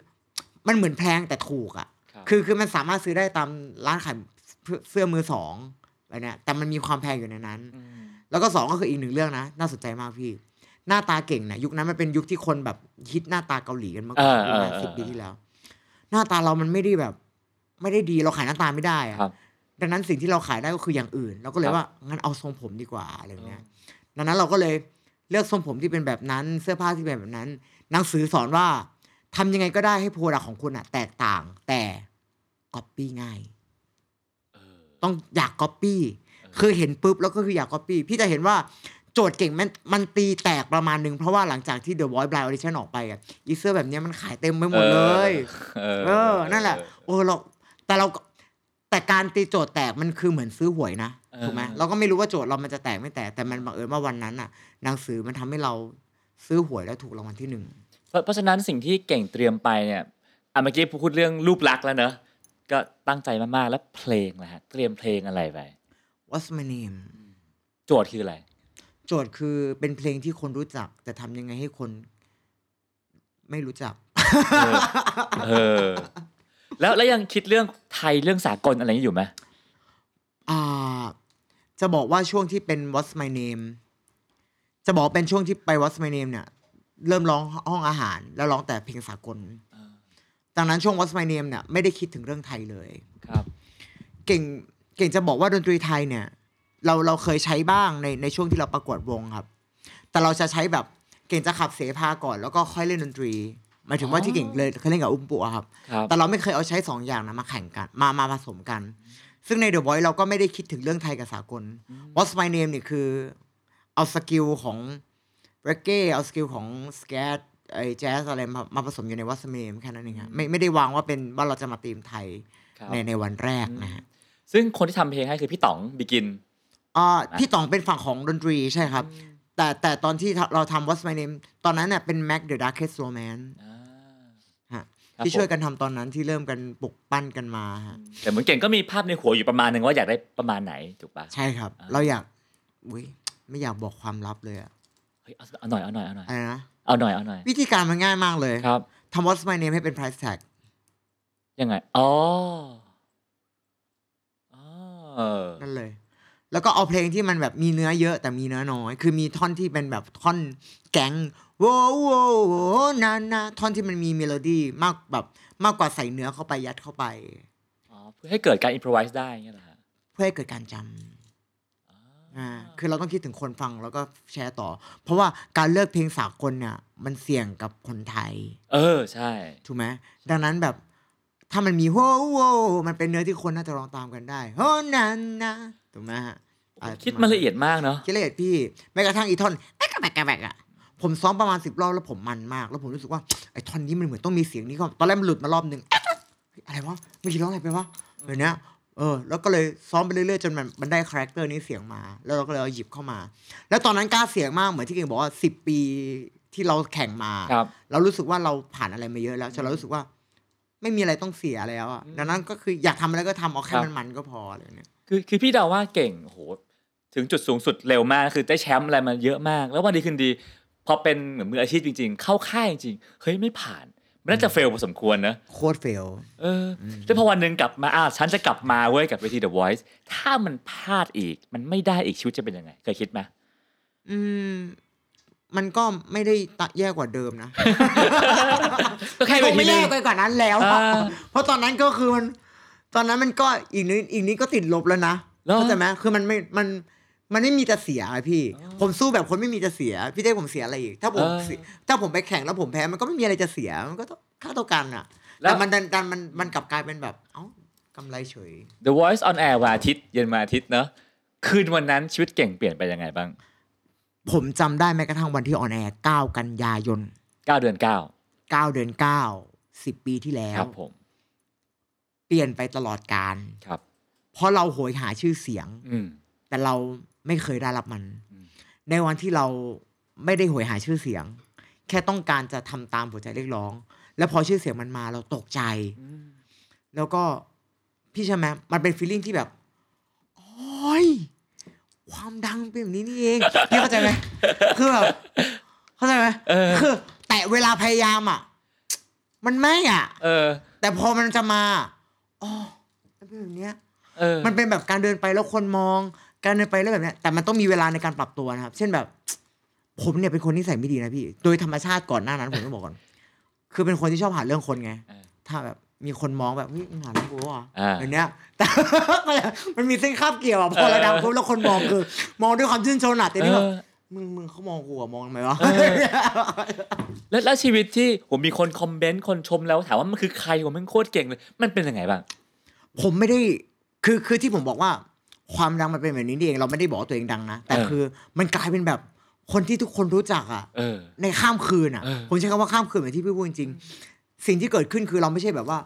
Speaker 1: มันเหมือนแพงแต่ถูกอะ่ะ
Speaker 3: ครับ
Speaker 1: คือคือมันสามารถซื้อได้ตามร้านขายเสื้อมือสองอะไรเนี่ยแต่มันมีความแพงอยู่ในนั้น
Speaker 3: ม
Speaker 1: แล้วก็สองก็คืออีกหนึ่งเรื่องนะ น่าสนใจมากพี่ หน้าตาเก่งนะยุคนั้นมันเป็นยุคที่คนแบบฮิตหน้าตาเกาหลีกันมาก
Speaker 3: เอ
Speaker 1: ๆ
Speaker 3: อ
Speaker 1: ประมาณ
Speaker 3: เออเออ
Speaker 1: สิบปีที่แล้ว หน้าตาเรามันไม่ได้แบบ ไม่ได้ดีเราขายหน้าตาไม่ได้อะ
Speaker 3: ครับ
Speaker 1: ดังนั้นสิ่งที่เราขายได้ก็คืออย่างอื่น เราก็เล
Speaker 3: ค
Speaker 1: ย
Speaker 3: รับ
Speaker 1: ว่างั้นเอาทรงผมดีกว่าอะไรแบบเนี้ยดังนั้นเราก็เลยเลือกทรงผมที่เป็นแบบนั้น เสื้อผ้าที่เป็นแบบนั้น หนังสือสอนว่าทำยังไงก็ได้ให้โปรดักของคุณอะแตกต่างแต่ก๊อปปี้ง่าย
Speaker 3: เออ
Speaker 1: ต้องอยากก๊อปปี้
Speaker 3: ออ
Speaker 1: คือเห็นปุ๊บแล้วก็คืออยากก๊อปปี้พี่จะเห็นว่าโจทย์เก่งมันมันตีแตกประมาณหนึ่งเพราะว่าหลังจากที่ The Voice Blind Audition ออกไปอะอีเสื้อแบบเนี้ยมันขายเต็มไปหมดเลย
Speaker 3: เออ
Speaker 1: เออ นั่นแหละ โอ้เรา แต่เราก็แต่การตีโจทย์แตกมันคือเหมือนซื้อหวยนะ ถูกไหมเราก็ไม่รู้ว่าโจทย์เรามันจะแตกไม่แตก แต่มันบังเอิญว่าวันนั้นน่ะ หนังสือมันทำให้เราซื้อหวยแล้วถูกรางวัลที่หนึ่ง
Speaker 3: เพราะเพราะฉะนั้นสิ่งที่เก่งเตรียมไปเนี่ยอ่ะเมื่อกี้พูดเรื่องรูปลักษณ์แล้วเนอะก็ตั้งใจมากๆแล้วเพลงนะฮะเตรียมเพลงอะไรไป
Speaker 1: What's my name
Speaker 3: โจทย์คืออะไร
Speaker 1: โจทย์คือเป็นเพลงที่คนรู้จัก แต่ทำยังไงให้คน ไม่รู้จัก
Speaker 3: เออเออ แล้วแล้วยังคิดเรื่องไทยเรื่องสากลอะไรอย่างนี้อยู่ไหม
Speaker 1: อ่า จะบอกว่าช่วงที่เป็น What's My Name จะบอกเป็นช่วงที่ไป What's My Name เนี่ย เริ่มร้องห้องอาหาร แล้วร้องแต่เพลงสากลดังนั้นช่วง What's My Name เนี่ยไม่ได้คิดถึงเรื่องไทยเลย
Speaker 3: ครับ
Speaker 1: เก่งเก่งจะบอกว่าดนตรีไทยเนี่ย เราเราเคยใช้บ้างในในช่วงที่เราประกวดวงครับ แต่เราจะใช้แบบเก่งจะขับเสพาก่อนแล้วก็ค่อยเล่นดนตรีหมายถึงว่าที่เก่งเลยเคยเล่นกับอุ้มปุ๊อะครับ
Speaker 3: ครับ
Speaker 1: แต่เราไม่เคยเอาใช้สองอย่างนะมาแข่งกันมามาผสมกัน ซึ่งใน The Voice เราก็ไม่ได้คิดถึงเรื่องไทยกับสากล What's My Name เนี่ยคือ เอาสกิลของเรเก้เอาสกิลของสแกตไอแจ๊สอะไรมามาผสมอยู่ใน What's My Name แค่นั้นเองครับไม่ไม่ได้วางว่าเป็นว่าเราจะมาตีมไทย
Speaker 3: ครับ
Speaker 1: ในในวันแรกนะฮะ
Speaker 3: ซึ่งคนที่ทำเพลงให้คือพี่ต๋องบิกิน
Speaker 1: อ่า
Speaker 3: นะ
Speaker 1: พี่ต๋องเป็นฝั่งของดนตรีใช่ครับ แต่แต่ตอนที่เราทำ What's My Name ตอนนั้นเนี่ยเป็น Mac the Darkest Romance ฮะ
Speaker 3: ครับ
Speaker 1: ที่ช่วย
Speaker 3: ผม
Speaker 1: กันทำตอนนั้นที่เริ่มกันปลุกปั้นกันมาฮะ
Speaker 3: แต่เหมือนเก่งก็มีภาพในหัวอยู่ประมาณหนึ่งว่าอยากได้ประมาณไหนถูกปะ
Speaker 1: ใช่ครับ
Speaker 3: อ่า
Speaker 1: เราอยากอุ้ยไม่อยากบอกความลับเลยอะ
Speaker 3: เฮ้ยเอาเอาหน่อยเอาหน่อยเอาหน่อย
Speaker 1: อะไรนะ
Speaker 3: เอาหน่อยเอาหน่อย
Speaker 1: วิธีการมันง่ายมากเลย
Speaker 3: ครับ
Speaker 1: ทำ What's My Name ให้เป็น price tag
Speaker 3: ยังไงอ๋ออ๋อเออ
Speaker 1: นั่นเลย แล้วก็เอาเพลงที่มันแบบมีเนื้อเยอะแต่มีเนื้อน้อย คือมีท่อนที่เป็นแบบท่อนแก๊งโว้วโว้วโว้วนานาท่อนที่มันมีเมโลดี้มากแบบมากกว่าใส่เนื้อเข้าไปยัดเข้าไป
Speaker 3: อ๋อเพื่อให้เกิดการอินพรไวส์ได้อย่างเงี้ยเหรอฮะ
Speaker 1: เพื่อให้เกิดการจำอ่า คือเราต้องคิดถึงคนฟังแล้วก็แชร์ต่อ เพราะว่าการเลือกเพลงสากลเนี่ย มันเสี่ยงกับคนไทย
Speaker 3: เออใช่
Speaker 1: ถูกไหม ดังนั้นแบบ ถ้ามันมีโว้วโว้วมันเป็นเนื้อที่คนน่าจะร้องตามกันได้โอ้นันนะ ถูกไหมฮะอ่
Speaker 3: คิดมาละเอียดมากเนาะ
Speaker 1: คิดละเอียดพี่ แม้กระทั่งอีท่อนแบกแบกแบกอะผมซ้อมประมาณสิบรอบแล้วผมมันมาก แล้วผมรู้สึกว่าไอ้ท่อนนี้มันเหมือนต้องมีเสียงนี้ก่อนตอนแรกมันหลุดมารอบหนึ่ง อะไรวะไม่คิดร้องอะไรไปวะแบบเนี้ยเออ แล้วก็เลยซ้อมไปเรื่อยๆ จนมันมันได้คาแรคเตอร์นี้เสียงมา แล้วเราก็เลยเอาหยิบเข้ามา แล้วตอนนั้นกล้าเสียงมากเหมือนที่เก่งบอกว่าสิบปีที่เราแข่งมา
Speaker 3: ครับ
Speaker 1: เรารู้สึกว่าเราผ่านอะไรมาเยอะแล้วจนเรารู้สึกว่า ไม่มีอะไรต้องเสียแล้วอะดังนั้นก็คืออยากทำอะไรก็ทำเอาแค่
Speaker 3: ครับ
Speaker 1: มันมันๆก็พออะไรเนี่ย
Speaker 3: คือคือพี่เดาว่าเก่งโอ้โหถึงจุดสูงสุดเร็วมาก คือได้แชมป์อะไรมาเยอะมาก แล้ววันดีคืนดี พอเป็นเหมือนมืออาชีพจริง ๆ เข้าค่ายจริงๆเฮ้ยไม่ผ่าน มันน่าจะเฟลพอสมควรนะ
Speaker 1: โคตรเฟล
Speaker 3: เออแล้วพอวันหนึ่งกลับมาอ้าวฉันจะกลับมาเว้ยกับเวที The Voice ถ้ามันพลาดอีกมันไม่ได้อีกชีวิตจะเป็นยังไง เคยคิดไหม
Speaker 1: อืม มันก็ไม่ได้ตะแย่กว่าเดิมนะ
Speaker 3: ก็แค่เว
Speaker 1: คง
Speaker 3: ที
Speaker 1: ไม่
Speaker 3: หนึ
Speaker 1: แย่
Speaker 3: ง
Speaker 1: ไปกว่านั้นแล้วอะ
Speaker 3: อ่า
Speaker 1: เพราะตอนนั้นก็คือมัน ตอนนั้นมันก็อีกนิดอีกนิดก็ติดลบแล้วนะ
Speaker 3: แล้ว
Speaker 1: เข้าใจไหมคือมันไม่มันมันไม่มีจะเสียอะพี่ ผมสู้แบบคนไม่มีจะเสีย พี่ได้ผมเสียอะไรอีก ถ้าผมเสียถ้าผมไปแข่งแล้วผมแพ้มันก็ไม่มีอะไรจะเสียมันก็ต้องค่าเท่ากันอะแต่มันดันดันมันมันกลับกลายเป็นแบบ เอ้ากำไรเฉย
Speaker 3: The Voice on Air วันอาทิตย์เย็นวันอาทิตย์เนอะคืนวันนั้นชีวิตเก่งเปลี่ยนไปยังไงบ้าง
Speaker 1: ผมจำได้แม้กระทั่งวันที่ออนแอร์9กันยายน
Speaker 3: เก้าเดือนเก้า
Speaker 1: 9เดือน9 10 ปีที่แล้
Speaker 3: คว รับผม
Speaker 1: เปลี่ยนไปตลอดการ
Speaker 3: ครับ
Speaker 1: เพราะเราโหยหาชื่อเสียง
Speaker 3: อืม
Speaker 1: แต่เราไม่เคยได้รับมัน ในวันที่เราไม่ได้โหยหาชื่อเสียง แค่ต้องการจะทำตามหัวใจเรียกร้อง แล้วพอชื่อเสียงมันมาเราตกใจ แล้วก็พี่ใช่อไหมมันเป็นฟีลลิ่งที่แบบโอ้ยความดังเป็นแบบนี้นี่เองพี่เข้าใจไหมคือแบบเข้าใจไหม
Speaker 3: เออ
Speaker 1: คือ แต่เวลาพยายามอ่ะ มันไม่อ่ะ
Speaker 3: เออ
Speaker 1: แต่พอมันจะมาอ๋อมันเป็นแบบเนี้ย
Speaker 3: เออ
Speaker 1: มันเป็นแบบการเดินไปแล้วคนมอง การเดินไปแล้วแบบเนี้ยแต่มันต้องมีเวลาในการปรับตัวนะครับ เช่นแบบ ผมเนี่ยเป็นคนนิสัยไม่ดีนะพี่ โดยธรรมชาติก่อนหน้านั้นผมต้องบอกก่อน คือเป็นคนที่ชอบหาเรื่องคนไง
Speaker 3: เออ
Speaker 1: ถ้าแบบ มีคนมองแบบเฮ้ยมึงหาเรื่องกูอ่ะ
Speaker 3: อ่า
Speaker 1: อย่างเนี้ย แต่ มันมีเส้นคาบเกี่ยวอ่ะพอระดับ
Speaker 3: เออ
Speaker 1: ปุ๊บแล้วคนมองคือ มองด้วยความชื่นชมน่ะแต่นี่แบบ
Speaker 3: เออ
Speaker 1: มึงมึงเขามองกูอ่ะมองทำไมวะ
Speaker 3: เออ แล้วแล้วชีวิตที่ผมมีคนคอมเมนต์คนชมแล้วถามว่ามันคือใครผมมันโคตรเก่งเลย มันเป็นยังไงบ้าง
Speaker 1: ผมไม่ได้คือคือที่ผมบอกว่า ความดังมันเป็นแบบนี้นี่เองเราไม่ได้บอกว่าตัวเองดังนะแต่
Speaker 3: เออ
Speaker 1: คือมันกลายเป็นแบบคนที่ทุกคนรู้จักอ่ะ
Speaker 3: เออ
Speaker 1: ในข้ามคืนอ่ะ
Speaker 3: เออ
Speaker 1: ผมใช้คำว่าข้ามคืนเหมือนที่พี่พูดจริงๆสิ่งที่เกิดขึ้นคือเราไม่ใช่แบบว่า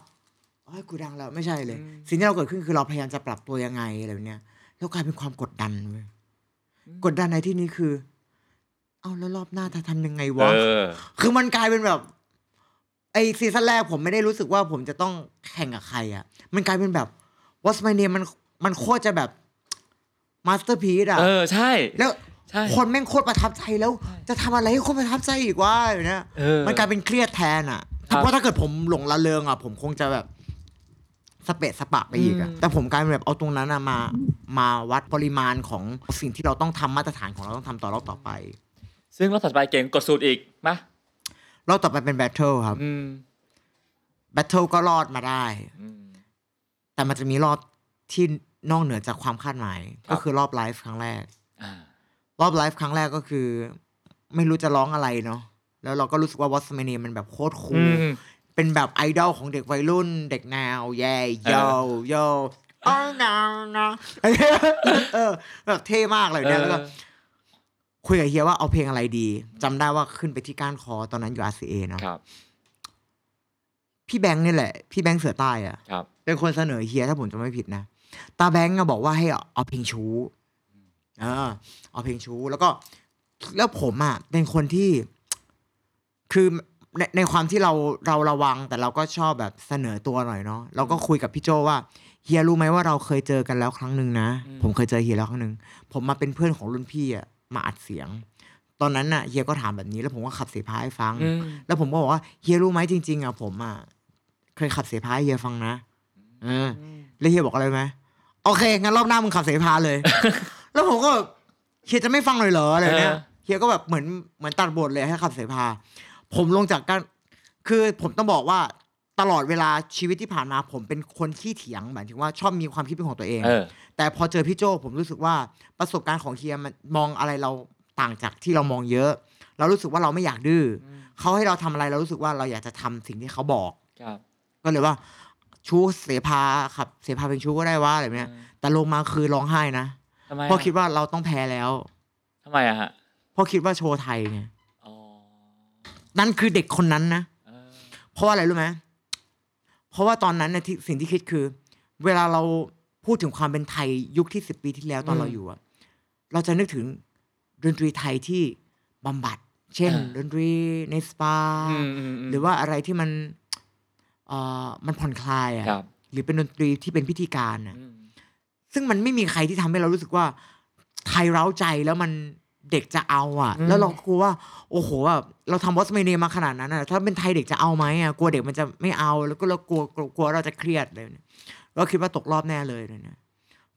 Speaker 1: โอ้ยกูดังแล้วไม่ใช่เลย
Speaker 3: อืม
Speaker 1: สิ่งที่เราเกิดขึ้นคือเราพยายามจะปรับตัวยังไงอะไรแบบเนี้ยแล้วกลายเป็นความกดดันเว้ยกดดันในที่นี้คือ เอาแล้วรอบหน้าจะทำยังไงวะ
Speaker 3: เออ
Speaker 1: คือมันกลายเป็นแบบ ไอซีซั่นแรกผมไม่ได้รู้สึกว่าผมจะต้องแข่งกับใครอ่ะ มันกลายเป็นแบบ What's My Name มันมันโคตรจะแบบ masterpiece อ่ะ
Speaker 3: เออ ใช่
Speaker 1: แล้ว
Speaker 3: ใช่
Speaker 1: คนแม่งโคตรประทับใจแล้ว
Speaker 3: ใช่
Speaker 1: จะทำอะไรให้คนประทับใจอีกวะอย่างเนี้ย
Speaker 3: เออ
Speaker 1: มันกลายเป็นเครียดแทนอ่ะ
Speaker 3: ครับ
Speaker 1: เพราะถ้าเกิดผมหลงละเลงอ่ะ ผมคงจะแบบสเปะสปะไปอีกอ่ะ
Speaker 3: อืม
Speaker 1: แต่ผมกลายเป็นแบบเอาตรงนั้นอะมา มาวัดปริมาณของสิ่งที่เราต้องทำมาตรฐานของเราต้องทำต่อรอบต่อไป
Speaker 3: ซึ่งรอบถัดไปเก่งกดสูตรอีกมาร
Speaker 1: อบต่อไปเป็นแบทเทิลครับ
Speaker 3: อืม
Speaker 1: แบทเทิลก็รอดมาได้
Speaker 3: อืม
Speaker 1: แต่มันจะมีรอบที่นอกเหนือจากความคาดหมาย
Speaker 3: ครับ
Speaker 1: ก็คือรอบไลฟ์ครั้งแรก
Speaker 3: อ่าร
Speaker 1: อบไลฟ์ครั้งแรกก็คือ ไม่รู้จะร้องอะไรเนาะแล้วเราก็รู้สึกว่าวอสเมเนียมันแบบโคตรคูล
Speaker 3: อืม
Speaker 1: เป็นแบบไอดอลของเด็กวัยรุ่น เด็กแนวแย่
Speaker 3: เอ
Speaker 1: โย
Speaker 3: อ
Speaker 1: โยอ้าวนานะ เออแบบเท่มากเลยเนี่ยแล้วก็คุยกับเฮียว่าเอาเพลงอะไรดีจำได้ว่าขึ้นไปที่ก้านคอตอนนั้นอยู่ RCA เนาะ
Speaker 3: ครับ
Speaker 1: พี่แบงค์นี่แหละ พี่แบงค์เสือใต้อะ
Speaker 3: ครับ
Speaker 1: เป็นคนเสนอเฮียถ้าผมจะไม่ผิดนะ ตาแบงก์อะบอกว่าให้เอาเพลงชู้เออเอาเพลงชู้แล้วก็ แล้วผมอะเป็นคนที่ คือในในความที่เราเราระวัง แต่เราก็ชอบแบบเสนอตัวหน่อยเนาะเราก็คุยกับพี่โจว่าเฮียรู้ไหมว่าเราเคยเจอกันแล้วครั้งหนึ่งนะ
Speaker 3: อืม
Speaker 1: ผมเคยเจอเฮียแล้วครั้งหนึ่งผมมาเป็นเพื่อนของรุ่นพี่อะมาอัดเสียง ตอนนั้นน่ะเฮียก็ถามแบบนี้แล้วผมก็ขับเสพาให้ฟัง
Speaker 3: อืม
Speaker 1: แล้วผมก็บอกว่าเฮียรู้ไหมจริง ๆอ่ะผมอ่ะเคยขับเสพาให้เฮียฟังนะเอออแล้วเฮียบอกอะไรไหมโอเคงั้นรอบหน้ามึงขับเสพาเลย แล้วผมก็แบบเฮียจะไม่ฟังเลยเหรออะไรเนี้ย
Speaker 3: เออ
Speaker 1: เฮียก็แบบเหมือนเหมือนตัดบทเลยให้ขับเสพา ผมลงจากการคือผมต้องบอกว่าตลอดเวลาชีวิตที่ผ่านมา ผมเป็นคนขี้เถียงหมายถึงว่าชอบมีความคิดเป็นของตัวเอง
Speaker 3: เออ
Speaker 1: แต่พอเจอพี่โจผมรู้สึกว่าประสบการณ์ของเฮียมันมองอะไรเราต่างจากที่เรามองเยอะ เรารู้สึกว่าเราไม่อยากดื้ออเขาให้เราทำอะไรเรารู้สึกว่าเราอยากจะทำสิ่งที่เขาบอก
Speaker 3: ครับ
Speaker 1: ก็เลยว่า ชู้เสพาขับ เสพาเป็นชู้ก็ได้ว่าอะไรแบบเนี้ย
Speaker 3: อืม
Speaker 1: แต่ลงมาคือร้องไห้นะ
Speaker 3: ทำไม
Speaker 1: เพราะคิดว่าเราต้องแพ้แล้ว
Speaker 3: ทำไมอะฮะ
Speaker 1: เพราะคิดว่าโชว์ไทยไง
Speaker 3: อ๋อ
Speaker 1: นั่นคือเด็กคนนั้นนะ
Speaker 3: เออ
Speaker 1: เพราะว่าอะไรรู้ไหม เพราะว่าตอนนั้นเนี่ยที่สิ่งที่คิดคือ เวลาเราพูดถึงความเป็นไทยยุคที่สิบปีที่แล้วตอนเราอยู่อะเราจะนึกถึงดนตรีไทยที่บำบัด เช่น ดนตรีในสปา
Speaker 3: อืมอืมม
Speaker 1: หรือว่าอะไรที่มันเอ่อมันผ่อนคลายอะ
Speaker 3: ครับ
Speaker 1: หรือเป็นดนตรีที่เป็นพิธีการอะ
Speaker 3: อืม
Speaker 1: ซึ่งมันไม่มีใครที่ทำให้เรารู้สึกว่า ไทยเร้าใจแล้วมันเด็กจะเอาอะแล้วเรากลัวว่า โอ้โหแบบเราทำวอสเมเนมาขนาดนั้นอะถ้าเป็นไทยเด็กจะเอาไหมอะกลัวเด็กมันจะไม่เอา แล้วก็เรากลัวกลัวกลัวเราจะเครียดเลยเนี่ยเราคิดว่าตกรอบแน่เลยเลยเนี่ย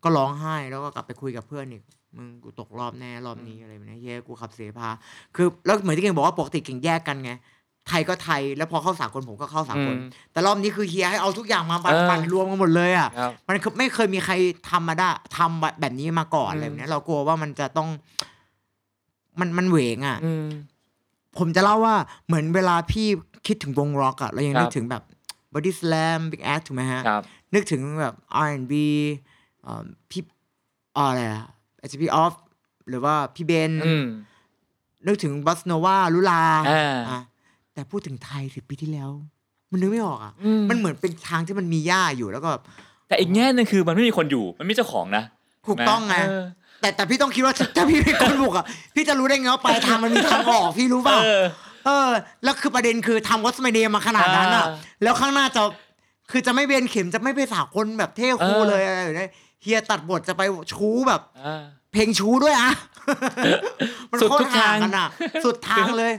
Speaker 1: ก็ร้องไห้แล้วก็กลับไปคุยกับเพื่อนอีกมึงกูตกรอบแน่รอบนี้อะไรแบบเนี้ยเย้กูขับเสพา คือแล้วเหมือนที่เก่งบอกว่าปกติเก่งแยกกันไงไทยก็ไทยแล้วพอเข้าสากลผมก็เข้าสากลแต่รอบนี้คือเฮียให้เอาทุกอย่างมาปันปันรวมกันหมดเลยอะ
Speaker 3: ครับ
Speaker 1: มันคือไม่เคยมีใครทำมาได้ทำแบบนี้มาก่อน
Speaker 3: อืม
Speaker 1: อะไรแบบเนี้ยเรากลัวว่ามันจะต้อง มันมันเหวงอ่ะ
Speaker 3: อืม
Speaker 1: ผมจะเล่าว่าเหมือนเวลาพี่คิดถึงวงร็อกอ่ะเรายัง
Speaker 3: ครับ
Speaker 1: นึกถึงแบบ Body Slam Big Ass ถูกไหมฮะ
Speaker 3: ครับ
Speaker 1: นึกถึงแบบ R&B เอ่อพี่เอ่ออะไรอ่ะ HP Off หรือว่าพี่เบน
Speaker 3: อืม
Speaker 1: นึกถึงบัสโนวาลุลา
Speaker 3: อ่า
Speaker 1: อ่ะแต่พูดถึงไทยสิปีที่แล้ว มันนึกไม่ออกอ่ะ
Speaker 3: อืม
Speaker 1: มันเหมือนเป็นทางที่มันมีหญ้าอยู่แล้วก็แบบ
Speaker 3: แต่อีกแง่หนึงคือมันไม่มีคนอยู่ มันไม่มีเจ้าของนะ
Speaker 1: ถูกต้องไง
Speaker 3: เออ
Speaker 1: แต่แต่พี่ต้องคิดว่าถ้าถ้าพี่เป็นคนบุกอ่ะ พี่จะรู้ได้ไงว่าปลายทางมันมีทางออกพี่รู้ป่ะ
Speaker 3: เออ
Speaker 1: เออ แล้วคือประเด็นคือทำวัสมเดียมาขนาดนั้นอ่ะ
Speaker 3: อ่า
Speaker 1: แล้วข้างหน้าจะคือจะไม่เบนเข็มจะไม่ไปสาวคนแบบเท่คูล
Speaker 3: เออ
Speaker 1: เลยอะไรอย่างเงี้ยเฮียตัดบทจะไปชู้แบบ
Speaker 3: อ่า
Speaker 1: เพลงชู้ด้วย อ่ะ มัน
Speaker 3: สุด
Speaker 1: โคต
Speaker 3: ทุ
Speaker 1: ร
Speaker 3: ก
Speaker 1: ห่า
Speaker 3: ทาง ง
Speaker 1: กัน อ่ะ สุดทางเลย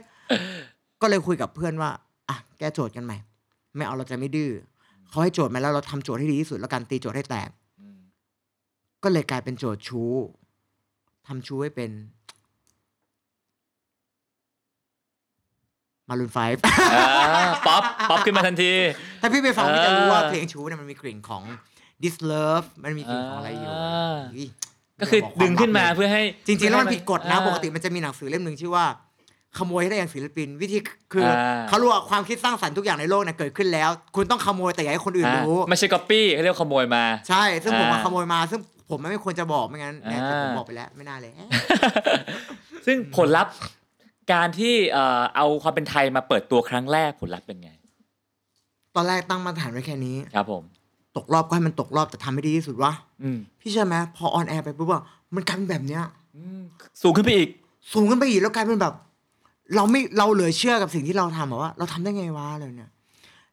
Speaker 1: ก็เลยคุยกับเพื่อนว่าอ่ะแก้โจทย์กันใหม่ไม่เอาเราจะไม่ดื้อเขาให้โจทย์มาแล้วเราทำโจทย์ให้ดีที่สุดแล้วกันตีโจทย์ให้แตก
Speaker 3: อืม
Speaker 1: ก็เลยกลายเป็นโจทย์ชู้ทำชู้ให้เป็น มารุนไฟ
Speaker 3: อ่าป๊อปป๊อปขึ้นมาทันที
Speaker 1: ถ้าพี่ไปฟังพี่จะรู้
Speaker 3: เออ
Speaker 1: ว่าเพลงชูเนี่ยมันมีกลิ่นของ This Love มันมีกลิ่นของอะไรอยู่
Speaker 3: อ่า
Speaker 1: เฮ้ย
Speaker 3: ก็คือ
Speaker 1: ไม่บวาม
Speaker 3: ดึงขึ้นมา
Speaker 1: ลับเลย
Speaker 3: เพื่อให้
Speaker 1: จริง ๆ แล้วมันผิดกฎนะ
Speaker 3: อ่า
Speaker 1: ปกติมันจะมีหนังสือเล่มหนึ่งชื่อว่า ขโมยให้ได้อย่างศิลปิน วิธีคืออา เขารู้ว่าความคิดสร้างสรรค์ทุกอย่างในโลกเนี่ยเกิดขึ้นแล้ว คุณต้องขโมยแต่อย่าให้คนอื่น
Speaker 3: อ่า
Speaker 1: รู้
Speaker 3: ไม่ใช่ก๊อปปี้เขาเรียกว่าขโมยมา
Speaker 1: ใช่ ซึ่งผมมา
Speaker 3: อ่า
Speaker 1: ขโมยมา ซึ่งผมไม่ควรจะบอกไม่งั้นเนี่ยแต่ผม
Speaker 3: อ่า
Speaker 1: บอกไปแล้วไม่น่าเลย
Speaker 3: ซึ่งผลลัพธ์การที่เอ่อเอาความเป็นไทยมาเปิดตัวครั้งแรกผลลัพธ์เป็นไง
Speaker 1: ตอนแรกตั้งมาตรฐานไว้แค่นี้
Speaker 3: ครับผม
Speaker 1: ตกรอบก็ให้มันตกรอบแต่ทำให้ดีที่สุดวะ
Speaker 3: อืม
Speaker 1: พี่เชื่อไหมพอออนแอร์ไปปุ๊บว่ามันกลายเป็นแบบเนี้ย
Speaker 3: อืมสูงขึ้นไปอีก
Speaker 1: สูงขึ้นไปอีกแล้วกลายเป็นแบบ เราไม่เราเหลือเชื่อกับสิ่งที่เราทำอะว่า เราทำได้ไงวะอะไรเนี่ย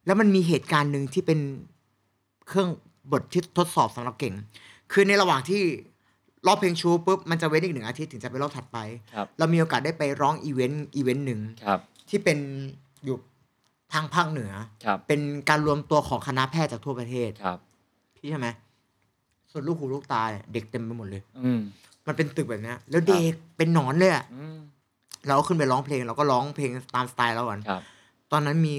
Speaker 1: แล้วมันมีเหตุการณ์หนึ่งที่เป็นเครื่องบทที่ทดสอบสำหรับเก่ง คือในระหว่างที่รอบเพลงชูปุ๊บมันจะเว้นอีกหนึ่งอาทิตย์ถึงจะไปรอบถัดไป
Speaker 3: ครับ
Speaker 1: เรามีโอกาสได้ไปร้องอีเวนต์อีเวนต์หนึ่ง
Speaker 3: ครับ
Speaker 1: ที่เป็นอยู่ทางภาคเหนือ
Speaker 3: ครับ
Speaker 1: เป็นการรวมตัวของคณะแพทย์จากทั่วประเทศ
Speaker 3: ครับ
Speaker 1: พี่ใช่ไหมส่วนลูกหูลูกตาเนี่ยเด็กเต็มไปหมดเลย
Speaker 3: อืม
Speaker 1: มันเป็นตึกแบบเนี้ยแล้วเด็กเป็นหนอนเลยอะ
Speaker 3: อืม
Speaker 1: เราก็ขึ้นไปร้องเพลงเราก็ร้องเพลงตามสไตล์เราก่อน
Speaker 3: ครับ
Speaker 1: ตอนนั้นมี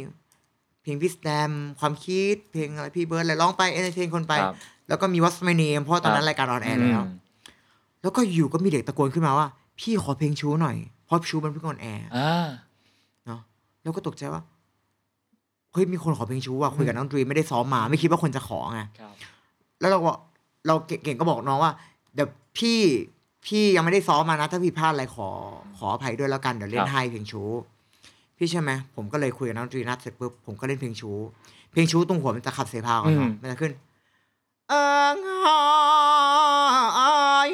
Speaker 1: เพลงพี่สแตมความคิด เพลงอะไรพี่เบิร์ดอะไรร้องไปเอนเตอร์เทนคนไป
Speaker 3: ครับ
Speaker 1: แล้วก็มีวั s ไมเนมเพราะว่าตอนนั้นรายการออนแอร์แล้ว
Speaker 3: ม
Speaker 1: แล้วก็อยู่ก็มีเด็กตะโกนขึ้นมาว่า พี่ขอเพลงชูหน่อย เพราะชูมันเพิ่งออนแอร์
Speaker 3: อ่า
Speaker 1: เนาะแล้วก็ตกใจว่า เฮ้ยมีคนขอเพลงชูว่ะคุยกับน้องดรีมไม่ได้ซ้อมมา ไม่คิดว่าคนจะขอไง
Speaker 3: ครับ
Speaker 1: แล้วเราก็เราเก่งก็บอกน้องว่าเดี๋ยวพี่พี่ยังไม่ได้ซ้อมมานะ ถ้าพี่พลาดอะไรขอขออภัยด้วยแล้วกันเดี๋ยวเล่
Speaker 3: ครั
Speaker 1: น
Speaker 3: บ
Speaker 1: ให้เพลงชูพี่ใช่อไหมผมก็เลยคุยกับน้องตรีนัทเสร็จปุ๊บผมก็เล่นเพลงชูเพลงชูตรงหัวมันจะขับเสพาก่อนเนาะมันจะขึ้น เอิงหอย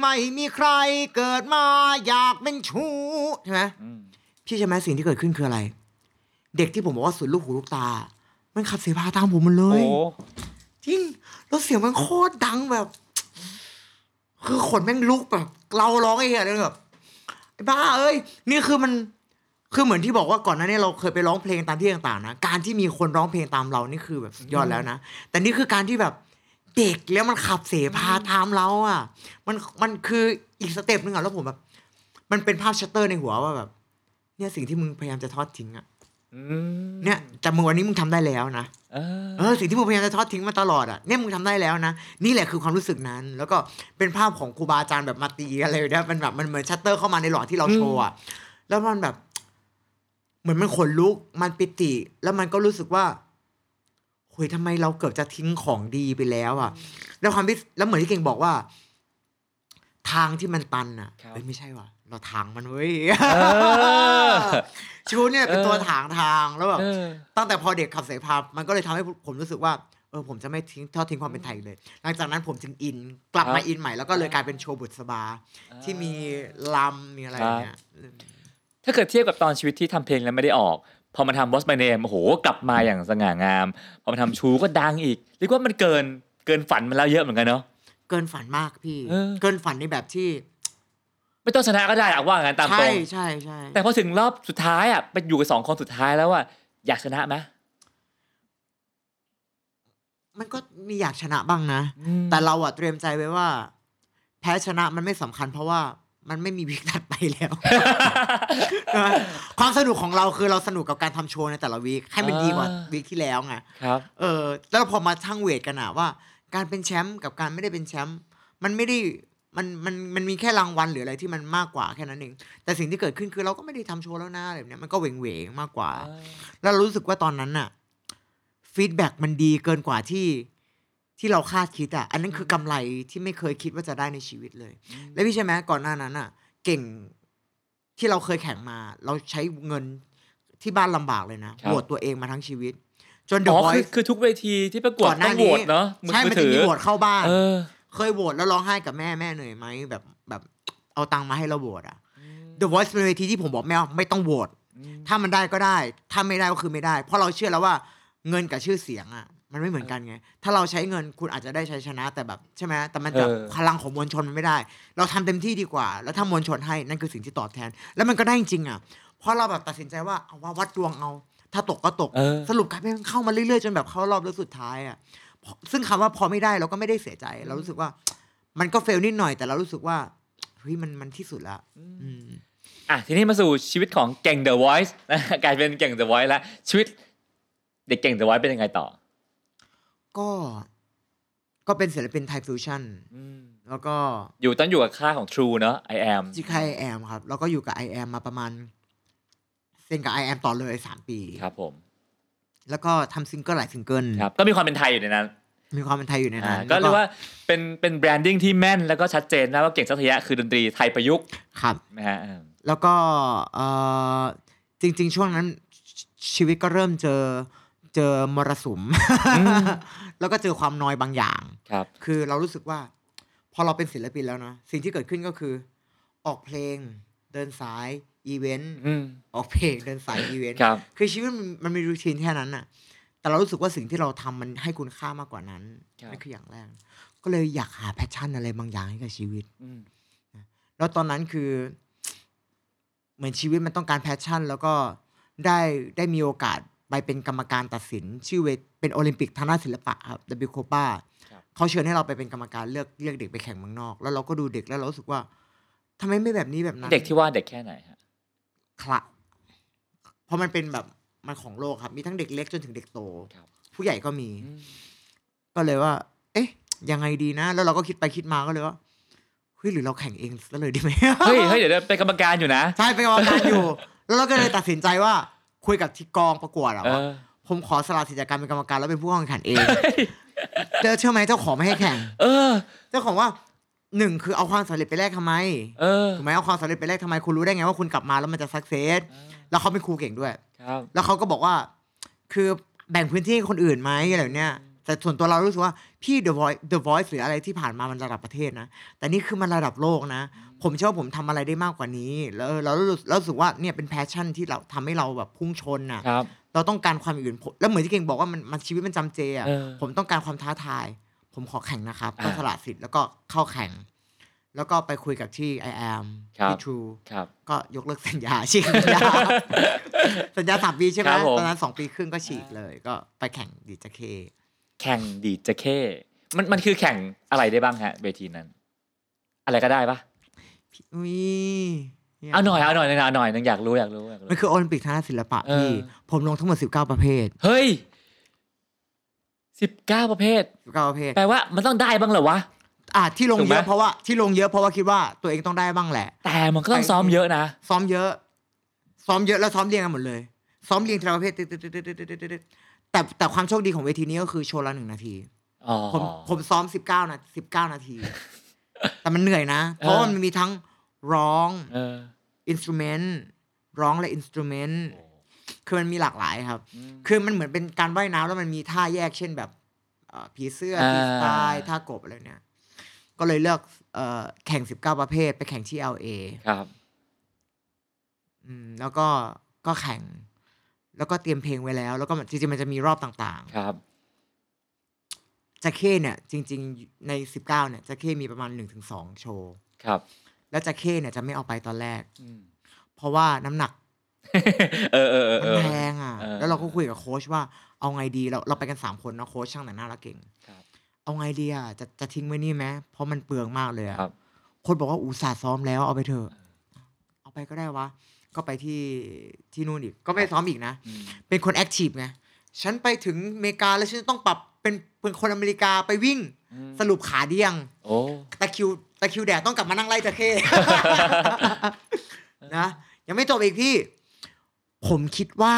Speaker 1: ไม่มีใครเกิดมาอยากเป็นชูใช่ไหม
Speaker 3: อืม
Speaker 1: พี่ใช่ไหมสิ่งที่เกิดขึ้นคืออะไร เด็กที่ผมบอกว่าสุดลูกหูลูกตา มันขับเสพาตามผมมันเล
Speaker 3: โอ้
Speaker 1: ย จริงแล้วเสียงมันโคตรดังแบบ คือขนแม่งลุกแบบ เราร้องไอ้เหี้ยเลยแบบไอ้บ้าเอ้ย นี่คือมัน คือเหมือนที่บอกว่าก่อนหน้านี้เราเคยไปร้องเพลงตามที่ต่างๆนะ การที่มีคนร้องเพลงตามเรานี่คือแบบสุดยอดแล้วนะ แต่นี่คือการที่แบบเด็กแล้วมันขับเสพาตามเราอ่ะ มันมันคืออีกสเต็ปหนึงอ่ะแล้วผมแบบ มันเป็นภาพชัตเตอร์ในหัวว่าแบบ เนี่ยสิ่งที่มึงพยายามจะทอดทิ้งอ่ะ
Speaker 3: อืม
Speaker 1: เนี่ยแต่มึงวันนี้มึงทำได้แล้วนะ
Speaker 3: เออ
Speaker 1: เออสิ่งที่มึงพยายามจะทอดทิ้งมาตลอดอ่ะเนี่ยมึงทำได้แล้วนะ นี่แหละคือความรู้สึกนั้น แล้วก็เป็นภาพของครูบาอาจารย์แบบมาตีอะไรแบบเนี้ยมันแบบมันเหมือนชัตเตอร์เข้ามาในหลอดที่เราโชว์อ่ะแล้วมันแบบ เหมือนมันขนลุกมันปิติ แล้วมันก็รู้สึกว่าโอ้ยทำไมเราเกือบจะทิ้งของดีไปแล้วอ่ะ แล้วความพิแล้วเหมือนที่เก่งบอกว่า ทางที่มันตันอ่ะเอ้ยไม่ใช่ว่ะเราถางมันเว้ย
Speaker 3: เออ
Speaker 1: ชูเนี่ยเป็นตัว
Speaker 3: เออ
Speaker 1: ถางทางแล้วแบบ
Speaker 3: เออ
Speaker 1: ตั้งแต่พอเด็กขับเสพาพมันก็เลยทำให้ผมรู้สึกว่าเออผมจะไม่ทิ้งทอดทิ้งความเป็นไทยเลย หลังจากนั้นผมจึงอินกลับ
Speaker 3: ครับ
Speaker 1: มาอินใหม่แล้วก็เลยกลายเป็นโชว์บุษบา ที่มีลำมีอะไรอย่างเงี้ย
Speaker 3: ถ้าเกิดเทียบกับตอนชีวิตที่ทำเพลงแล้วไม่ได้ออก พอมาทำ What's My Name โอ้โห กลับมาอย่างสง่างาม พอมาทำชูก็ดังอีกเรียกว่ามันเกินเกินฝันมันแล้วเยอะเหมือนกันเนาะ
Speaker 1: เกินฝันมากพี่
Speaker 3: เออ
Speaker 1: เกินฝันในแบบที่
Speaker 3: ไม่ต้องชนะก็ได้อะว่างั้นตามตร
Speaker 1: ใช่
Speaker 3: ง
Speaker 1: ใช่ใช่
Speaker 3: แต่พอถึงรอบสุดท้ายอ่ะไปอยู่กับสองคนสุดท้ายแล้วอ่ะอยากชนะไหม
Speaker 1: มันก็มีอยากชนะบ้างนะ
Speaker 3: อืม
Speaker 1: แต่เราอะเตรียมใจไว้ว่า แพ้ชนะมันไม่สำคัญ เพราะว่ามันไม่มีวิกถัดไปแล้ว ความสนุกของเราคือเราสนุกกับการทำโชว์ในแต่ละวีคให้มันดีกว่าวีคที่แล้วไง
Speaker 3: ครับ
Speaker 1: เออแล้วพอมาชั่งเวทกันอะว่า การเป็นแชมป์กับการไม่ได้เป็นแชมป์มันไม่ได้มันมันมันมีแค่รางวัลหรืออะไรที่มันมากกว่าแค่นั้นเองแต่สิ่งที่เกิดขึ้นคือเราก็ไม่ได้ทำโชว์แล้วนะอะไรแบบเนี้ยมันก็เหวงเวงๆมากกว่า แล้วเรารู้สึกว่าตอนนั้นน่ะฟีดแบ็กมันดีเกินกว่าที่ที่เราคาดคิดอ่ะ อันนั้นคือกำไรที่ไม่เคยคิดว่าจะได้ในชีวิตเลย
Speaker 3: อืม
Speaker 1: และพี่ใช่ไหมก่อนหน้านั้นอ่ะ เก่งที่เราเคยแข่งมา เราใช้เงินที่บ้านลำบากเลยนะโหวตตัวเองมาทั้งชีวิต จนเด
Speaker 3: อ๋
Speaker 1: อะวอ
Speaker 3: อคือ
Speaker 1: ซ์
Speaker 3: คือทุกเวทีที่ประกวด
Speaker 1: ก่อนห
Speaker 3: ต้
Speaker 1: น้า
Speaker 3: องโหว
Speaker 1: นี้
Speaker 3: ตเนาะมือ
Speaker 1: ใช่
Speaker 3: มื
Speaker 1: มั
Speaker 3: อน ถื
Speaker 1: จะ
Speaker 3: อ
Speaker 1: มีโหวตเข้าบ้าน
Speaker 3: เออ
Speaker 1: เคยโหวตแล้วร้องไห้กับแม่แม่เหนื่อยไหมแบบแบบเอาตังค์มาให้เราโหวตอ่ะ
Speaker 3: ม
Speaker 1: The Voice เป็นเวทีที่ผมบอกแม่ว่าไม่ต้องโหวต ถ้ามันได้ก็ได้ ถ้าไม่ได้ก็คือไม่ได้ เพราะเราเชื่อแล้วว่าเงินกับชื่อเสียงอ่ะ มันไม่เหมือนกันไง ถ้าเราใช้เงินคุณอาจจะได้ใช้ชนะแต่แบบใช่ไหมแต่มันจะ
Speaker 3: เออ
Speaker 1: พลังของมวลชนมันไม่ได้ เราทำเต็มที่ดีกว่า แล้วถ้ามวลชนให้นั่นคือสิ่งที่ตอบแทน แล้วมันก็ได้จริงๆอ่ะเพราะเราแบบตัดสินใจว่าเอาว่าวัดดวงเอา ถ้าตกก็ตก
Speaker 3: เออ
Speaker 1: สรุปกลายเป็นเข้ามาเรื่อยๆจนแบบเข้ารอบแล้วสุดท้ายอ่ะพอซึ่งคำว่าพอไม่ได้เราก็ไม่ได้เสียใจ เรารู้สึกว่า มันก็เฟลนิดหน่อยแต่เรารู้สึกว่าเฮ้ยมันมันที่สุดละอืม
Speaker 3: อ่ะทีนี้มาสู่ชีวิตของเก่ง The Voice นะ กลายเป็นเก่ง The Voice แล้วชีวิตเด็กเก่ง The Voice เป็นยังไงต่อ
Speaker 1: ก็ก็เป็นศิลปินไทยฟิวชั่นแล้วก็
Speaker 3: อยู่ต้องอยู่กับค่ายของ True เนอะ I am
Speaker 1: ที่ค่ายแอมครับ แล้วก็อยู่กับไอแอมมาประมาณเซ็นกับไอแอมต่อเลยสามปี
Speaker 3: ครับผม
Speaker 1: แล้วก็ทำซิงเกิลหลายซิงเกิล
Speaker 3: ครับก็มีความเป็นไทยอยู่ในนั้น
Speaker 1: มีความเป็นไทยอยู่ในนั้
Speaker 3: อ่าน ก็เรียก
Speaker 1: แล้
Speaker 3: ว่าเป็นเป็นแบรนดิ้งที่แม่นแล้วก็ชัดเจนนะว่าเก่งสัตยะคือดนตรีไทยประยุกต์
Speaker 1: ครับ
Speaker 3: นะฮะอืม
Speaker 1: แล้วก็เอ่อจริง ๆ ช่วงนั้นชชีวิตก็เริ่มเจอเจอมรสุม แล้วก็เจอความนอยบางอย่าง
Speaker 3: ครับ
Speaker 1: คือเรารู้สึกว่า พอเราเป็นศิลปินแล้วนะ สิ่งที่เกิดขึ้นก็คือ ออกเพลง เดินสาย อีเวนต์
Speaker 3: อืม
Speaker 1: ออกเพลง เดินสาย อีเวนต์
Speaker 3: ครับ
Speaker 1: คือชีวิตมันมันมีรูทีนแค่นั้นน่ะ แต่เรารู้สึกว่าสิ่งที่เราทำมันให้คุณค่ามากกว่านั้น
Speaker 3: ครับ
Speaker 1: นั่นคืออย่างแรก ก็เลยอยากหาแพชชั่นอะไรบางอย่างให้กับชีวิต
Speaker 3: อืม
Speaker 1: แล้วตอนนั้นคือ เหมือนชีวิตมันต้องการแพชชั่น แล้วก็ได้ได้มีโอกาสไปเป็นกรรมการตัดสิน ชื่อเวทเป็นโอลิมปิกทางด้านศิลปะครับ W c o p a เขาเชิญให้เราไปเป็นกรรมการเลือกเลือกเด็กไปแข่งเมืองนอก แล้วเราก็ดูเด็กแล้วเรารู้สึกว่าทำไมไม่แบบนี้แบบนั้น
Speaker 3: เด็กที่ว่าเด็กแค่ไหนฮะ
Speaker 1: คละเพราะมันเป็นแบบมันของโลกครับ มีทั้งเด็กเล็กจนถึงเด็กโต
Speaker 3: ครับ
Speaker 1: ผู้ใหญ่ก็มี
Speaker 3: อืม
Speaker 1: ก็เลยว่า เอ๊ะ ยังไงดีนะ แล้วเราก็คิดไปคิดมาก็เลยว่าเฮ้ยหรือเราแข่งเองซะเลยดีไหม
Speaker 3: เฮ้ยเฮ้ยเดี๋ยวเดี๋ยวเป็นกรรมการอยู่นะ
Speaker 1: ใช่เป็นกรรมการ อยู่ แล้วเราก็เลยตัดสินใจว่าคุยกับที่กองประกวดอะ
Speaker 3: เอ
Speaker 1: ว่า
Speaker 3: อ
Speaker 1: ผมขอสละสิทธิ์จากการเป็นกรรมการแล้วเป็นผู้แข่งขันเองเจอเชื่อไหมเจ้าของไม่ให้แข่ง
Speaker 3: เออ
Speaker 1: เจ้าของว่าหนึ่งคือเอาความสำเร็จไปแลกทำไม
Speaker 3: เออ
Speaker 1: ถูกไหมเอาความสำเร็จไปแลกทำไมคุณรู้ได้ไงว่าคุณกลับมาแล้วมันจะสักเซสแล้วเขาเป็นครูเก่งด้วย
Speaker 3: ครับ
Speaker 1: แล้วเขาก็บอกว่า คือแบ่งพื้นที่ให้คนอื่นไหมอะไรแบบเนี้ยแต่ส่วนตัวเรารู้สึกว่าพี่ The Voice The Voice หรืออะไรที่ผ่านมามันระดับประเทศนะ แต่นี่คือมันระดับโลกนะ ผมเชื่อว่าผมทำอะไรได้มากกว่านี้ แล้วเราเรารู้สึกว่าเนี่ยเป็นแพชชั่นที่เราทำให้เราแบบพุ่งชนน่ะ
Speaker 3: ครับ
Speaker 1: เราต้องการความอื่นผมแล้วเหมือนที่เก่งบอกว่ามันมันชีวิตมันจำเจอ่ะ
Speaker 3: เออ
Speaker 1: ผมต้องการความท้าทาย ผมขอแข่งนะครับ
Speaker 3: อ่า
Speaker 1: ก็สละสิทธิ์แล้วก็เข้าแข่ง แล้วก็ไปคุยกับที่ I am
Speaker 3: ครับ
Speaker 1: ที่ True
Speaker 3: ครับ
Speaker 1: ก็ยกเลิกสัญญา ฉีกสัญญา สัญญาสามปีใช่ไหม
Speaker 3: ครับผม
Speaker 1: ตอนนั้นสองปีครึ่งก็ฉีกเลย ก็ไปแข่งดีจเค
Speaker 3: แข่งดีดจะเข้มันมันคือแข่งอะไรได้บ้างฮะเวทีนั้น อะไรก็ได้ปะ
Speaker 1: อุ้ย
Speaker 3: เอาหน่อยเอาหน่อยหน่อยเอาหน่อยหนึงอยากรู้อยากรู้อยากรู้
Speaker 1: มันคือโอลิมปิกทางด้านศิลปะ
Speaker 3: เออ
Speaker 1: พี่ ผมลงทั้งหมด 19 ประเภท
Speaker 3: เฮ้ยสิบเก้าประเภท
Speaker 1: 19 ประเภท
Speaker 3: แปลว่ามันต้องได้บ้างเหรอวะ
Speaker 1: อ่ะที่ลง
Speaker 3: ถูกไหม
Speaker 1: เยอะเพราะว่าที่ลงเยอะเพราะว่าคิดว่าตัวเองต้องได้บ้างแหละ
Speaker 3: แต่มันก็ต้องซ้อมเยอะนะ
Speaker 1: ซ้อมเยอะ ซ้อมเยอะแล้วซ้อมเรียงกันหมดเลย ซ้อมเรียงทีละประเภทตึ๊ดตึ๊ดตึ๊ดตึ๊ดตึ๊ดตึ๊ดตึ๊ดแต่แต่ความโชคดีของเวทีนี้ก็คือโชว์ละหนึ่งนาที
Speaker 3: อ๋อ
Speaker 1: ผมผมซ้อมสิบเก้านะสิบเก้านาที แต่มันเหนื่อยนะ เพราะว่ามันมีทั้งร้อง
Speaker 3: เออ
Speaker 1: อินสตูเมนต์ร้องและอินสตูเมนต์คือมันมีหลากหลายครับ คือมันเหมือนเป็นการว่ายน้ำแล้วมันมีท่าแยกเช่นแบบเอ่อผีเสื้อ
Speaker 3: อ่า
Speaker 1: ผีสไตล์ท่ากบอะไรเนี่ย ก็เลยเลือกเอ่อแข่ง 19 ประเภท ไปแข่งที่ LA
Speaker 3: ครับ
Speaker 1: อืมแล้วก็ก็แข่ง แล้วก็เตรียมเพลงไว้แล้ว แล้วก็มันจริงๆมันจะมีรอบต่างๆ
Speaker 3: ครับ
Speaker 1: จะเข้เนี่ยจริงๆใน 19เนี่ยจะเข้มีประมาณ 1-2 โชว์
Speaker 3: ครับ
Speaker 1: แล้วจะเข้เนี่ยจะไม่เอาไปตอนแรก
Speaker 3: อืม
Speaker 1: เพราะว่าน้ำหนัก
Speaker 3: เออเออเออ
Speaker 1: มั
Speaker 3: เอน อ
Speaker 1: แพงอ่ะ
Speaker 3: เออ
Speaker 1: แล้วเราก็คุยกับโค้ชว่าเอาไงดีเราเราไปกัน 3 คนเนาะโค้ชช่างแต่งหน้าและเก่ง
Speaker 3: ครับ
Speaker 1: เอาไงดีอ่ะจะจะทิ้งไว้นี่ไหมเพราะมันเปลืองมากเลยอ่ะ
Speaker 3: ครับ
Speaker 1: โค้ชบอกว่าอุตส่าห์ซ้อมแล้วเอาไปเถอะเอาไปก็ได้วะก็ไปที่ที่นู่นอีกก็ไปซ้อมอีกนะ
Speaker 3: อืม
Speaker 1: เป็นคนแอคทีฟไง ฉันไปถึงอเมริกาแล้วฉันจะต้องปรับเป็นเป็นคนอเมริกาไปวิ่ง สรุปขาเดียง
Speaker 3: โอ้
Speaker 1: ตะคริวตะคริวแดดต้องกลับมานั่งไล่ตะเข้ นะยังไม่จบอีกพี่ ผมคิดว่า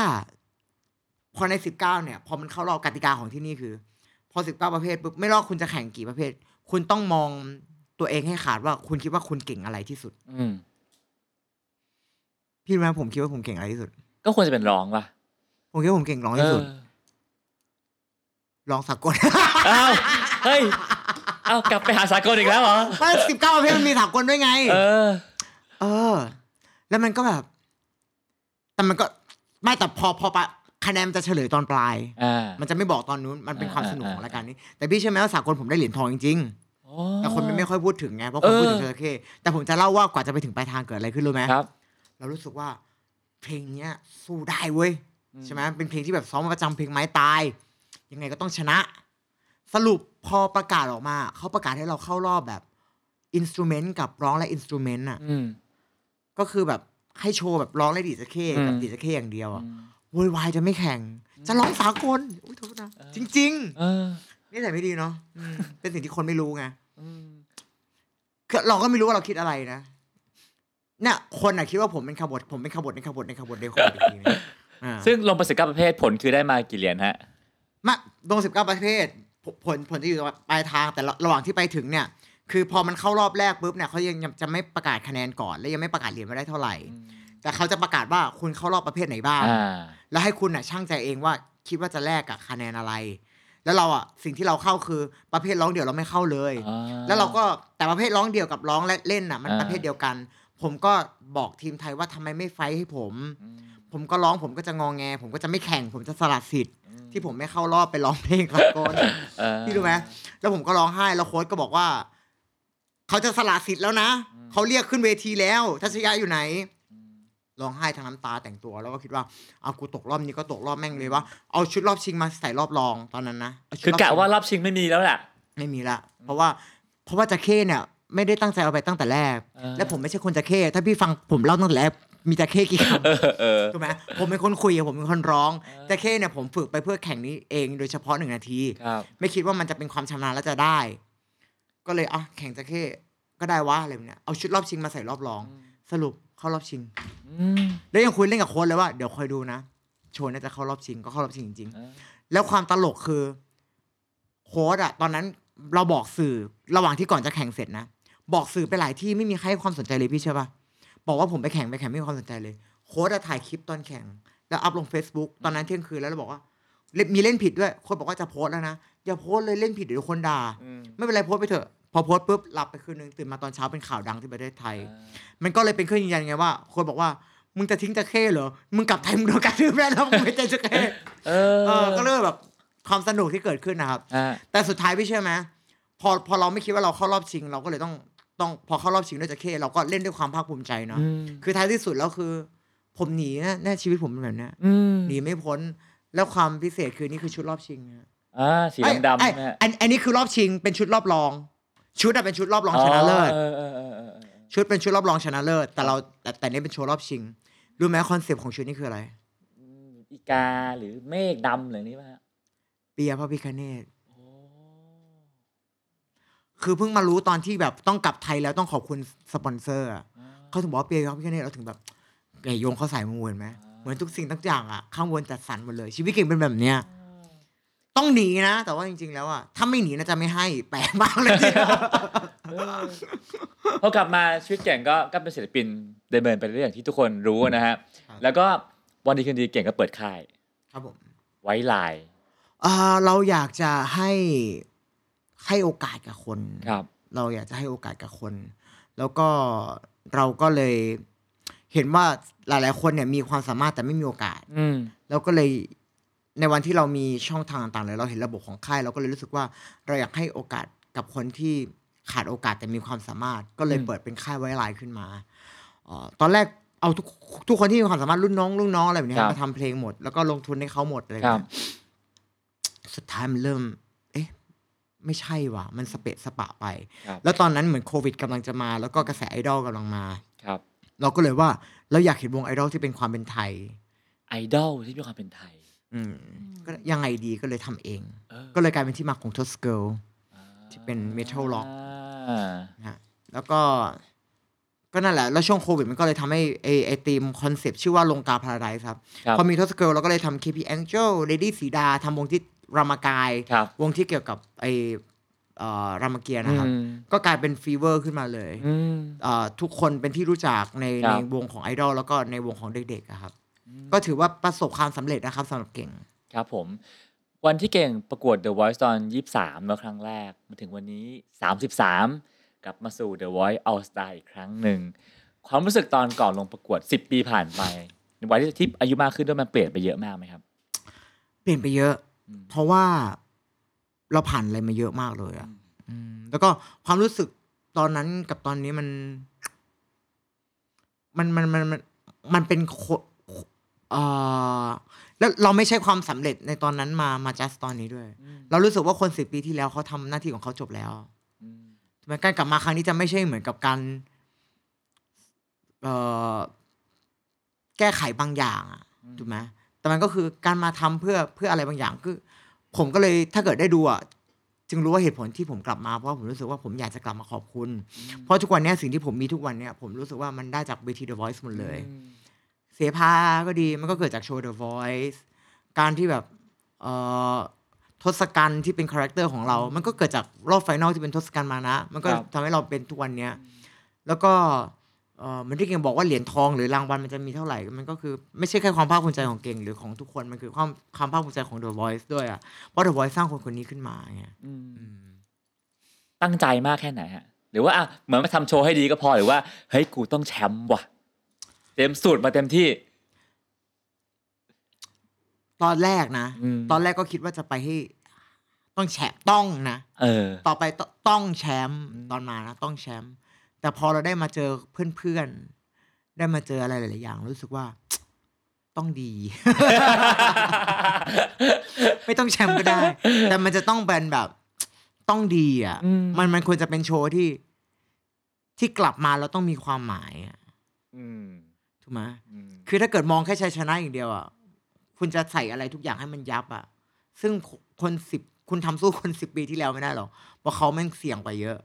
Speaker 1: พอในสิบเก้าเนี่ย พอมันเข้ารอบกติกาของที่นี่คือ พอสิบเก้าประเภทปุ๊บไม่รอบคุณจะแข่งกี่ประเภท คุณต้องมองตัวเองให้ขาดว่าคุณคิดว่าคุณเก่งอะไรที่สุด
Speaker 3: อืม
Speaker 1: พี่รู้ไหมผมคิดว่าผมเก่งอะไรที่สุด
Speaker 3: ก็ควรจะเป็นร้องป่ะ
Speaker 1: ผมคิดว่าผมเก่งร้อง
Speaker 3: เอ
Speaker 1: ที่
Speaker 3: อ
Speaker 1: สุดร้องสากล
Speaker 3: เอ้าเฮ้ย เอ้ากลับไปหาสากลอีกแล้วเหร อ
Speaker 1: ก็สิบเก้าประเภทมันมีสากลด้วยไง
Speaker 3: เออ
Speaker 1: เออ แล้วมันก็แบบ แต่มันก็ไม่แต่พอพอปะคะแนนมันจะเฉลยตอนปลาย
Speaker 3: อ่า
Speaker 1: มันจะไม่บอกตอนนู้น มันเป็นความ
Speaker 3: อ่า
Speaker 1: สนุกขอ
Speaker 3: อ่าร
Speaker 1: งายการนี้ แต่พี่เชื่อไหมว่าสากลผมได้เหรียญทองจริงๆ แต่คนมันไม่ค่อยพูดถึงไง เพราะคน
Speaker 3: เออ
Speaker 1: พูดถึงจระเข้แต่ผมจะเล่าว่ากว่าจะไปถึงปลายทางเกิดอะไรขึ้นรู้ไหม
Speaker 3: ครับ
Speaker 1: เรารู้สึกว่า เพลงเนี้ย สู้ได้เว้ย ใช่ไหมเป็นเพลงที่แบบซ้อมมาประจำเพลงไม้ตาย ยังไงก็ต้องชนะ สรุปพอประกาศออกมา เขาประกาศให้เราเข้ารอบแบบอินสตูเมนต์กับร้องและอินสตูเมนต์อ่ะ
Speaker 3: อืม
Speaker 1: ก็คือแบบ ให้โชว์แบบร้องและดีดสะเข้
Speaker 3: อืม
Speaker 1: กับดีดสะเข้อย่างเดียว
Speaker 3: อื
Speaker 1: อะ
Speaker 3: ม
Speaker 1: โวยวายจะไม่แข่ง จะร้องสากลอุ้ยโทษนะ
Speaker 3: เออ
Speaker 1: จริง
Speaker 3: เออ
Speaker 1: ๆนี่แต่ไม่ดีเนาะอืมเป็นสิ่งที่คนไม่รู้ไง
Speaker 3: อืม
Speaker 1: คือเราก็ไม่รู้ว่าเราคิดอะไรนะ เนี่ยคนอ่ะคิดว่าผมเป็นขบฏผมเป็นขบฏในขบฏในขบฏในขบฏอีกทีนึงอ่า
Speaker 3: ซึ่งลงประสิทธิ์ประเภทผลคือได้มากี่เหรียญฮะ
Speaker 1: มาดวงสิบเก้าประเภทผผลผลจะอยู่ปลายทางแต่ระระหว่างที่ไปถึงเนี่ย คือพอมันเข้ารอบแรกปุ๊บเนี่ยเขายังยังจะไม่ประกาศคะแนนก่อน และยังไม่ประกาศเหรียญไม่าได้เท่าไหร่ แต่เขาจะประกาศว่าคุณเข้ารอบประเภทไหนบ้าง
Speaker 3: อ่า
Speaker 1: แล้วให้คุณน่ะช่างใจเองว่าคิดว่าจะแลกกับคะแนนอะไร แล้วเราอ่ะสิ่งที่เราเข้าคือประเภทร้องเดี่ยวเราไม่เข้าเลย
Speaker 3: อ่า
Speaker 1: แล้วเราก็แต่ประเภทร้องเดี่ยวกับร้องและเล่นน่ะ มัน
Speaker 3: อ่า
Speaker 1: ประเภทเดียวกัน ผมก็บอกทีมไทยว่าทำไมไม่ไฟท์ให้ผม
Speaker 3: อืม
Speaker 1: ผมก็ร้องผมก็จะงองแง ผมก็จะไม่แข่ง ผมจะสละสิทธิ์ที่ผมไม่เข้ารอบไปร้องเพลงสาก ล
Speaker 3: เออ
Speaker 1: พี่รู้ไหมแล้วผมก็ร้องไห้ แล้วโค้ชก็บอกว่า เขาจะสละสิทธิ์แล้วนะ เขาเรียกขึ้นเวทีแล้ว ทัชยะอยู่ไหน ร้องไห้ทั้งน้ำตาแต่งตัว แล้วก็คิดว่า เอากูตกรอบนี้ก็ตกรอบแม่งเลยว่า เอาชุดรอบชิงมาใส่รอบรองตอนนั้นนะเาชุด
Speaker 3: คื
Speaker 1: ร
Speaker 3: อบ กะ
Speaker 1: ชิง
Speaker 3: ว่ารอบชิงไม่มีแล้วล่ะ
Speaker 1: ไม่มีละ เพราะว่า เพราะว่าจะเข้เนี่ย ไม่ได้ตั้งใจเอาไปตั้งแต่แรก
Speaker 3: เออ
Speaker 1: และผมไม่ใช่คนจะเข้ ถ้าพี่ฟังผมเล่าตั้งแต่แรก มี จะเข้กี่คำ
Speaker 3: เออเออ
Speaker 1: ถูกไหมผมเป็นคนคุยอะผมเป็นคนร้อง แต่แค่เนี่ยผมฝึกไปเพื่อแข่งนี้เองโดยเฉพาะหนึ่งนาที
Speaker 3: ครับ
Speaker 1: ไม่คิดว่ามันจะเป็นความชำนาญแล้วจะได้ ก็เลยอ่ะแข่งจะแค่ก็ได้วะอะไรแบบเนี้ยเอาชุดรอบชิงมาใส่รอบรอง สรุปเข้ารอบชิง
Speaker 3: อืม
Speaker 1: แล้วยังคุยเล่นกับโค้ชเลยว่าเดี๋ยวคอยดูนะโชว์น่าจะเข้ารอบชิงก็เข้ารอบชิงจริง
Speaker 3: เออ
Speaker 1: ๆแล้วความตลกคือโค้ชอะตอนนั้นเราบอกสื่อระหว่างที่ก่อนจะแข่งเสร็จนะบอกสื่อไปหลายที่ไม่มีใครให้ความสนใจเลยพี่เชื่อปะบอกว่าผมไปแข่งไปแข่งไม่มีความสนใจเลย โค้ชอะถ่ายคลิปตอนแข่ง แล้วอัพลง Facebook ตอนนั้นเที่ยงคืนแล้วเราบอกว่าเล่นมีเล่นผิดด้วยโค้ชบอกว่าจะโพสต์แล้วนะอย่าโพสต์เลยเล่นผิดเดี๋ยวคนด่า
Speaker 3: อืม
Speaker 1: ไม่เป็นไรโพสต์ไปเถอะ พอโพสต์ปุ๊บหลับไปคืนนึงตื่นมาตอนเช้าเป็นข่าวดังที่ประเทศไทย มันก็เลยเป็นเครื่องยืนยันไงว่าคนบอกว่า มึงจะทิ้งจะเข้เหรอ มึงกลับไทยมึงโดนกระทืบแม่แล้วมึงไม่ใจจะเข้
Speaker 3: เอ
Speaker 1: เออก็เริ่มแบบความสนุกที่เกิดขึ้นนะครับ
Speaker 3: อ่า
Speaker 1: แต่สุดท้ายพี่เชื่อไหมพอพอเราไม่คิดว่าเราเข้ารอบชิง เราก็เลยต้องต้องพอเข้ารอบชิงด้วยจะเข้เราก็เล่นด้วยความภาคภูมิใจเนาะ
Speaker 3: อืม
Speaker 1: คือท้ายที่สุดแล้วคือ ผมหนีนะแน่ชีวิตผมเป็นแบบเนี้ย
Speaker 3: อืม
Speaker 1: หนีไม่พ้นแล้วความพิเศษคือนี่คือชุดรอบชิงนะ
Speaker 3: อ่าสีดำดำ
Speaker 1: เอ้
Speaker 3: ใช่
Speaker 1: ย
Speaker 3: ไหมฮะ
Speaker 1: อันอันนี้คือรอบชิงเป็นชุดรอบรอง ชุดอะเป็นชุดรอบรองชนะเลิศ
Speaker 3: อ๋อเออเออเออเออเออ
Speaker 1: ชุดเป็นชุดรอบรองชนะเลิศแต่เราแต่แต่นี่เป็นโชว์รอบชิง รู้ไหมคอนเซปต์ของชุดนี้คืออะไร
Speaker 3: อีกาหรือเมฆดำหรือนี้ป่ะฮะ
Speaker 1: เปียพระพิคเนตคือเพิ่งมารู้ตอนที่แบบต้องกลับไทยแล้วต้องขอบคุณสปอนเซอร์อะเขาถึงบอกว่าเปียพระพิคเนตเราถึงแบบไก่โยงเขาใส่มังวนไหมเหมือนทุกสิ่งทุกอย่างอ่ะข้างบนจัดสรรหมดเลย ชีวิตเก่งเป็นแบบเนี้ยต้องหนีนะ แต่ว่าจริง ๆ แล้วอ่ะถ้าไม่หนีนะจะไม่ให้แปลกมากเลยทีเดียว
Speaker 3: พอกลับมาชีวิตเก่งก็ก็เป็นศิลปินเดินเบินไปเรื่อยอย่างที่ทุกคนรู้นะฮะ แล้วก็วันดีคืนดีเก่งก็เปิดค่าย
Speaker 1: ครับผม
Speaker 3: ไว้ลาย
Speaker 1: เอ่อเราอยากจะให้ให้โอกาสกับคน
Speaker 3: ครับ
Speaker 1: เราอยากจะให้โอกาสกับคน แล้วก็เราก็เลยเห็นว่าหลาย ๆ คนเนี่ยมีความสามารถแต่ไม่มีโอกาส
Speaker 3: อืม
Speaker 1: แล้วก็เลยในวันที่เรามีช่องทางต่างๆเลยเราเห็นระบบของค่าย เราก็เลยรู้สึกว่าเราอยากให้โอกาสกับคนที่ขาดโอกาสแต่มีความสามารถ ก็เลย
Speaker 3: อืม
Speaker 1: เปิดเป็นค่ายไว้ลายขึ้นมาเอ่อตอนแรกเอาทุกทุกคนที่มีความสามารถรุ่นน้องรุ่นน้องอะไรแบบเนี้ยมาทำเพลงหมด แล้วก็ลงทุนให้เขาหมดอะไรแบบเล
Speaker 3: ครั
Speaker 1: ย
Speaker 3: บ
Speaker 1: สุดท้ายมันเริ่ม เอ๊ะ ไม่ใช่ว่ะ มันสเปะสปะไป
Speaker 3: ครับ
Speaker 1: แล้วตอนนั้นเหมือนโควิดกำลังจะมา แล้วก็กระแสไอดอลกำลังมา
Speaker 3: ครับ
Speaker 1: เราก็เลยว่า เราอยากเห็นวงไอดอลที่เป็นความเป็นไทย
Speaker 3: ไอดอลที่มีความเป็นไทย
Speaker 1: อืม ก็ยังไงดีก็เลยทำเอง
Speaker 3: เออ
Speaker 1: ก็เลยกลายเป็นที่มาของทสเกิลที่เป็นเมทัลล็อก
Speaker 3: อ่า
Speaker 1: นะฮะแล้วก็ ก็นั่นแหละ แล้วช่วงโควิดมันก็เลยทำให้ไอไอทีมคอนเซปต์ชื่อว่าลงกาพาราไดซ์ครับ
Speaker 3: ครับ
Speaker 1: พอมีทสเกิลเราก็เลยทำ KP Angel Lady สีดาทำวงที่รามกาย
Speaker 3: ครับ
Speaker 1: วงที่เกี่ยวกับไอเอ่อรามเกียรติ์
Speaker 3: อื
Speaker 1: นะครับ
Speaker 3: ม
Speaker 1: ก็กลายเป็นฟีเวอร์ขึ้นมาเลย
Speaker 3: อืม
Speaker 1: เอ่อทุกคนเป็นที่รู้จักใน
Speaker 3: ครั
Speaker 1: ใน
Speaker 3: บ
Speaker 1: วงของไอดอลแล้วก็ในวงของเด็กๆอะครับ ก็ถือว่าประสบความสำเร็จนะครับสำหรับเก่ง
Speaker 3: ครับผม วันที่เก่งประกวด The Voice ตอน 23เมื่อครั้งแรก มาถึงวันนี้ 33 กลับมาสู่ The Voice All Star อีกครั้งหนึ่ง ความรู้สึกตอนก่อนลงประกวด 10 ปีผ่านไปในวัยที่อายุมากขึ้นด้วยมันเปลี่ยนไปเยอะมากไหมครับ
Speaker 1: เปลี่ยนไปเยอะ เพราะว่าเราผ่านอะไรมาเยอะมากเลยอะอืมแล้วก็ความรู้สึกตอนนั้นกับตอนนี้มัน มันมันมันมันมันเป็นโคเอ่อแล้วเราไม่ใช่ความสำเร็จในตอนนั้นมามา just ตอนนี้ด้วย เรารู้สึกว่าคนสิบปีที่แล้วเขาทำหน้าที่ของเขาจบแล้ว เหมือนการกลับมาครั้งนี้จะไม่ใช่เหมือนกับการเอ่อ แก้ไขบางอย่างอะถูกไหมแต่มันก็คือการมาทำเพื่อเพื่ออะไรบางอย่างคือ ผมก็เลยถ้าเกิดได้ดูอ่ะจึงรู้ว่าเหตุผลที่ผมกลับมาเพราะผมรู้สึกว่าผมอยากจะกลับมาขอบคุณ เพราะทุกวันเนี้ยสิ่งที่ผมมีทุกวันเนี้ยผมรู้สึกว่ามันได้จากเวที The Voice หมดเลย เสภาก็ดีมันก็เกิดจากโชว์ The Voice การที่แบบเอ่อทศกัณฐ์ที่เป็นคาแรคเตอร์ของเรา มันก็เกิดจากรอบไฟนอลที่เป็นทศกัณฐ์มานะ มันก็
Speaker 3: ครับ
Speaker 1: ทำให้เราเป็นทุกวันเนี้ย แล้วก็เอ่อเหมันที่เก่งบอกว่าเหรียญทองหรือรางวัลมันจะมีเท่าไหร่ มันก็คือไม่ใช่แค่ความภาคภูมิใจของเก่งหรือของทุกคน มันคือความความภาคภูมิใจของ The Voice ด้วยอ่ะ เพราะ The Voice สร้างคนคนนี้ขึ้นมาไง
Speaker 3: อืม
Speaker 1: อืม
Speaker 3: ตั้งใจมากแค่ไหนฮะ หรือว่าอ่ะเหมือนมาทำโชว์ให้ดีก็พอหรือว่าเฮ้ยกูต้องแชมป์ว่ะ เต็มสูตรมาเต็มที่
Speaker 1: ตอนแรกนะ
Speaker 3: อืม
Speaker 1: ตอนแรกก็คิดว่าจะไปให้ต้องแฉะต้องนะ
Speaker 3: เออ
Speaker 1: ต่อไปตต้องแชมป์ตอนมานะต้องแชมป์แต่พอเราได้มาเจอเพื่อนๆ ได้มาเจออะไรหลายๆอย่าง รู้สึกว่า ต้องดี ไม่ต้องแชมป์ก็ได้ แต่มันจะต้องเป็นแบบ ต้องดีอ่ะ
Speaker 3: อืม
Speaker 1: มันมันควรจะเป็นโชว์ที่ ที่กลับมาแล้วต้องมีความหมายอ่ะ
Speaker 3: อืม
Speaker 1: ถูกไหม
Speaker 3: อืม
Speaker 1: คือถ้าเกิดมองแค่ชัยชนะอย่างเดียวอ่ะคุณจะใส่อะไรทุกอย่างให้มันยับอ่ะ ซึ่งคนสิบคุณทำสู้ คนสิบปีที่แล้วไม่ได้หรอกเพราะเขาแม่งเสี่ยงไปเยอะ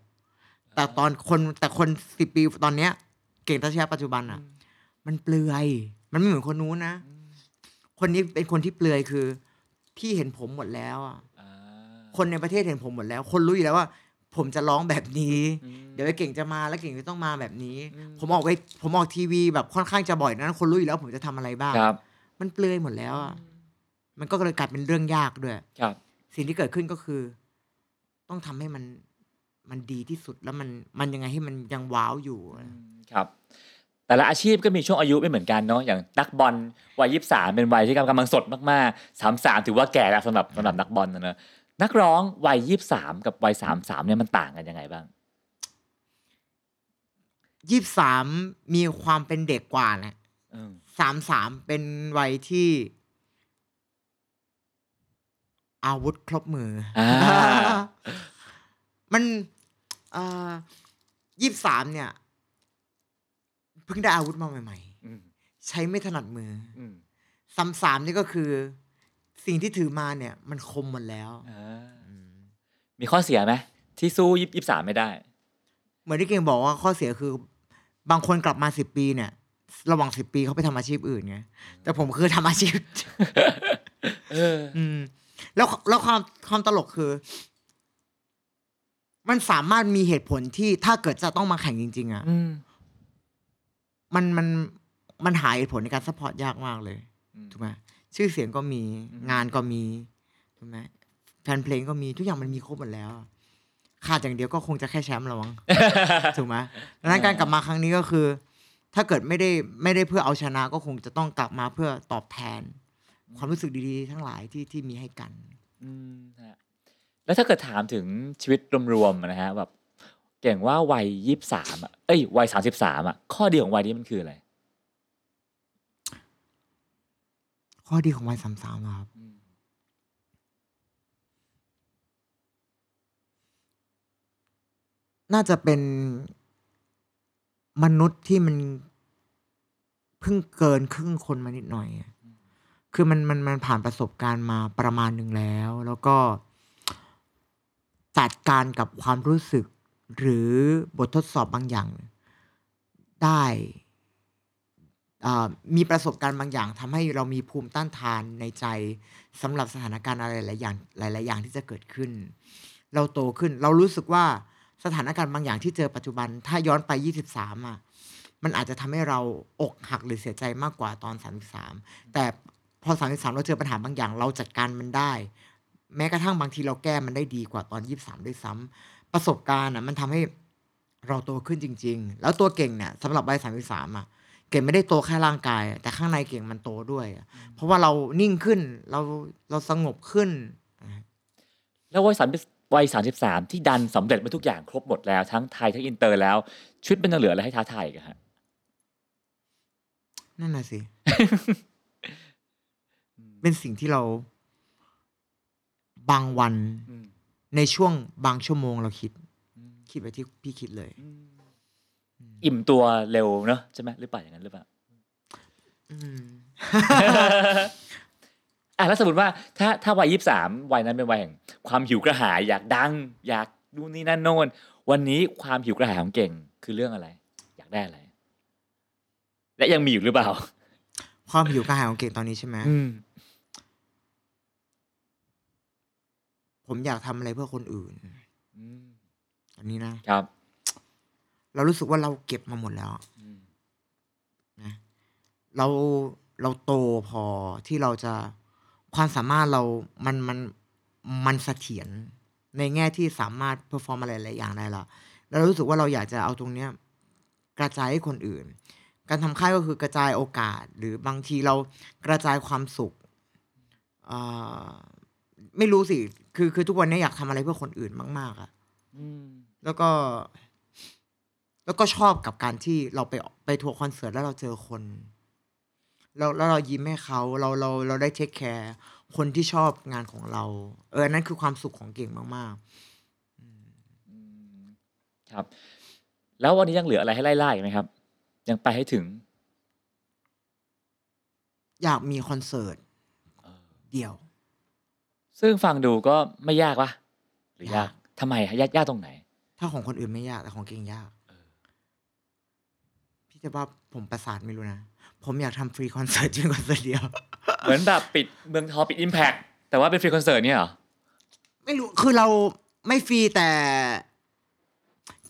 Speaker 1: แต่ตอนคนแต่คนสิบปีตอนเนี้ย เก่งทัชยะปัจจุบันอ่ะ มันเปลือย มันไม่เหมือนคนนู้นนะ คนนี้เป็นคนที่เปลือยคือ พี่เห็นผมหมดแล้วอ่ะ
Speaker 3: อ่า
Speaker 1: คนในประเทศเห็นผมหมดแล้ว คนรู้อยู่แล้วว่า ผมจะร้องแบบนี้
Speaker 3: อืม
Speaker 1: เดี๋ยวไอ้เก่งจะมาแล้วเก่งจะต้องมาแบบนี้
Speaker 3: อืม
Speaker 1: ผมออกไปผมออกทีวีแบบค่อนข้างจะบ่อยดังนั้น คนรู้อยู่แล้วผมจะทำอะไรบ้าง
Speaker 3: ครับ
Speaker 1: มันเปลือยหมดแล้วอ่ะ มันก็เลยกลายเป็นเรื่องยากด้วย
Speaker 3: ครับ
Speaker 1: สิ่งที่เกิดขึ้นก็คือ ต้องทำให้มันมันดีที่สุดแล้วมันมันยังไงให้มันยังว้าวอยู่อะ
Speaker 3: ครับ แต่ละอาชีพก็มีช่วงอายุไม่เหมือนกันเนาะอย่างนักบอลวัยยี่สามเป็นวัยที่กำลังสดมากๆสามสามถือว่าแก่แล้วสำหรับสำหรับนักบอลนะเนอะนักร้องวัยยี่สามกับวัยสามสามเนี่ยมันต่างกันยังไงบ้าง
Speaker 1: ยี่สามมีความเป็นเด็กกว่านะ
Speaker 3: อืม
Speaker 1: สามสามเป็นวัยที่ อาวุธครบมืออ
Speaker 3: อ่า
Speaker 1: มันยี่สามเนี่ย เพิ่งได้อาวุธมาใหม่
Speaker 3: อืม
Speaker 1: ๆ ใช้ไม่ถนัดมือ
Speaker 3: อืม
Speaker 1: สามสามนี่ก็คือ สิ่งที่ถือมาเนี่ย มันคมหมดแล้ว
Speaker 3: อ่า
Speaker 1: อืม
Speaker 3: มีข้อเสียไหมที่สู้ยี่สามไม่ได้
Speaker 1: เหมือนที่เก่งบอกว่าข้อเสียคือ บางคนกลับมาสิบปีเนี่ย ระหว่างสิบปีเขาไปทำอาชีพอื่นไงแต่ผมคือทำอาชีพ
Speaker 3: เออ
Speaker 1: อืมแล้วแล้วความความตลกคือ มันสามารถมีเหตุผลที่ถ้าเกิดจะต้องมาแข่งจริง ๆอะ่ะ
Speaker 3: อืม
Speaker 1: มันมันมันหาเหตุผลในการซัพพอร์ตยากมากเลย
Speaker 3: อืม
Speaker 1: ถูกไหมชื่อเสียงก็มี
Speaker 3: อืม
Speaker 1: งานก็มีถูกไหมแฟนเพลงก็มีทุกอย่างมันมีครบหมดแล้วอะขาดอย่างเดียวก็คงจะแค่แชมป์ ละมั้ง ถูกไหมดังนั้นการกลับมาครั้งนี้ก็คือ ถ้าเกิดไม่ได้ไม่ได้เพื่อเอาชนะก็คงจะต้องกลับมาเพื่อตอบแทน ความรู้สึกดีๆ ทั้งหลายที่ที่มีให้กัน
Speaker 3: อืมฮะแล้วถ้าเกิดถามถึงชีวิตรวมๆนะฮะแบบเก่งว่าวัยยี่สามอ่ะเอ้ยวัยสามสิบสามอ่ะข้อดีของวัยนี้มันคืออะไร
Speaker 1: ข้อดีของวัยสามสามครับ
Speaker 3: อืม
Speaker 1: น่าจะเป็นมนุษย์ที่มันเพิ่งเกินครึ่งคนมานิดหน่อยอะคือมันมันมันผ่านประสบการณ์มาประมาณหนึ่งแล้ว แล้วก็จัดการกับความรู้สึก หรือบททดสอบบางอย่าง ได้อ่ามีประสบการณ์บางอย่างทำให้เรามีภูมิต้านทานในใจสำหรับสถานการณ์อะไรหลายอย่างหลาย ๆ อย่างที่จะเกิดขึ้น เราโตขึ้น เรารู้สึกว่าสถานการณ์บางอย่างที่เจอปัจจุบัน ถ้าย้อนไป 23อ่ะมันอาจจะทำให้เราอกหักหรือเสียใจมากกว่าตอน 33 แต่พอ 33 เราเจอปัญหาบางอย่าง เราจัดการมันได้ แม้กระทั่งบางทีเราแก้มันได้ดีกว่าตอน 23 ด้วยซ้ำประสบการณ์อ่ะมันทำให้เราโตขึ้นจริง ๆ แล้วตัวเก่งเนี่ยสำหรับวัย33อ่ะเก่งไม่ได้โตแค่ร่างกาย แต่ข้างในเก่งมันโตด้วยอะเพราะว่าเรานิ่งขึ้นเราเราสงบขึ้น
Speaker 3: แล้ววัยสามวัยสามสิบสามที่ดันสำเร็จมาทุกอย่างครบหมดแล้วทั้งไทยทั้งอินเตอร์แล้วชีวิตมันยังเหลืออะไรให้ท้าทายอีกันฮะ
Speaker 1: นั่นน่ะสิ เป็นสิ่งที่เรา บางวันในช่วงบางชั่วโมงเราคิด คิดไปที่พี่คิดเลย
Speaker 3: อิ่มตัวเร็วเนอะใช่ไหมหรือเปล่าอย่างนั้นหรือเปล่า อ่ะแล้วสมมติว่าถ้าถ้าวัยยี่สามวัยนั้นเป็นวัยแห่งความหิวกระหายอยากดัง อยากดูนนี่นั่นโน่นวันนี้ความหิวกระหายของเก่งคือเรื่องอะไร อยากได้อะไร และยังมีอยู่หรือเปล่า
Speaker 1: ความหิวกระหายของเก่งตอนนี้ใช่ไหม
Speaker 3: อืม
Speaker 1: ผมอยากทำอะไรเพื่อคนอื่น
Speaker 3: อืม
Speaker 1: ตอนนี้นะ
Speaker 3: ครับ
Speaker 1: เรารู้สึกว่าเราเก็บมาหมดแล้ว
Speaker 3: อืม
Speaker 1: นะเราเราโตพอที่เราจะความสามารถเรา มันมันมันเสถียรในแง่ที่สามารถเพอร์ฟอร์มอะไรหลายอย่างได้ละเรารู้สึกว่าเราอยากจะเอาตรงเนี้ยกระจายให้คนอื่น การทำค่ายก็คือกระจายโอกาส หรือบางทีเรากระจายความสุขอ่าไม่รู้สิคือคือทุกวันนี้อยากทำอะไรเพื่อคนอื่นมาก ๆอะ
Speaker 3: อืม
Speaker 1: แล้วก็ แล้วก็ชอบกับการที่เราไปไปทัวร์คอนเสิร์ตแล้วเราเจอคนแล้วแล้วเรายิ้มให้เขาเราเราเราได้เทคแคร์คนที่ชอบงานของเรา เอออนนั่นคือความสุขของเก่งมาก
Speaker 3: ครับ แล้ววันนี้ยังเหลืออะไรให้ไล่ล่าอีกไหมครับ ยังไปให้ถึง
Speaker 1: ๆ อยากมีคอนเสิร์ตเดี่ยว
Speaker 3: ซึ่งฟังดูก็ไม่ยากวะหรือยาย
Speaker 1: าก ก
Speaker 3: ทำไมฮะยากยากตรงไหน
Speaker 1: ถ้าของคนอื่นไม่ยากแต่ของเก่งยากพี่จะว่าผมประสาทไม่รู้นะ ผมอยากทำฟรีคอนเสิร์ต เป็นคอนเสิร์ตเดียว
Speaker 3: เหมือนแบบปิดเมืองทองปิดอิมแพ t แต่ว่าเป็นฟรีคอนเสิร์ตเนี่ยเหรอ
Speaker 1: ไม่รู้ คือเราไม่ฟรีแต่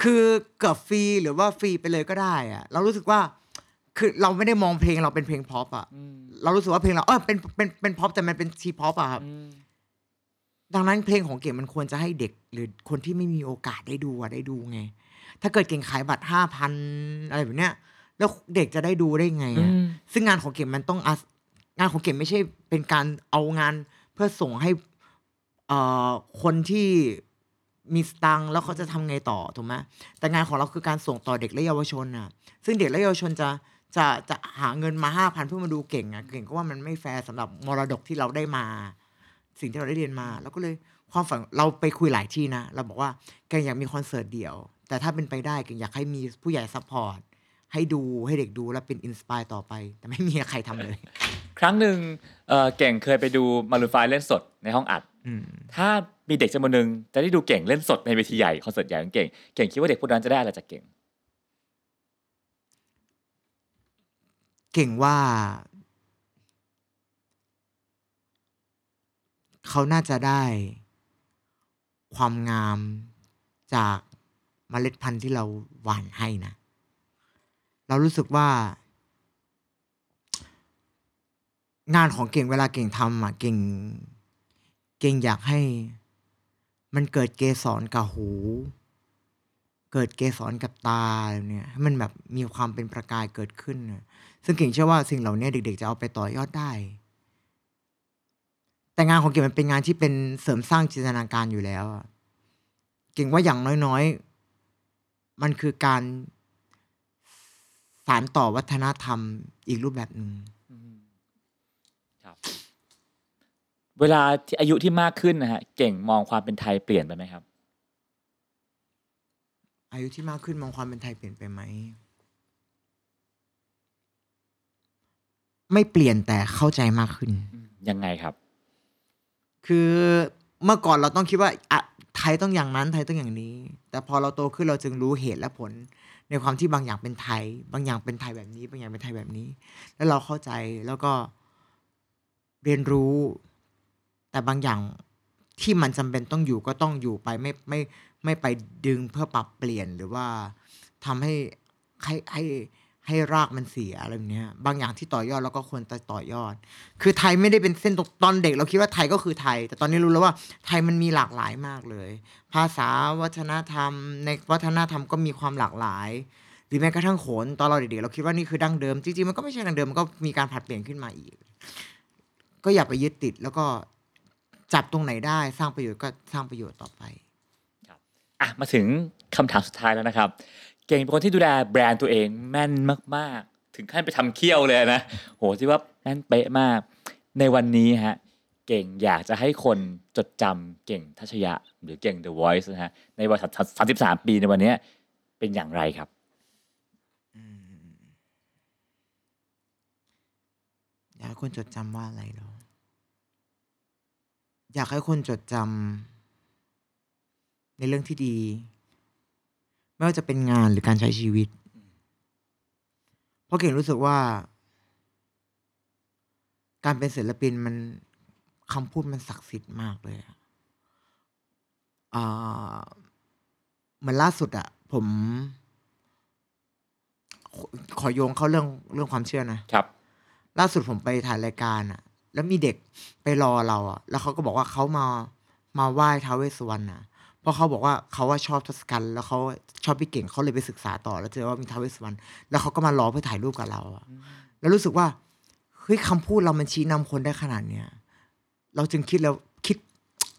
Speaker 1: คือเกือบฟรีหรือว่าฟรีไปเลยก็ได้อะเรารู้สึกว่า คือเราไม่ได้มองเพลงเราเป็นเพลงพ็อปอะ
Speaker 3: อืม
Speaker 1: เรารู้สึกว่าเพลงเราเออเป็นเป็นเป็นพ็อปแต่มันเป็นทีพ็อปอะครับ
Speaker 3: อืม
Speaker 1: ดังนั้นเพลงของเก่งมันควรจะให้เด็ก หรือคนที่ไม่มีโอกาสได้ดูอะได้ดูไง ถ้าเกิดเก่งขายบัตรห้าพันอะไรแบบเนี้ย แล้วเด็กจะได้ดูได้ไงอะ
Speaker 3: อืม
Speaker 1: ซึ่งงานของเก่งมันต้องอาศงานของเก่งไม่ใช่เป็นการเอางานเพื่อส่งให้เอ่อคนที่มีสตังค์แล้วเขาจะทำไงต่อถูกไหมแต่งานของเราคือการส่งต่อเด็กและเยาวชนอะซึ่งเด็กและเยาวชนจะจะจะหาเงินมาห้าพันเพื่อมาดูเก่งอะเก่งก็ว่ามันไม่แฟร์สำหรับมรดกที่เราได้มา สิ่งที่เราได้เรียนมาเราก็เลยความฝันเราไปคุยหลายที่นะ เราบอกว่าแกอยากมีคอนเสิร์ตเดี่ยว แต่ถ้าเป็นไปได้แกอยากให้มีผู้ใหญ่ซัพพอร์ตให้ดูให้เด็กดูแล้วเป็นอินสปายต่อไป แต่ไม่มีใครทำเลย
Speaker 3: ครั้งหนึ่งเอ่อเก่งเคยไปดูมารูนไฟเล่นสดในห้องอัด
Speaker 1: อืม
Speaker 3: ถ้ามีเด็กจำนวนหนึ่งจะได้ดูเก่งเล่นสดในเวทีใหญ่คอนเสิร์ตใหญ่ของเก่ง เก่งคิดว่าเด็กพวกนั้นจะได้อะไรจากเก่ง
Speaker 1: เก่งว่า เขาน่าจะได้ ความงามจากเมล็ดพันธุ์ที่เราหว่านให้นะ เรารู้สึกว่า งานของเก่งเวลาเก่งทำอ่ะ เก่ง เก่งอยากให้ มันเกิดเกสรกับหู เกิดเกสรกับตาอะไรเนี่ยให้มันแบบมีความเป็นประกายเกิดขึ้นน่ะซึ่งเก่งเชื่อว่าสิ่งเหล่านี้เด็กๆจะเอาไปต่อยอดได้ แต่งานของเก่งมันเป็นงานที่เป็นเสริมสร้างจินตนาการอยู่แล้วอะเก่งว่าอย่างน้อยๆ มันคือการสานต่อวัฒนธรรมอีกรูปแบบหนึ่ง
Speaker 3: ครับ เวลาที่อายุที่มากขึ้นนะฮะ เก่งมองความเป็นไทยเปลี่ยนไปไหมครับ
Speaker 1: อายุที่มากขึ้นมองความเป็นไทยเปลี่ยนไปไหม ไม่เปลี่ยนแต่เข้าใจมากขึ้น
Speaker 3: ยังไงครับ
Speaker 1: คือเมื่อก่อนเราต้องคิดว่าอะไทยต้องอย่างนั้นไทยต้องอย่างนี้ แต่พอเราโตขึ้นเราจึงรู้เหตุและผล ในความที่บางอย่างเป็นไทย บางอย่างเป็นไทยแบบนี้ บางอย่างเป็นไทยแบบนี้ แล้วเราเข้าใจแล้วก็เรียนรู้ แต่บางอย่างที่มันจำเป็นต้องอยู่ก็ต้องอยู่ไปไม่ไม่ไม่ไปดึงเพื่อปรับเปลี่ยนหรือว่าทำให้ให้ให้ให้รากมันเสียอะไรแบบเนี้ยบางอย่างที่ต่อยอดเราก็ควรจะต่อยอด คือไทยไม่ได้เป็นเส้นตรงตอนเด็กเราคิดว่าไทยก็คือไทย แต่ตอนนี้รู้แล้วว่าไทยมันมีหลากหลายมากเลย ภาษาวัฒนธรรม ในวัฒนธรรมก็มีความหลากหลาย หรือแม้กระทั่งโขนตอนเราเด็กๆเราคิดว่านี่คือดั้งเดิมจริงๆมันก็ไม่ใช่ดั้งเดิมมันก็มีการผลัดเปลี่ยนขึ้นมาอีก ก็อย่าไปยึดติดแล้วก็จับตรงไหนได้สร้างประโยชน์ก็สร้างประโยชน์ต่อไป
Speaker 3: อ่ะ มาถึงคำถามสุดท้ายแล้วนะครับ เก่งเป็นคนที่ดูแลแบรนด์ตัวเองแม่นมาก ๆ ถึงขั้นไปทำเคี้ยวเลยนะ โหที่ว่าแม่นเป๊ะมาก ในวันนี้ฮะ เก่งอยากจะให้คนจดจำเก่งทัชยะ หรือเก่ง The Voice นะฮะ ในวัยสามสิบสามปีในวันเนี้ยเป็นอย่างไรครับ
Speaker 1: อยากให้คนจดจำว่าอะไรเหรอ อยากให้คนจดจำในเรื่องที่ดี ไม่ว่าจะเป็นงานหรือการใช้ชีวิต เพราะเก่งรู้สึกว่า การเป็นศิลปินมันคำพูดมันศักดิ์สิทธิ์มากเลยอะอ่าเหมือนล่าสุดอะผม ขอขอโยงเข้าเรื่องเรื่องความเชื่อนะ
Speaker 3: ครับ
Speaker 1: ล่าสุดผมไปถ่ายรายการอ่ะ แล้วมีเด็กไปรอเราอ่ะ แล้วเขาก็บอกว่าเขามามาไหว้ท้าวเวสสวรรณนะเพราะเขาบอกว่าเขาว่าชอบทศกัณฐ์แล้วเขาชอบพี่เก่งเขาเลยไปศึกษาต่อแล้วเจอว่ามีท้าวเวสสวรรณแล้วเขาก็มารอเพื่อถ่ายรูปกับเราอ่ะ แล้วรู้สึกว่าเฮ้ยคำพูดเรามันชี้นำคนได้ขนาดเนี้ยเราจึงคิดแล้วคิด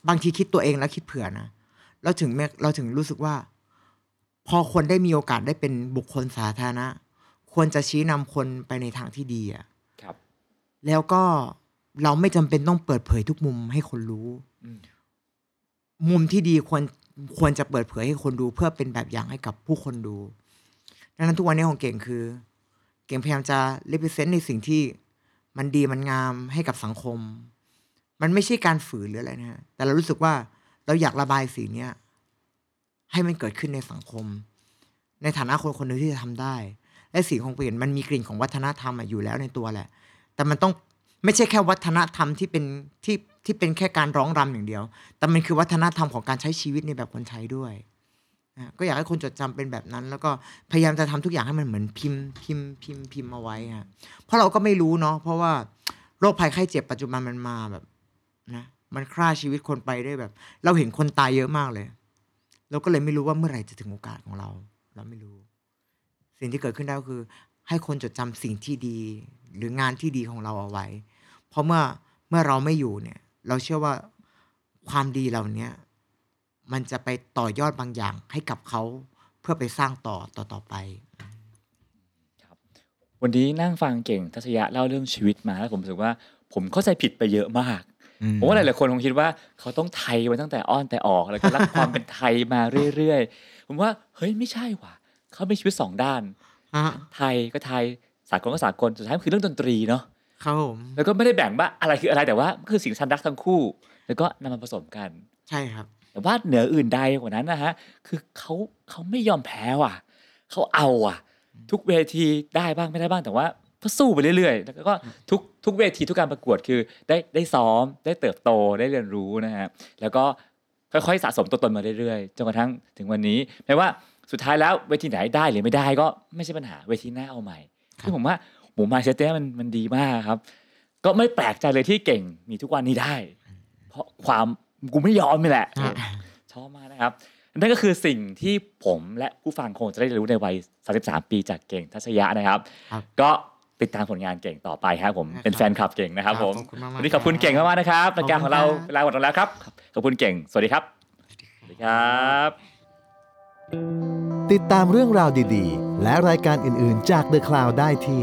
Speaker 1: บางทีคิดตัวเองแล้วคิดเผื่อนะเราถึงแม้เราถึงรู้สึกว่า พอคนได้มีโอกาสได้เป็นบุคคลสาธารณะ ควรจะชี้นำคนไปในทางที่ดีอ่ะ
Speaker 3: ครับ
Speaker 1: แล้วก็เราไม่จำเป็นต้องเปิดเผยทุกมุมให้คนรู้
Speaker 3: อืม
Speaker 1: มุมที่ดีควรควรจะเปิดเผยให้คนดูเพื่อเป็นแบบอย่างให้กับผู้คนดู ดังนั้นทุกวันนี้ของเก่งคือ เก่งพยายามจะ represent ในสิ่งที่มันดีมันงามให้กับสังคม มันไม่ใช่การฝืนหรืออะไรนะฮะแต่เรารู้สึกว่าเราอยากระบายสีเนี้ยให้มันเกิดขึ้นในสังคม ในฐานะคนคนหนึ่งที่จะทำได้ และสีของเปลี่ยนมันมีกลิ่นของวัฒนธรรมอะอยู่แล้วในตัวแหละ แต่มันต้องไม่ใช่แค่วัฒนธรรมที่เป็นที่ที่เป็นแค่การร้องรำอย่างเดียว แต่มันคือวัฒนธรรมของการใช้ชีวิตในแบบคนไทยด้วยนะก็อยากให้คนจดจำเป็นแบบนั้น แล้วก็พยายามจะทำทุกอย่างให้มันเหมือนพิมพ์พิมพ์พิมพ์พิมพ์เอาไว้ฮะเพราะเราก็ไม่รู้เนาะเพราะว่าโรคภัยไข้เจ็บปัจจุบันมันมาแบบนะมันฆ่าชีวิตคนไปได้แบบ เราเห็นคนตายเยอะมากเลย เราก็เลยไม่รู้ว่าเมื่อไหร่จะถึงโอกาสของเรา เราไม่รู้ สิ่งที่เกิดขึ้นได้ก็คือ ให้คนจดจำสิ่งที่ดี หรืองานที่ดีของเราเอาไว้ เพราะเมื่อเมื่อเราไม่อยู่เนี่ย เราเชื่อว่าความดีเหล่าเนี้ยมันจะไปต่อยอดบางอย่างให้กับเขาเพื่อไปสร้างต่อต่อต่อไป
Speaker 3: วันนี้นั่งฟังเก่งทัศยะเล่าเรื่องชีวิตมาแล้วผมรู้สึกว่าผมเข้าใจผิดไปเยอะมาก ผมว่าหลายๆคนคงคิดว่าเขาต้องไทยมาตั้งแต่อ้อนแต่ออก แล้วก็รัก ความเป็นไทยมาเรื่อยๆ ผมว่าเฮ้ยไม่ใช่ว่ะเขามีชีวิตสองด้าน
Speaker 1: ฮะ
Speaker 3: ไทยก็ไทยสากลก็สากลสุดท้ายมันคือเรื่องดนตรีเนาะ
Speaker 1: ครับผม
Speaker 3: แล้วก็ไม่ได้แบ่งว่าอะไรคืออะไรแต่ว่ามันคือสิ่งชันรักทั้งคู่ แล้วก็นำมาผสมกัน
Speaker 1: ใช่ครับ
Speaker 3: แต่ว่าเหนืออื่นใดกว่านั้นนะฮะ คือเขาเขาไม่ยอมแพ้ว่ะ เขาเอาอ่ะ ทุกเวทีได้บ้างไม่ได้บ้างแต่ว่าก็สู้ไปเรื่อยๆ แล้วก็ทุกทุกเวทีทุกการประกวดคือได้ได้ซ้อมได้เติบโตได้เรียนรู้นะฮะ แล้วก็ค่อยๆสะสมตัวตนมาเรื่อยๆจนกระทั่งถึงวันนี้แม้ว่าสุดท้ายแล้วเวทีไหนได้หรือไม่ได้ก็ไม่ใช่ปัญหาเวทีหน้าเอาใหม่
Speaker 1: ครับ
Speaker 3: ที่งผมว่าหมูมาเชสเต้มันมันดีมากครับ ก็ไม่แปลกใจเลยที่เก่งมีทุกวันนี้ได้ เพราะความกูไม่ยอมนี่แหละ
Speaker 1: อ่ะ
Speaker 3: ชอบมากนะครับ นั่นก็คือสิ่งที่ผมและผู้ฟังคงจะได้เรียนรู้ในวัย 33 ปีจากเก่งทัศยะนะครับ
Speaker 1: ครับ
Speaker 3: ก็ติดตามผลงานเก่งต่อไปครับผม
Speaker 1: ครับ
Speaker 3: เป็นแฟนคลับเก่งนะครับผม
Speaker 1: ครับขอบคุณมากๆ
Speaker 3: วันนี้ขอบคุณเก่งมากๆนะครับ รายการของเรา
Speaker 1: ขอบคุณครับ
Speaker 3: เวลาหมดลงแล้วครับ ขอบคุณเก่ง สวัสดีครับ สวัสดีครับ
Speaker 2: ติดตามเรื่องราวดีๆ และรายการอื่นๆจาก The Cloud ได้ที่